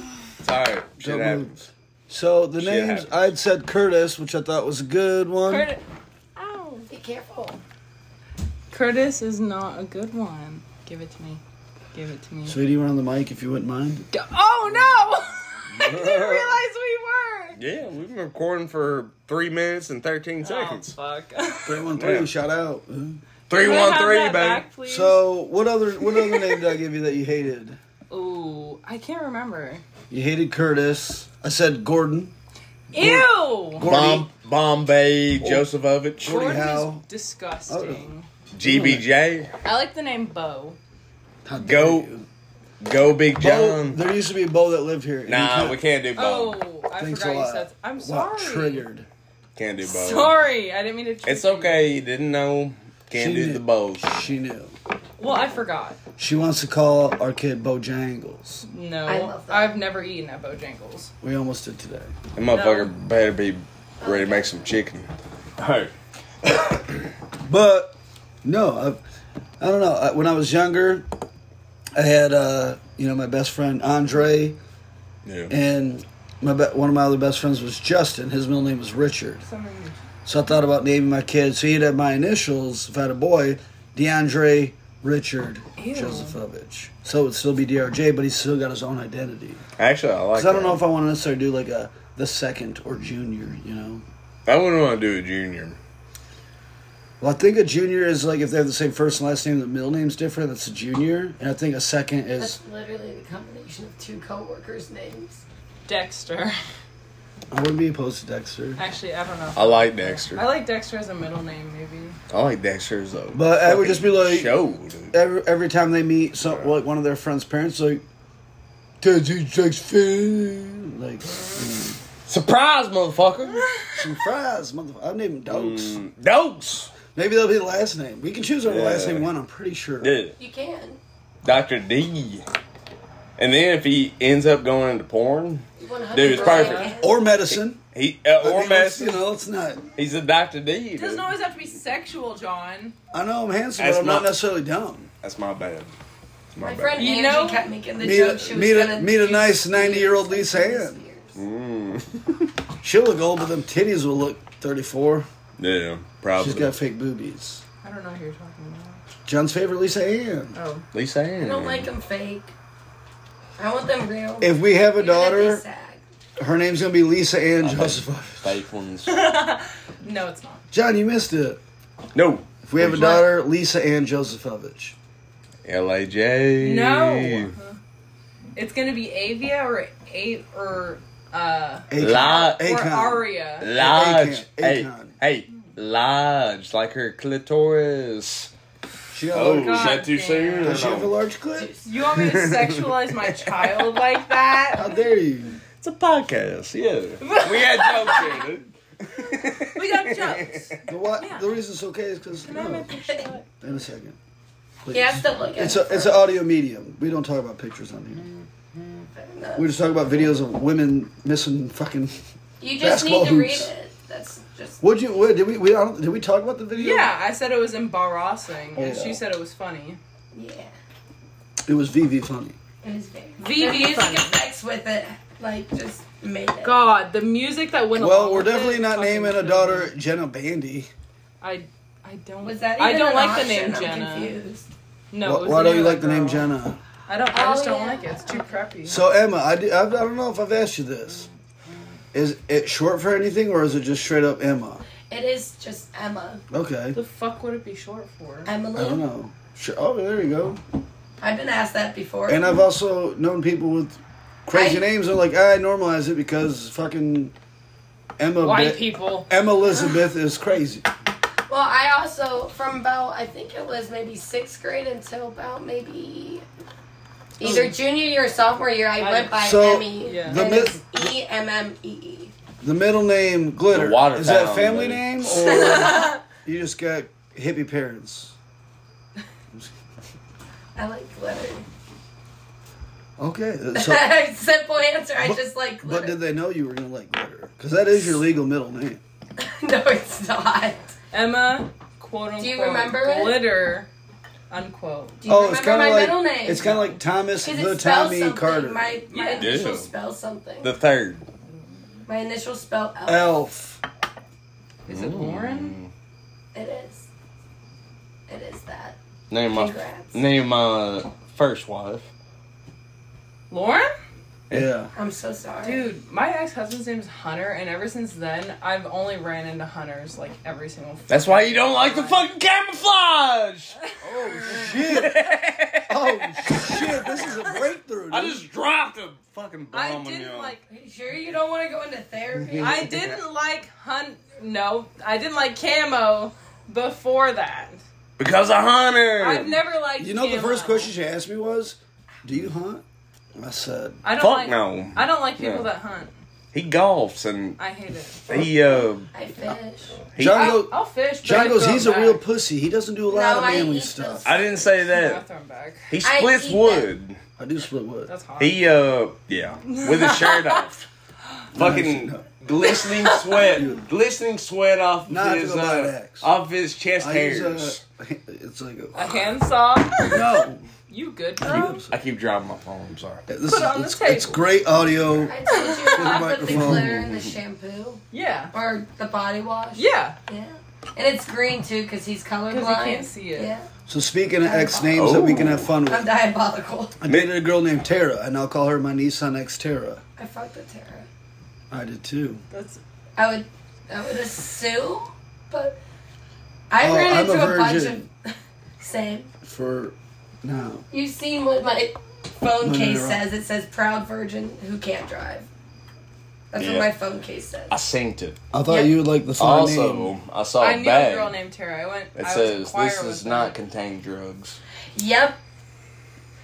All right, shit Don't move. happens. So the Shit names happens. I'd said Curtis, which I thought was a good one. Curtis. Ow. Be careful. Curtis is not a good one. Give it to me. Give it to me. Sweetie, we're on the mic if you wouldn't mind. Go- oh no! I didn't realize we were. Yeah, we've been recording for three minutes and thirteen seconds. Oh, fuck. Three one three, Yeah. shout out. Mhm. Three Can I one have three, that baby. back, please? So what other what other name did I give you that you hated? Ooh, I can't remember. You hated Curtis. I said Gordon. Ew. Gordy. Bomb, Bombay Josephovich, Gordon Gordon is Howe. disgusting. GBJ, I like the name Bo. How dare Go you. Go Big Bo, John. there used to be a Bo that lived here. and you Nah, couldn't- we can't do Bob. Oh, I Thanks forgot a you lot. said. I'm Wow, sorry. triggered. Can't do Bob. Sorry, I didn't mean to. trigger It's you. okay. You didn't know. Can't She do the did. bows. She knew. Well, I forgot. She wants to call our kid Bojangles. No, I love that. I've never eaten at Bojangles. We almost did today. That motherfucker better be ready to make some chicken. Hey, But no, I, I don't know. I, when I was younger, I had uh, you know my best friend Andre, Yeah. and my be- one of my other best friends was Justin. His middle name was Richard. Something- So I thought about naming my kid. So he'd have my initials if I had a boy, DeAndre Richard Ew. Josephovich. So it would still be DRJ, but he's still got his own identity. Actually, I like. Because I don't that. know if I want to necessarily do like a the second or junior. You know. I wouldn't want to do a junior. Well, I think a junior is like if they have the same first and last name, the middle name's different. That's a junior, and I think a second is That's literally the combination of two coworkers' names. Dexter. I wouldn't be opposed to Dexter, Actually, I don't know. I like Dexter. I like Dexter as a middle name, maybe. I like Dexter's though. but I would just be like show, dude. every every time they meet some like one of their friends' parents, like does he takes food like mm, Surprise, motherfucker. some fries, motherfucker. I've named him Dokes. Dokes. Maybe that'll be the last name. We can choose our Yeah. last name one. I'm pretty sure. Yeah. You can. Doctor D. And then if he ends up going into porn, You 100% Dude, it's perfect. can. Or medicine. he uh, I or mean, let's- Messi, You know, it's not. he's a Doctor D. It doesn't Dude. always have to be sexual, John. I know I'm handsome, but That's I'm not not- necessarily dumb. That's my bad. That's My friend You Angie know- kept making the Meet a- joke she was meet a- gonna meet a do nice spears 90-year-old and Lisa do Ann. spears. Mm. She'll look old, but them titties will look 34. Yeah, She's probably. got fake boobies. I don't know who you're talking John's favorite, Lisa Ann. about. Oh. Lisa Ann. I don't like them fake. I want them real. If we have a Even if they daughter, sag. her name's gonna be Lisa Ann Joseph. fake ones. No, it's not. John, you missed it. no. If we have a What? daughter, Lisa Ann Josephovich. Laj. No. It's gonna be Avia or A or uh La- or Akon. Aria. Lodge. Akon. Hey, Akon. hey, Lodge, like her clitoris. She Oh. got a large, God damn. Oh, does she have a large clit? You want me to sexualize my child like that? How dare you? It's a podcast, yeah. we had jokes here, dude. We got jokes. The, what, Yeah. the reason it's okay is because Can I have no. a picture? In a second. Please. He has to look at It's a it it's an audio medium. We don't talk about pictures on Mm. here. first. We just talk about videos of women missing fucking. You just need to basketball read hoops. it. That's just. What you? What, did we? We I don't, did we talk about the video? Yeah, I said it was embarrassing, and Yeah. she said it was funny. Yeah. It was VV funny. It was very. VV the music funny. effects with it, like, just made it. God, the music that went. Well, along we're with it definitely not fucking naming a killed daughter me. Jenna Bandy. I, I don't. Was that even I don't an like the option? name I'm Jenna. Confused. No. it why was why the don't you other like the name girl. Jenna? I don't. I Oh, just don't yeah. like it. It's too preppy. So Emma, I, do, I, I don't know if I've asked you this. Is it short for anything, or is it just straight up Emma? It is just Emma. Okay, the fuck would it be short for? I don't Emily. know. Sure. Oh, there you go. I've been asked that before. And I've also known people with crazy I- names. They're like, I normalize it because fucking Emma. White Be- people. Emma Elizabeth is crazy. Well, I also from about I think it was maybe sixth grade until about maybe either junior year or sophomore year, I, I- went by So, Emmy. Yeah. the and mi- it's E M M E E. The middle name Glitter The water is that fountain, family baby. name, or you just got hippie parents? I like glitter. Okay, uh, so Simple answer. I just like But did glitter. they know you were gonna like glitter? Because that is your legal middle name. no, it's not. Emma, quote unquote. Do you remember it? glitter? unquote. Do you remember Oh, kinda my like middle name? it's kind of like Thomas 'Cause the it spells Tommy something. Carter. My, my Yeah. initial Yeah. spell something. The third. my initial spell L. Elf. Is it Lauren? It is. It is that. Mm. Name my Congrats. name my first wife. Lauren? Yeah. I'm so sorry. Dude, my ex husband's name is Hunter, and ever since then, I've only ran into Hunters like every single. That's why you don't like the fucking camouflage. Oh shit! This is a breakthrough. Dude. I just dropped a fucking bomb I on didn't you. like. Are you sure you don't want to go into therapy? I didn't like Hunt. No, I didn't like Camo before that. because of Hunter. I've never liked. you know the camo. first question she asked me was, "Do you hunt?" I said, I don't Fuck like, no. I don't like people No. that hunt. He golfs and I hate it. he uh I fish. he. John I'll, goes. I'll fish. But I John goes. throw Oh, He's them a real back. pussy. He doesn't do a lot No, of I manly eat stuff. those. I didn't say Yeah, I'll that. throw them back. He I splits eat wood. I do split wood. That's hot. He uh yeah with his shirt off, fucking No. glistening sweat, glistening sweat off Not his to the light uh, axe. off his chest I hairs. use a. It's like a a. handsaw. No. you good, bro? uh, I keep dropping my phone. I'm sorry. This is, Put it on the it's, it's table. great audio. I told you I put the microphone. glitter in the shampoo Yeah. or the body wash. Yeah. Yeah. And it's green too because he's colorblind. can't see it. Yeah. So speaking of ex names that we can have fun I'm with, diabolical. I dated a girl named Tara, and I'll call her my Nissan X Tara. I fucked with Tara. I did too. That's I would, I would assume, but I Oh, ran I'm into a a, bunch virgin. of. Same. For now, You've seen what my phone No, no, case you're wrong. says. It says "proud virgin who can't drive." That's Yeah. what my phone case says. I synced it. I thought Yep. you would like the fun name. Also, I saw I a knew a girl bag. named Tara. I went. Oh, It I was in says choir this with does her. not contain drugs. Yep.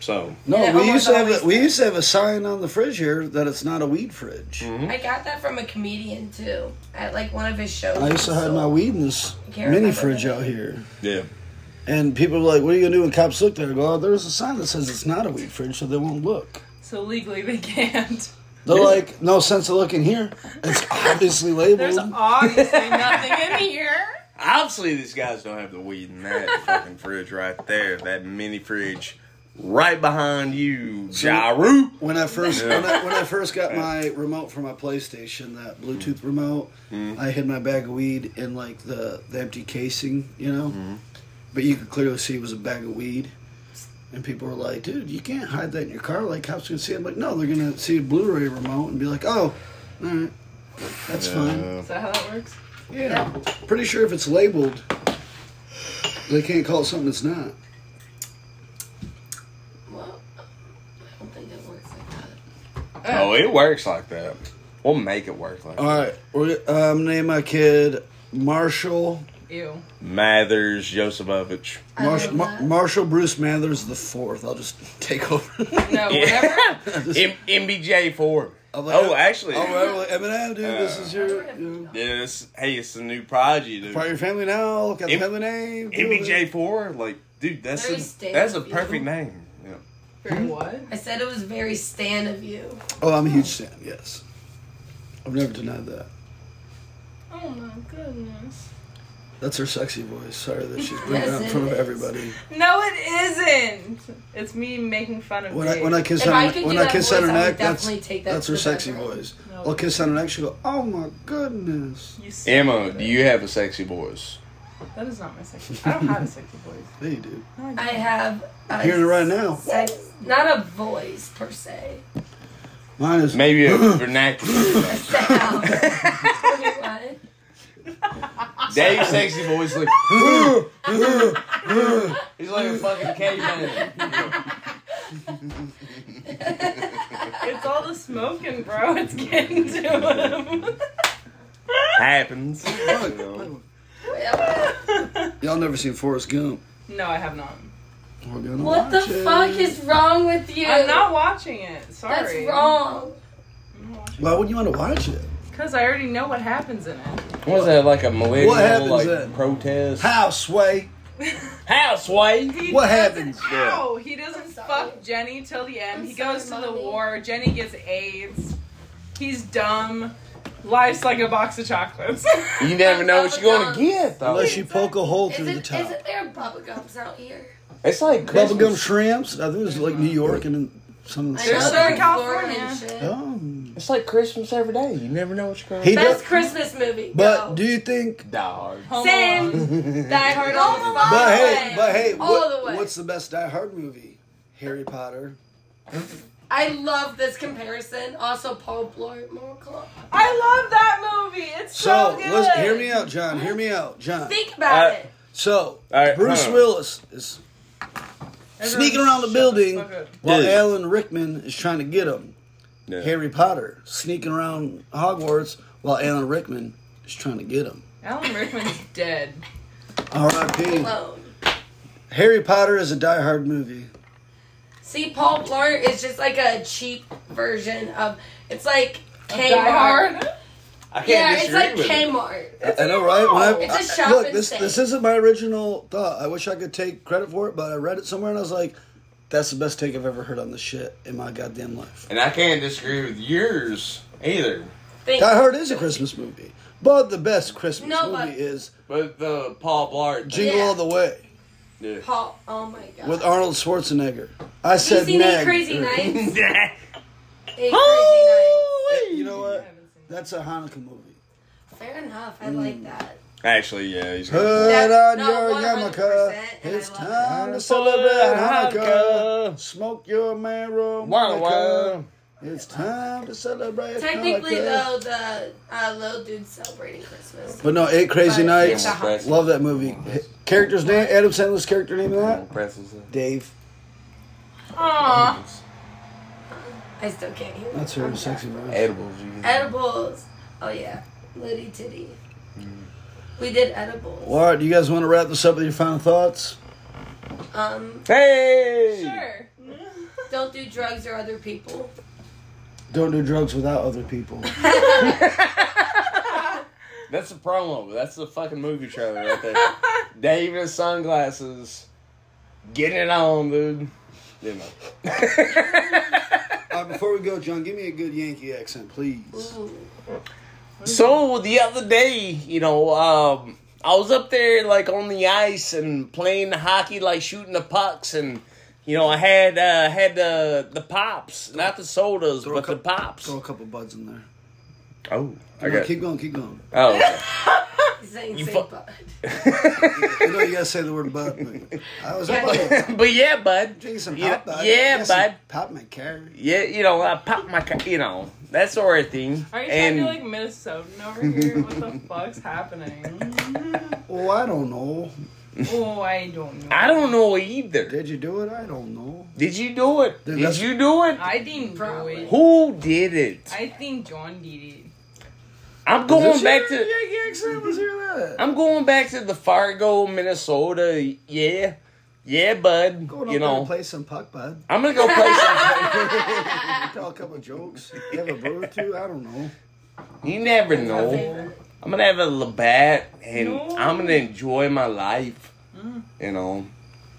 So No, Yeah, we almost used to have always a, we used to have a sign on the fridge here that it's not a weed fridge. I got that from a comedian too at like one of his shows. I used to hide So- my weed in this Can't mini remember fridge that. out here, yeah, and people were like, "What are you gonna do?" when cops look there, I go, oh, "There's a sign that says it's not a weed fridge, so they won't look." So legally they can't. They're like, "No sense of looking here. It's obviously There's labeled." obviously nothing in here. obviously these guys don't have the weed in that fucking fridge right there. That mini fridge right behind you, Jaru. When I first Yeah. when, I, when I first got my remote for my PlayStation, that Bluetooth remote, I hid my bag of weed in like the, the empty casing, you know. But you could clearly see it was a bag of weed, and people were like, "Dude, you can't hide that in your car. Like cops can see." it." I'm like, "No, they're gonna see a Blu-ray remote and be like, oh, all right, that's fine." Is that how that works? Yeah, pretty sure if it's labeled, they can't call it something that's not. Well, I don't think it works like that. Oh, it works like that. We'll make it work like All that. right, we're, um, name my kid Marshall. Ew. Mathers Josephovich. I Marshall, love Mar- that. Marshall Bruce Mathers the fourth. I'll just take over. No. Whenever M- MBJ four. I'm like, Oh, actually, oh, right, like, Eminem, dude, this is your, you know, yes. Hey, it's the new prodigy, dude. part of your family now. Look at the M- family name. do MBJ four, like, dude, that's Very a, stable that's a view. perfect name. Yeah. Very what? I said it was very stan of you. it. Oh, I'm a huge fan. Yes, I've never denied that. Oh my goodness. That's her sexy voice. Sorry that she's bringing Yes, it up in it front of is. everybody. No, it isn't. It's me making fun of When Dave. I when I kiss If on I her could when do I that kiss on her voice, I would neck, that's definitely take that that's to her the sexy bedroom. voice. No. I'll kiss on her neck. She will go, oh my goodness. You suck. Emma, do you have a sexy voice? That is not my sexy. I don't have a sexy voice. Hey, dude, No, I don't. I have. A hearing it right now. Sex, not a voice per se. Mine is Maybe a vernacular. Sound. Wait, what? Dave's sexy voice, like, he's like a fucking caveman. It's all the smoking, bro. It's getting to him. Happens. Well, y'all never seen Forrest Gump. no, I have not. We're gonna What the watch it. fuck is wrong with you? I'm not watching it. That's Sorry. wrong. Why would you want to watch it? Because I already know what happens in it. What is that, like a millennial, What happens like, then? protest? How, Sway? House, way. He What doesn't- happens? Ow! He doesn't sorry. fuck Jenny till the end. I'm he sorry, goes to the Mommy. war. Jenny gets AIDS. He's dumb. Life's like a box of chocolates. Um, You never know what you're going to get, though. Unless you poke a hole through Isn't, the top. isn't there bubblegums out here? It's like Bubblegum Christmas. shrimps. I think it was like New York and then some. I know Southern they're in California. Florida and shit. Um, It's like Christmas every day. You never know what you're He going to Best does- Christmas movie. but go. do you think? Dog. Alone. Same. Die Hard all the way. But hey, but hey, all what, the way. what's the best Die Hard movie? Harry Potter. I love this comparison. Also, Paul Blart Mall Cop. I love that movie. It's so, So good. let's hear me out, John. Hear me out, John. Think about Uh, it. So All right, Bruce hold on. Willis is Everyone sneaking around the shut building fuck up. while Dude. Alan Rickman is trying to get him. Yeah. Harry Potter sneaking around Hogwarts while Alan Rickman is trying to get him. Alan Rickman's dead. R.I.P. Alone. Harry Potter is a Die Hard movie. See, Paul Blart is just like a cheap version of. It's like Kmart. Die Hard. I can't Yeah, it's disagree like with it. Kmart. I know, right? When I- It's a I- shop look, and this save. this isn't my original thought. I wish I could take credit for it, but I read it somewhere and I was like, "That's the best take I've ever heard on this shit in my goddamn life." And I can't disagree with yours either. Think. Die Hard is a Christmas movie, but the best Christmas No, movie but- is But the Paul Blart. thing- Jingle Yeah. All the Way Yeah. Paul. Oh my god. with Arnold Schwarzenegger. I you said, seen Eight nag. Crazy Nights? Eight You know what? That's a Hanukkah movie. Crazy Nights. Fair enough. I like that. Actually, yeah, he's got Put That's- on no, your 100%, yarmulke. and I It's love it. time to celebrate Hanukkah. Hanukkah. Smoke your Wah, marijuana. wah. It's time to celebrate. Mm. Technically, Hanukkah. though, the uh, little dude's celebrating Christmas. But no, Eight Crazy But- Nights. Yeah. Love that movie. Character's name, Adam Sandler's character name in that? Pretzels. Dave. Aw. I still can't hear. That's I'm her sorry. sexy voice. Edibles. You Edibles. Oh yeah, litty titty. Mm. We did edibles. Well, all right, do you guys want to wrap this up with your final thoughts? Um, Hey. Sure. don't do drugs or other people. Don't do drugs without other people. That's the promo. That's the fucking movie trailer right there. Dave in his sunglasses, getting it on, dude. You know. All right, before we go, John, give me a good Yankee accent, please. Ooh. So the other day, you know, um, I was up there like on the ice and playing hockey, like shooting the pucks, and you know, I had uh, had the the pops, not the sodas, Throw a but the cup- pops. Throw a couple buds in there. Oh, I Come on, got. keep going, keep going. Oh, okay. He's saying You say fu- bud. I know you gotta say the word bud, but I was up there but yeah, bud. drinking some yeah, hot bud. yeah, Got some bud. Pop my carrot. Yeah, you know, I popped my, ca- you know, that sort of thing. Are you and trying to be like Minnesotan over here? What the fuck's happening? Oh, I don't know. Oh, I don't know. I don't know either. Did you do it? I don't know. Did you do it? Dude, Did that's- you do it? I think Probably. Probably. Who did it? I think John did it. I'm going Let's back hear to. Yankee accent. Let's hear that. I'm going back to the Fargo, Minnesota. Yeah, yeah, bud. Going up You there to know, play some puck, bud. I'm gonna go play some. Tell a couple jokes. You have a brew or two. I don't know. You never My know. favorite. I'm gonna have a Labatt, and No. I'm gonna enjoy my life. Mm. You know.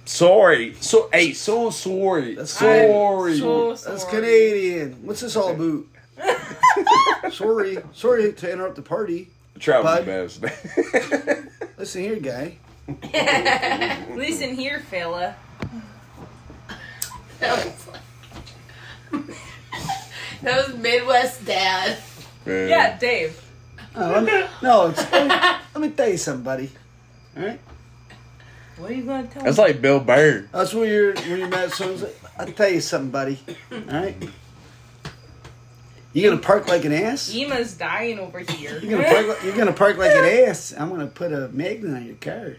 Sorry. So hey, so sorry. That's sorry. So sorry. That's Canadian. What's this all about? sorry, sorry to interrupt the party. travel best. Listen here, guy. Listen here, fella. That was like- that was Midwest dad. Yeah, Dave. Oh, let me- no, it's, let, me, let me tell you something, buddy. All right. What are you gonna tell That's me? like Bill Burr. That's when you're when you're mad. Someone's like, I'll tell you something, buddy. All right. You gonna park like an ass? Ema's dying over here. You're gonna park. Like, you're gonna park like an ass. I'm gonna put a magnet on your car.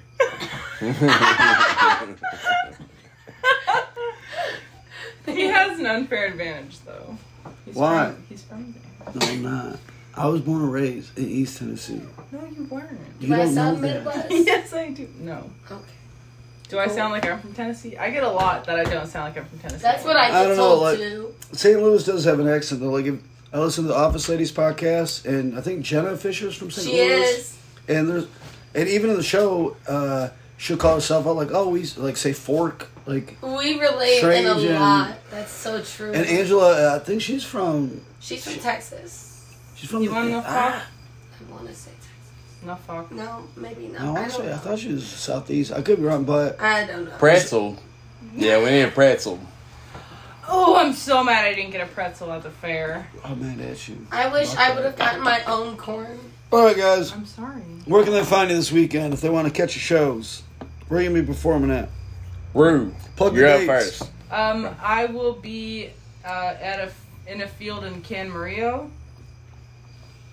he has an unfair advantage, though. He's Why? From, he's from there. No, I'm not. I was born and raised in East Tennessee. No, you weren't. You Do I don't know sound that. Midwest? yes, I do. No. Okay. Do I sound like I'm from Tennessee? I get a lot that I don't sound like I'm from Tennessee. That's what I I get don't know, told like- too. St. Louis does have an accent though. Like if I listen to the Office Ladies podcast, and I think Jenna Fisher's from St. She Louis. is. And there's, and even in the show, uh, she'll call herself out like, oh, we like say fork, like. We relate in a Trajan. lot. That's so true. And Angela, uh, I think she's from. She's from Texas. She's from. You want enough fuck? I want to say Texas. Enough fuck. No, maybe not. No, I don't actually, I know. thought she was southeast. I could be wrong, but I don't know. Pretzel. Yeah, we need a pretzel. Oh, I'm so mad I didn't get a pretzel at the fair. I'm mad at you. I wish I would have gotten my own corn. All right, guys. I'm sorry. Where can they find you this weekend if they want to catch your shows? Where are you gonna be performing at? Rue, Plug you're the up dates. first. Um, I will be uh, at a in a field in Can Mario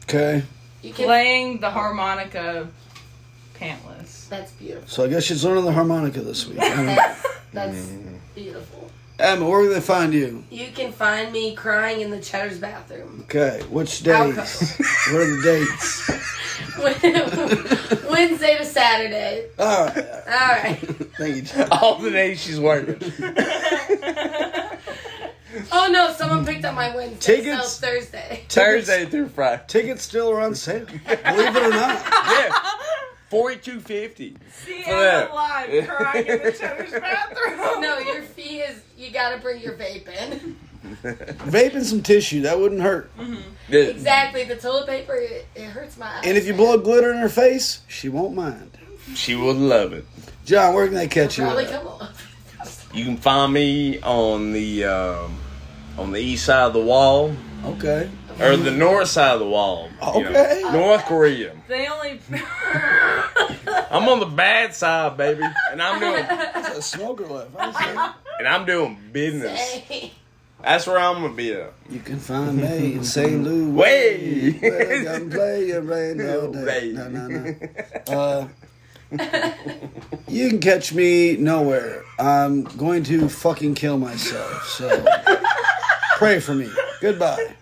Okay. You can. playing the harmonica, pantless. That's beautiful. So I guess she's learning the harmonica this week. I don't know. That's, that's beautiful. Emma, where can they find you? You can find me crying in the Cheddar's bathroom. Okay. Which days? Alco. what are the dates? Wednesday to Saturday. All right. All right. Thank you. John. All the days she's working. Oh no, someone picked up my Wednesday. Tickets? So Thursday. Thursday through Friday. Tickets still are on sale. Believe it or not. Yeah. Forty-two fifty. See, Yeah. I'm alive, crying in the cheddar's bathroom. No, your fee is you gotta bring your vape in. Vaping some tissue, that wouldn't hurt. Exactly. The toilet paper it, it hurts my eyes. And if you blow glitter in her face, she won't mind. She will love it. John, where can they catch you? probably at? come off. You can find me on the um, on the east side of the wall Okay. or the north side of the wall. you know. Okay. North Korea. They only. I'm on the bad side, baby, and I'm doing That's a smoker left. I and I'm doing business. Hey. That's where I'm gonna be at. see. You can find me in St. Louis. Way. Where I can play your rain all day. No, no, no. Uh, you can catch me nowhere. I'm going to fucking kill myself. So pray for me. Goodbye.